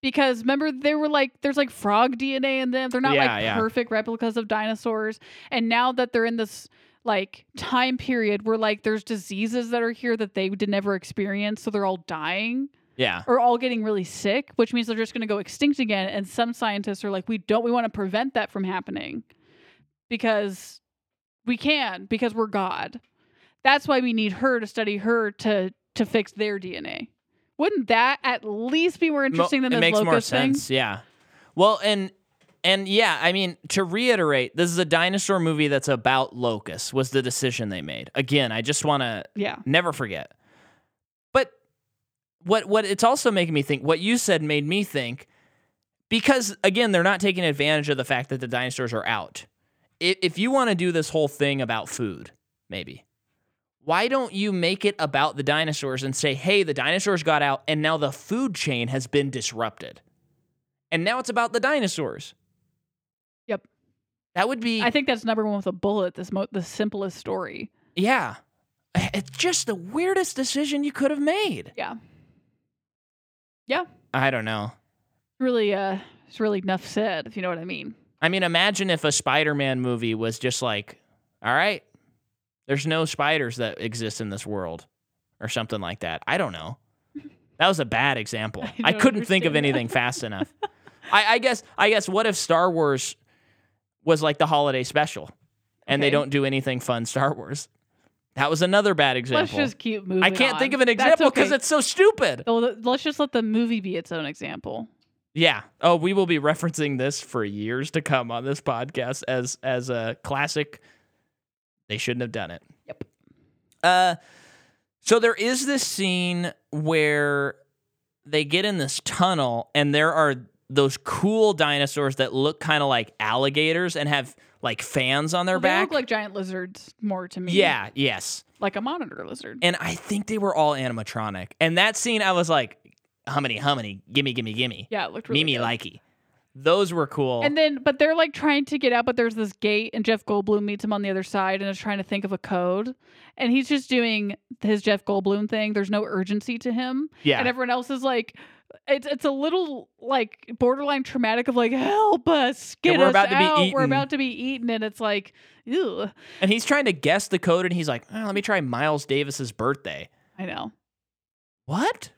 Speaker 2: Because remember, they were like, there's like frog DNA in them. They're not
Speaker 1: Yeah,
Speaker 2: like
Speaker 1: yeah.
Speaker 2: perfect replicas of dinosaurs. And now that they're in this like time period where like there's diseases that are here that they did never experience, so they're all dying
Speaker 1: yeah.
Speaker 2: or all getting really sick, which means they're just going to go extinct again. And some scientists are like, we don't, we want to prevent that from happening because we can, because we're God. That's why we need her to study her to to fix their DNA. Wouldn't that at least be more interesting
Speaker 1: Mo-
Speaker 2: than
Speaker 1: it
Speaker 2: this
Speaker 1: makes more
Speaker 2: locust thing?
Speaker 1: sense. Yeah. Well, and and yeah, I mean to reiterate, this is a dinosaur movie that's about locusts. Was the decision they made again? I just want to
Speaker 2: Yeah,
Speaker 1: never forget. But what what it's also making me think. What you said made me think because again, they're not taking advantage of the fact that the dinosaurs are out. If, if you want to do this whole thing about food, maybe. Why don't you make it about the dinosaurs and say, hey, the dinosaurs got out and now the food chain has been disrupted? And now it's about the dinosaurs.
Speaker 2: Yep.
Speaker 1: That would be,
Speaker 2: I think that's number one with a bullet. This mo- the simplest story.
Speaker 1: yeah. Eh, It's just the weirdest decision you could have made.
Speaker 2: Yeah,
Speaker 1: I don't know.
Speaker 2: really. Uh, it's really enough said. If you know what I mean.
Speaker 1: I mean, imagine if a Spider-Man movie was just like, all right, there's no spiders that exist in this world, or something like that. I don't know. That was a bad example.
Speaker 2: I
Speaker 1: I,
Speaker 2: don't
Speaker 1: couldn't think of
Speaker 2: understand that.
Speaker 1: anything fast enough. I, I guess. I guess. What if Star Wars was like the holiday special, and they
Speaker 2: Okay.
Speaker 1: don't do anything fun Star Wars? That was another bad
Speaker 2: Let's
Speaker 1: example.
Speaker 2: just keep moving.
Speaker 1: I can't
Speaker 2: on.
Speaker 1: think of an
Speaker 2: That's
Speaker 1: example because
Speaker 2: okay.
Speaker 1: it's so stupid.
Speaker 2: Well, th- let's just let the movie be its own example.
Speaker 1: Yeah. Oh, we will be referencing this for years to come on this podcast as as a classic. They shouldn't have done it.
Speaker 2: Yep.
Speaker 1: Uh so there is this scene where they get in this tunnel and there are those cool dinosaurs that look kind of like alligators and have like fans on their
Speaker 2: Well, They
Speaker 1: back.
Speaker 2: look like giant lizards more to me.
Speaker 1: yeah, yes.
Speaker 2: Like a monitor lizard.
Speaker 1: And I think they were all animatronic. And that scene I was like, hummity hummity, gimme, gimme, gimme.
Speaker 2: Yeah, it looked really
Speaker 1: Mimi
Speaker 2: good.
Speaker 1: likey. Those were cool.
Speaker 2: And then, but they're like trying to get out, but there's this gate, and Jeff Goldblum meets him on the other side and is trying to think of a code. And he's just doing his Jeff Goldblum thing. There's no urgency to him.
Speaker 1: yeah.
Speaker 2: And everyone else is like, it's, it's a little like borderline traumatic of like, help us,
Speaker 1: Yeah,
Speaker 2: get
Speaker 1: we're
Speaker 2: us
Speaker 1: about to be
Speaker 2: out. We're
Speaker 1: eaten."
Speaker 2: about to be eaten. And it's like, ew.
Speaker 1: And he's trying to guess the code, and he's like, "Oh, "Let me try Miles Davis's birthday."
Speaker 2: I know.
Speaker 1: What?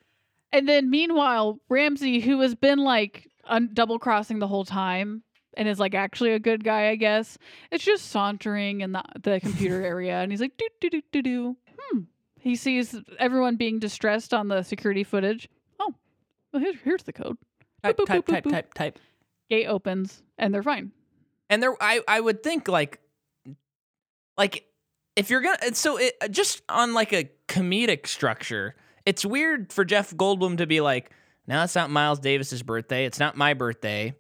Speaker 2: And then meanwhile, Ramsey, who has been like un- double crossing the whole time and is like actually a good guy, I guess, it's just sauntering in the, the computer area and he's like, doo doo doo doo doo. Hmm. He sees everyone being distressed on the security footage. Oh, well, here's, here's the code. Boop, boop, boop, boop, boop.
Speaker 1: type.
Speaker 2: Gate opens and they're fine.
Speaker 1: And there, I, I would think like, like if you're gonna, and so it uh, just on like a comedic structure, it's weird for Jeff Goldblum to be like, "Now it's not Miles Davis's birthday. It's not my birthday."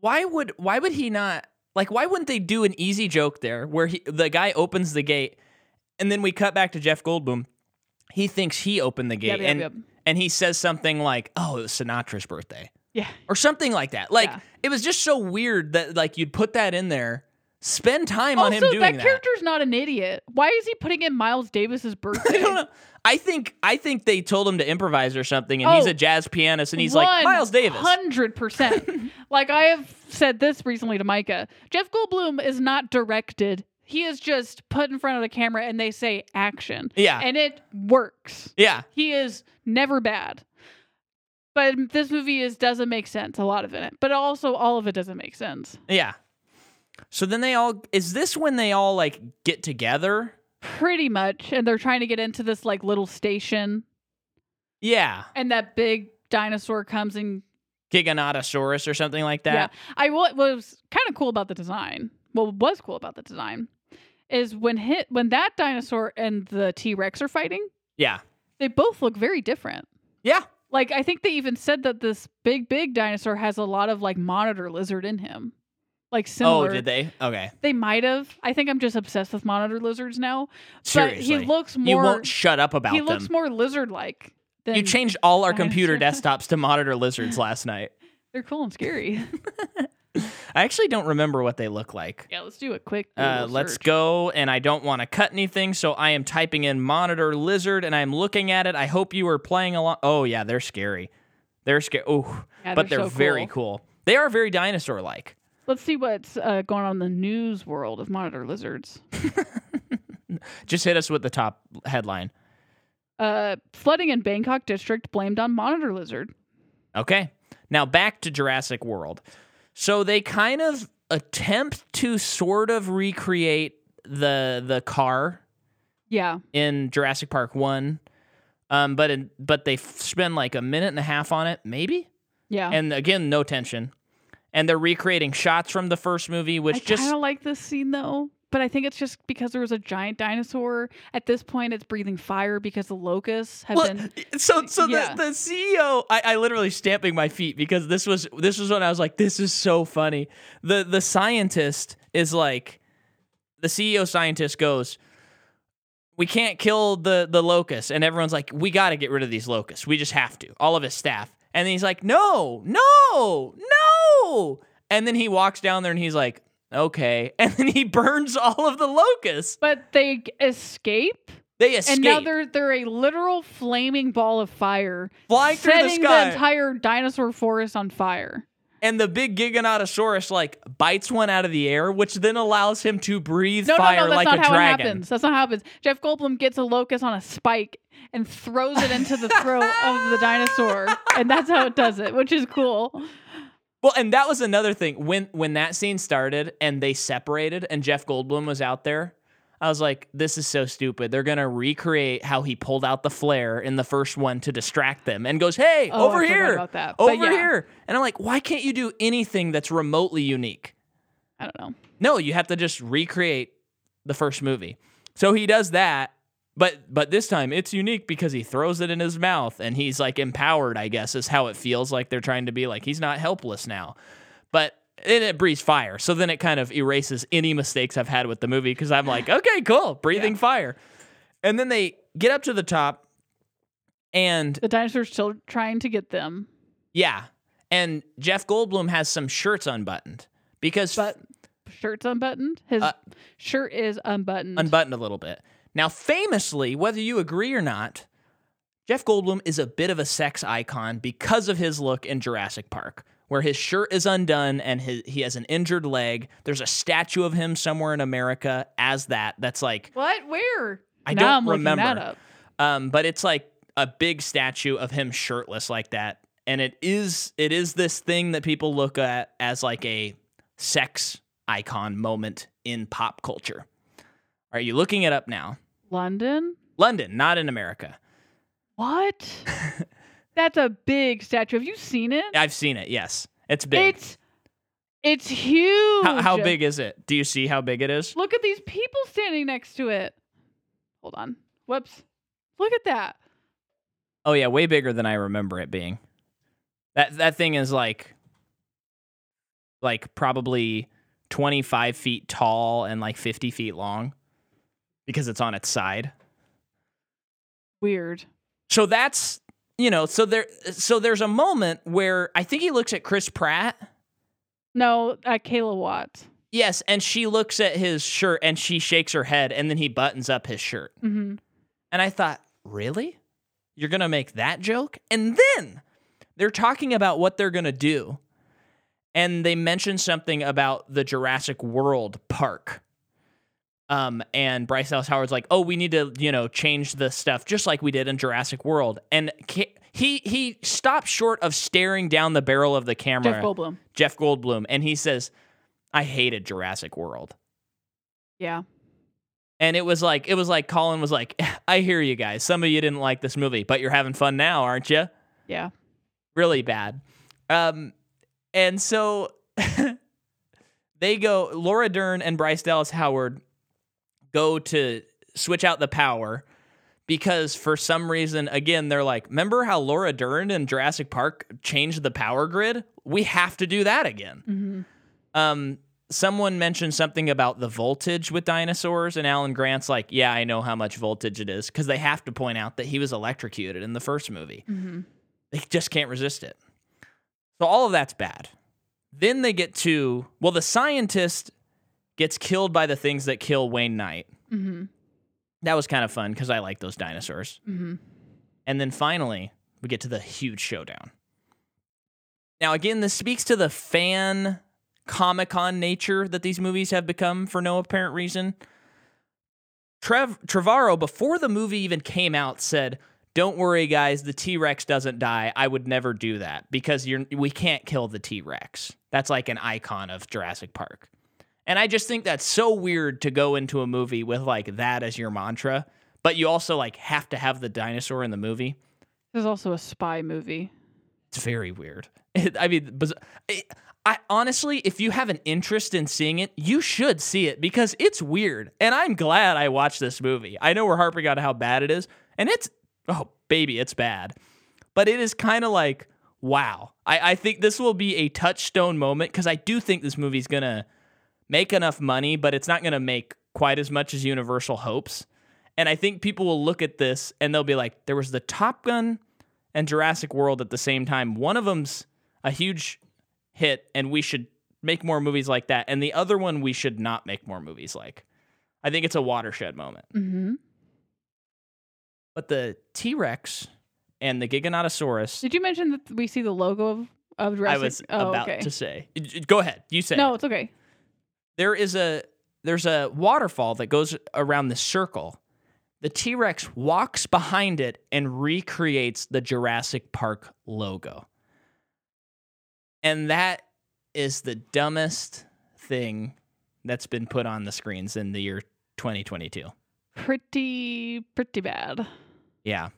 Speaker 1: Why would why would he not like? Why wouldn't they do an easy joke there where he, the guy opens the gate, and then we cut back to Jeff Goldblum. He thinks he opened the gate,
Speaker 2: Yep, yep,
Speaker 1: and
Speaker 2: yep.
Speaker 1: and he says something like, "Oh, it was Sinatra's birthday,"
Speaker 2: Yeah.
Speaker 1: or something like that. Like
Speaker 2: Yeah.
Speaker 1: it was just so weird that like you'd put that in there, spend time on
Speaker 2: Also,
Speaker 1: him doing
Speaker 2: that
Speaker 1: that.
Speaker 2: character's not an idiot. Why is he putting in Miles Davis's birthday?
Speaker 1: I don't know. I think I think they told him to improvise or something, and he's
Speaker 2: Oh.
Speaker 1: a jazz pianist, and he's like Miles Davis.
Speaker 2: Hundred percent. Like I have said this recently to Micah. Jeff Goldblum is not directed. He is just put in front of the camera and they say action.
Speaker 1: Yeah,
Speaker 2: And it works.
Speaker 1: yeah,
Speaker 2: He is never bad. But this movie is doesn't make sense, a lot of it. But also all of it doesn't make sense.
Speaker 1: yeah. So then they all is this when they all like get together?
Speaker 2: Pretty much. And they're trying to get into this like little station
Speaker 1: Yeah,
Speaker 2: and that big dinosaur comes and
Speaker 1: Giganotosaurus or something like that.
Speaker 2: Yeah. I what was kind of cool about the design. What was cool about the design is when hit when that dinosaur and the T Rex are fighting,
Speaker 1: Yeah,
Speaker 2: they both look very different.
Speaker 1: yeah.
Speaker 2: Like I think they even said that this big big dinosaur has a lot of like monitor lizard in him. Like similar.
Speaker 1: Oh, did they? Okay.
Speaker 2: They might have. I think I'm just obsessed with monitor lizards now.
Speaker 1: Seriously.
Speaker 2: But he looks more
Speaker 1: you won't shut up about
Speaker 2: he
Speaker 1: them.
Speaker 2: looks more lizard like than
Speaker 1: you changed all our computer
Speaker 2: dinosaur.
Speaker 1: desktops to monitor lizards last night.
Speaker 2: they're cool and scary.
Speaker 1: I actually don't remember what they look like.
Speaker 2: yeah, let's do a quick
Speaker 1: Uh,
Speaker 2: Google
Speaker 1: let's
Speaker 2: search.
Speaker 1: go, and I don't want to cut anything, so I am typing in monitor lizard and I'm looking at it. I hope you are playing along. Oh, yeah, they're scary. They're scary. Oh,
Speaker 2: Yeah,
Speaker 1: but
Speaker 2: they're
Speaker 1: they're
Speaker 2: so
Speaker 1: very cool. They are very dinosaur like.
Speaker 2: Let's see what's uh, going on in the news world of monitor lizards.
Speaker 1: Just hit us with the top headline.
Speaker 2: Uh, flooding in Bangkok district blamed on monitor lizard.
Speaker 1: Okay. Now back to Jurassic World. So they kind of attempt to sort of recreate the the car
Speaker 2: Yeah,
Speaker 1: in Jurassic Park 1. Um, but in, but they f- spend like a minute and a half on it, maybe?
Speaker 2: yeah.
Speaker 1: And again, no tension. And they're recreating shots from the first movie, which
Speaker 2: I
Speaker 1: just
Speaker 2: kind of like this scene though, but I think it's just because there was a giant dinosaur. At this point, it's breathing fire because the locusts have
Speaker 1: Well,
Speaker 2: been.
Speaker 1: so so
Speaker 2: Yeah.
Speaker 1: the, the CEO I, I literally stamping my feet because this was this was when I was like, this is so funny. The the scientist is like the CEO scientist goes, We can't kill the the locusts. And everyone's like, We gotta get rid of these locusts. We just have to. All of his staff. And then he's like, No, no, no. And then he walks down there and he's like, Okay. And then he burns all of the locusts.
Speaker 2: But they g- escape,
Speaker 1: They escape.
Speaker 2: and now they're they're a literal flaming ball of fire,
Speaker 1: flying through the
Speaker 2: setting
Speaker 1: sky.
Speaker 2: entire dinosaur forest on fire.
Speaker 1: and the big Giganotosaurus like bites one out of the air, which then allows him to breathe
Speaker 2: No,
Speaker 1: fire
Speaker 2: no, no, that's
Speaker 1: like
Speaker 2: not
Speaker 1: a
Speaker 2: how
Speaker 1: dragon.
Speaker 2: it happens. That's not how it happens. Jeff Goldblum gets a locust on a spike and throws it into the throat of the dinosaur, and that's how it does it, which is cool.
Speaker 1: Well, and that was another thing when when that scene started and they separated and Jeff Goldblum was out there. I was like, this is so stupid. They're gonna recreate how he pulled out the flare in the first one to distract them and goes, "Hey,
Speaker 2: Oh, I
Speaker 1: over
Speaker 2: forgot
Speaker 1: here,
Speaker 2: about that. But
Speaker 1: over
Speaker 2: yeah.
Speaker 1: here." And I'm like, why can't you do anything that's remotely unique?
Speaker 2: I don't know.
Speaker 1: No, you have to just recreate the first movie. So he does that, but but this time it's unique because he throws it in his mouth and he's like empowered, I guess, is how it feels like they're trying to be like he's not helpless now. But then it breathes fire. So then it kind of erases any mistakes I've had with the movie because I'm like, okay, cool, breathing fire. And then they get up to the top and
Speaker 2: The dinosaur's still trying to get them,
Speaker 1: yeah. And Jeff Goldblum has some shirts unbuttoned because
Speaker 2: but shirt's unbuttoned. His
Speaker 1: Uh,
Speaker 2: shirt is unbuttoned.
Speaker 1: unbuttoned a little bit. Now, famously, whether you agree or not, Jeff Goldblum is a bit of a sex icon because of his look in Jurassic Park, where his shirt is undone and his, he has an injured leg. There's a statue of him somewhere in America as that. That's like,
Speaker 2: what? Where?
Speaker 1: I
Speaker 2: now
Speaker 1: don't
Speaker 2: I'm looking that
Speaker 1: remember.
Speaker 2: up.
Speaker 1: um, but it's like a big statue of him shirtless like that, and it is it is this thing that people look at as like a sex icon moment in pop culture. Are you looking it up now?
Speaker 2: London.
Speaker 1: London, not in America.
Speaker 2: What? That's a big statue. Have you seen it?
Speaker 1: I've seen it. Yes, it's big.
Speaker 2: It's it's huge.
Speaker 1: how, how big is it? Do you see how big it is?
Speaker 2: Look at these people standing next to it. Hold on. Whoops. Look at that.
Speaker 1: Oh yeah, way bigger than I remember it being. That that thing is like, like probably twenty five feet tall and like fifty feet long, because it's on its side.
Speaker 2: Weird.
Speaker 1: So that's you know so there so there's a moment where I think he looks at Chris Pratt.
Speaker 2: No, uh, Kayla Watt.
Speaker 1: Yes, and she looks at his shirt and she shakes her head, and then he buttons up his shirt.
Speaker 2: hmm
Speaker 1: And I thought, really? You're going to make that joke? And then they're talking about what they're going to do. And they mention something about the Jurassic World park. Um, and Bryce Dallas Howard's like, oh, we need to, you know, change the stuff just like we did in Jurassic World. And ca- he he stops short of staring down the barrel of the camera,
Speaker 2: Jeff Goldblum.
Speaker 1: Jeff Goldblum, and he says, I hated Jurassic World.
Speaker 2: Yeah.
Speaker 1: And it was like it was like Colin was like, I hear you guys. Some of you didn't like this movie, but you're having fun now, aren't you?
Speaker 2: Yeah.
Speaker 1: Really bad. Um, and so they go. Laura Dern and Bryce Dallas Howard go to switch out the power because for some reason, again, they're like, remember how Laura Dern in Jurassic Park changed the power grid? We have to do that again.
Speaker 2: Mm-hmm.
Speaker 1: Um, someone mentioned something about the voltage with dinosaurs, and Alan Grant's like, yeah, I know how much voltage it is because they have to point out that he was electrocuted in the first movie.
Speaker 2: Mm-hmm.
Speaker 1: They just can't resist it. So all of that's bad. Then they get to, well, the scientist gets killed by the things that kill Wayne Knight.
Speaker 2: Mm-hmm.
Speaker 1: That was kind of fun because I like those dinosaurs.
Speaker 2: Mm-hmm.
Speaker 1: And then finally, we get to the huge showdown. Now, again, this speaks to the fan Comic Con nature that these movies have become for no apparent reason. Trev- Trevorrow, before the movie even came out, said, Don't worry, guys, the T Rex doesn't die. I would never do that because you're, we can't kill the T Rex. That's like an icon of Jurassic Park. And I just think that's so weird to go into a movie with like that as your mantra, but you also like have to have the dinosaur in the movie.
Speaker 2: There's also a spy movie.
Speaker 1: It's very weird. I mean, biz- I, I honestly, if you have an interest in seeing it, you should see it because it's weird. And I'm glad I watched this movie. I know we're harping on how bad it is, and it's oh baby, it's bad. But it is kind of like wow. I, I think this will be a touchstone moment because I do think this movie's gonna make enough money, but it's not gonna make quite as much as Universal hopes. And I think people will look at this and they'll be like, there was the Top Gun and Jurassic World at the same time. One of them's a huge hit, and we should make more movies like that. And the other one, we should not make more movies like. I think it's a watershed moment.
Speaker 2: Mm-hmm.
Speaker 1: But the T Rex and the Giganotosaurus,
Speaker 2: Did you mention that we see the logo of of
Speaker 1: I
Speaker 2: Jurassic?
Speaker 1: was
Speaker 2: oh,
Speaker 1: about
Speaker 2: okay.
Speaker 1: to say. Go ahead, you say. it.
Speaker 2: No, it's okay.
Speaker 1: there is a there's a waterfall that goes around the circle. The T Rex walks behind it and recreates the Jurassic Park logo. And that is the dumbest thing that's been put on the screens in the year 2022.
Speaker 2: Pretty pretty bad.
Speaker 1: Yeah.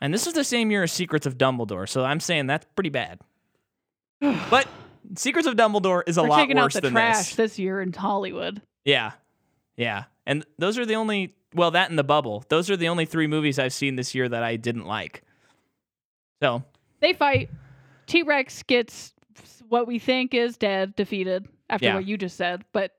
Speaker 1: And this is the same year as Secrets of Dumbledore. So I'm saying that's pretty bad. But Secrets of Dumbledore is a
Speaker 2: We're
Speaker 1: lot
Speaker 2: taking
Speaker 1: worse
Speaker 2: out the
Speaker 1: than
Speaker 2: trash
Speaker 1: this.
Speaker 2: year in Hollywood.
Speaker 1: Yeah. Yeah. And those are the only well, that and the bubble. Those are the only three movies I've seen this year that I didn't like. So
Speaker 2: They fight. T Rex gets what we think is dead, defeated after
Speaker 1: Yeah.
Speaker 2: what you just said, but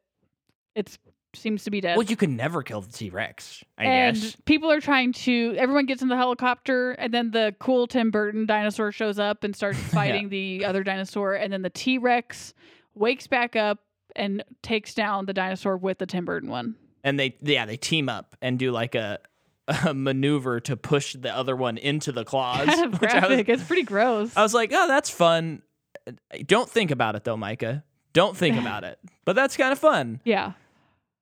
Speaker 2: it seems to be dead.
Speaker 1: Well, you can never kill the T Rex, I
Speaker 2: and
Speaker 1: guess.
Speaker 2: people are trying to. Everyone gets in the helicopter, and then the cool Tim Burton dinosaur shows up and starts fighting the other dinosaur, and then the T Rex wakes back up and takes down the dinosaur with the Tim Burton one.
Speaker 1: And they yeah, they team up and do like a a maneuver to push the other one into the claws.
Speaker 2: Kind of
Speaker 1: which I was-
Speaker 2: graphic. it's pretty gross.
Speaker 1: I was like, oh, that's fun. Uh, Don't think about it though, Micah. Don't think about it. But that's kind of fun.
Speaker 2: yeah.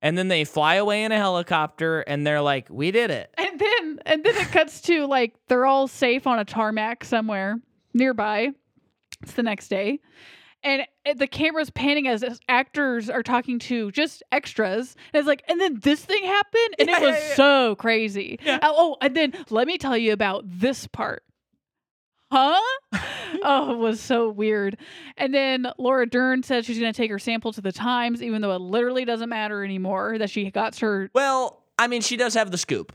Speaker 1: And then they fly away in a helicopter and they're like, we did it.
Speaker 2: And then and then it cuts to like they're all safe on a tarmac somewhere nearby. It's the next day. And it- the camera's panning as as actors are talking to just extras. And it's like, and then this thing happened, and
Speaker 1: Yeah,
Speaker 2: it was
Speaker 1: yeah, yeah.
Speaker 2: so crazy.
Speaker 1: Yeah.
Speaker 2: Oh, oh, and then let me tell you about this part. Huh? oh, it was so weird. And then Laura Dern says she's going to take her sample to the Times, even though it literally doesn't matter anymore that she got her
Speaker 1: Well, I mean, she does have the scoop.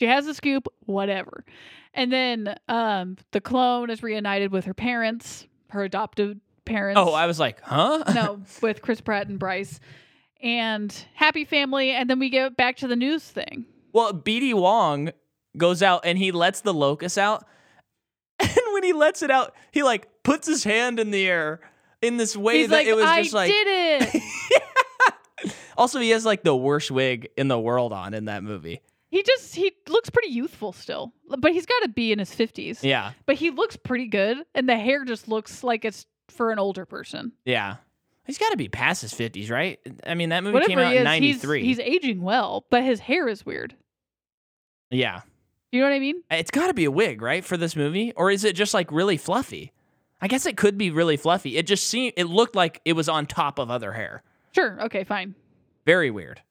Speaker 2: she has the scoop, whatever. And then um, the clone is reunited with her parents, her adoptive parents.
Speaker 1: Oh, I was like, huh?
Speaker 2: no, with Chris Pratt and Bryce, and happy family. And then we get back to the news thing.
Speaker 1: Well, BD Wong goes out and he lets the locust out. And when he lets it out, he like puts his hand in the air in this way
Speaker 2: He's
Speaker 1: that
Speaker 2: like,
Speaker 1: it was
Speaker 2: I
Speaker 1: just like
Speaker 2: did it.
Speaker 1: also he has like the worst wig in the world on in that movie.
Speaker 2: he just he looks pretty youthful still, but he's got to be in his fifties.
Speaker 1: Yeah.
Speaker 2: But he looks pretty good, and the hair just looks like it's for an older person.
Speaker 1: Yeah. He's gotta be past his fifties, right? I mean that movie came
Speaker 2: Whatever
Speaker 1: out
Speaker 2: he
Speaker 1: in
Speaker 2: is,
Speaker 1: ninety
Speaker 2: he's,
Speaker 1: three.
Speaker 2: he's aging well, but his hair is weird.
Speaker 1: Yeah.
Speaker 2: You know what I mean?
Speaker 1: It's gotta be a wig, right, for this movie? Or is it just like really fluffy? I guess it could be really fluffy. It just seemed it looked like it was on top of other hair.
Speaker 2: Sure. Okay. Fine.
Speaker 1: very weird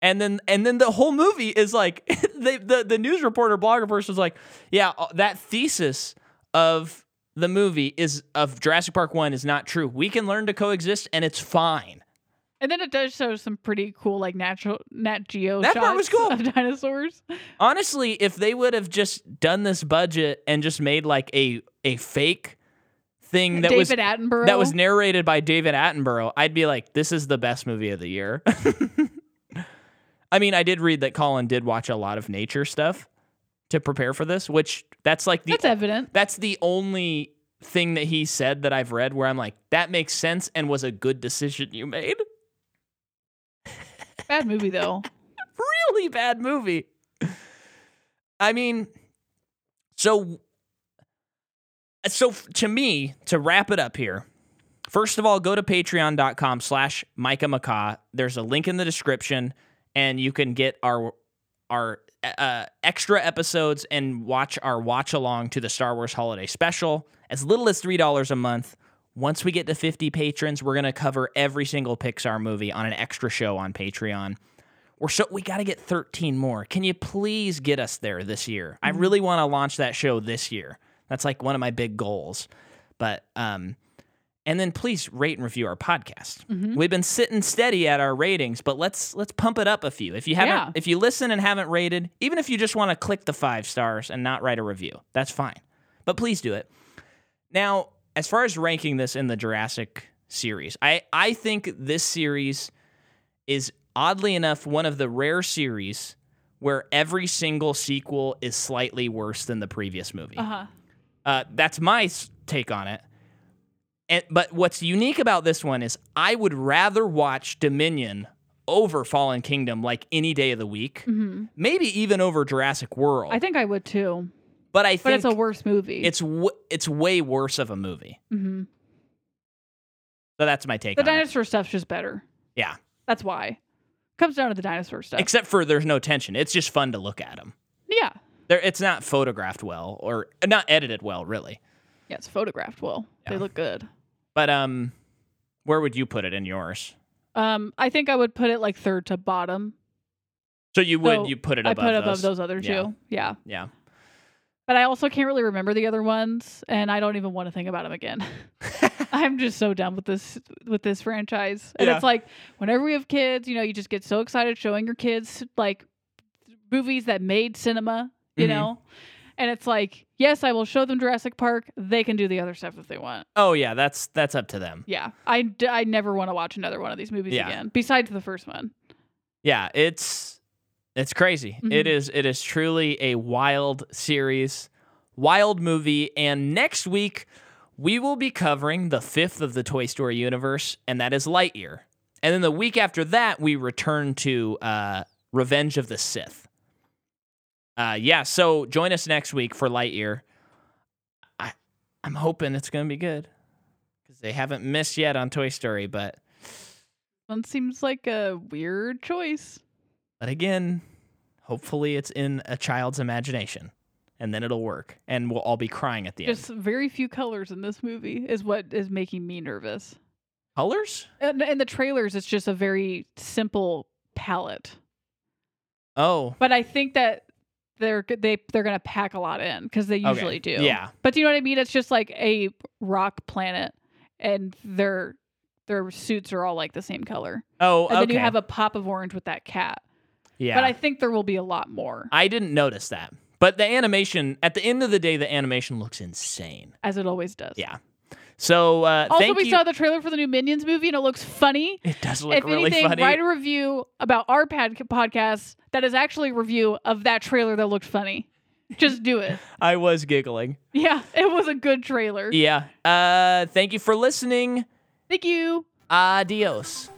Speaker 1: and then and then the whole movie is like the, the the news reporter blogger person's like yeah uh, that thesis of the movie is of Jurassic Park 1 is not true we can learn to coexist and it's fine
Speaker 2: And then it does show some pretty cool, like natural Nat Geo
Speaker 1: That
Speaker 2: shots
Speaker 1: part was cool.
Speaker 2: of dinosaurs.
Speaker 1: Honestly, if they would have just done this budget and just made like a a fake thing that
Speaker 2: David
Speaker 1: was
Speaker 2: Attenborough.
Speaker 1: that was narrated by David Attenborough, I'd be like, this is the best movie of the year. I mean, I did read that Colin did watch a lot of nature stuff to prepare for this, which that's like the
Speaker 2: that's evident.
Speaker 1: that's the only thing that he said that I've read where I'm like, that makes sense and was a good decision you made.
Speaker 2: Bad movie though.
Speaker 1: Really bad movie. I mean, so so f- to me, to wrap it up here, first of all, go to patreon.com slash Micah Macaw. There's a link in the description, and you can get our our uh, extra episodes and watch our watch along to the Star Wars holiday special. As little as three dollars a month. Once we get to 50 patrons, we're gonna cover every single Pixar movie on an extra show on Patreon. We're so we gotta get 13 more. Can you please get us there this year? I really want to launch that show this year. That's like one of my big goals. But um, and then please rate and review our podcast. We've been sitting steady at our ratings, but let's let's pump it up a few. If you haven't,
Speaker 2: Yeah.
Speaker 1: if you listen and haven't rated, even if you just want to click the five stars and not write a review, that's fine. But please do it. Now, as far as ranking this in the Jurassic series, I I think this series is oddly enough one of the rare series where every single sequel is slightly worse than the previous movie.
Speaker 2: Uh huh.
Speaker 1: Uh, that's my s- take on it. And, but what's unique about this one is I would rather watch Dominion over Fallen Kingdom like any day of the week, maybe even over Jurassic World.
Speaker 2: Mm. Mm-hmm. I think I would too,
Speaker 1: but I Oh. think
Speaker 2: but it's a worse movie.
Speaker 1: it's, w- it's way worse of a movie.
Speaker 2: Mhm.
Speaker 1: So that's my take
Speaker 2: the
Speaker 1: on it.
Speaker 2: dinosaur stuff's just better.
Speaker 1: Yeah.
Speaker 2: That's why. Comes down to the dinosaur stuff.
Speaker 1: Except for there's no tension. It's just fun to look at them.
Speaker 2: yeah.
Speaker 1: They're, it's not photographed well or not edited well, really.
Speaker 2: Yeah, it's photographed well.
Speaker 1: Yeah.
Speaker 2: They look good.
Speaker 1: But um, where would you put it in yours?
Speaker 2: Um, I think I would put it like third to bottom.
Speaker 1: So you would
Speaker 2: So,
Speaker 1: you put it
Speaker 2: I
Speaker 1: above
Speaker 2: put
Speaker 1: those?
Speaker 2: above those other
Speaker 1: Yeah.
Speaker 2: two. Yeah.
Speaker 1: Yeah.
Speaker 2: But I also can't really remember the other ones, and I don't even want to think about them again. I'm just so done with this with this franchise. And
Speaker 1: Yeah.
Speaker 2: it's like whenever we have kids, you know, you just get so excited showing your kids like movies that made cinema, you
Speaker 1: Mhm.
Speaker 2: know. And it's like, yes, I will show them Jurassic Park. They can do the other stuff if they want.
Speaker 1: Oh yeah, that's that's up to them.
Speaker 2: Yeah, I, d- I never want to watch another one of these movies
Speaker 1: Yeah.
Speaker 2: again, besides the first one.
Speaker 1: Yeah, it's it's crazy.
Speaker 2: Mhm.
Speaker 1: It is it is truly a wild series, wild movie, and next week we will be covering the fifth of the Toy Story universe, and that is Lightyear. And then the week after that, we return to uh, Revenge of the Sith. Uh, yeah, so join us next week for Lightyear. I, I'm hoping it's going to be good because they haven't missed yet on Toy Story, but
Speaker 2: One seems like a weird choice.
Speaker 1: But again, hopefully it's in a child's imagination and then it'll work and we'll all be crying at the
Speaker 2: Just
Speaker 1: end.
Speaker 2: very few colors in this movie is what is making me nervous.
Speaker 1: Colors?
Speaker 2: And in the trailers, it's just a very simple palette.
Speaker 1: Oh.
Speaker 2: But I think that they're g- they they're gonna pack a lot in because they
Speaker 1: okay.
Speaker 2: usually do.
Speaker 1: Yeah.
Speaker 2: But do you know what I mean? It's just like a rock planet, and their their suits are all like the same color,
Speaker 1: Oh,
Speaker 2: and
Speaker 1: okay.
Speaker 2: then you have a pop of orange with that cat.
Speaker 1: yeah.
Speaker 2: But I think there will be a lot more
Speaker 1: I didn't notice that. But the animation, at the end of the day, the animation looks insane.
Speaker 2: as it always does.
Speaker 1: Yeah. So uh,
Speaker 2: Also,
Speaker 1: thank
Speaker 2: we
Speaker 1: you.
Speaker 2: saw the trailer for the new Minions movie, and it looks funny.
Speaker 1: it does look
Speaker 2: if
Speaker 1: really
Speaker 2: anything,
Speaker 1: funny.
Speaker 2: write a review about our pad- podcast that is actually a review of that trailer that looked funny. Just do it.
Speaker 1: I was giggling.
Speaker 2: Yeah, it was a good trailer.
Speaker 1: Yeah. Uh, thank you for listening.
Speaker 2: Thank you.
Speaker 1: Adios.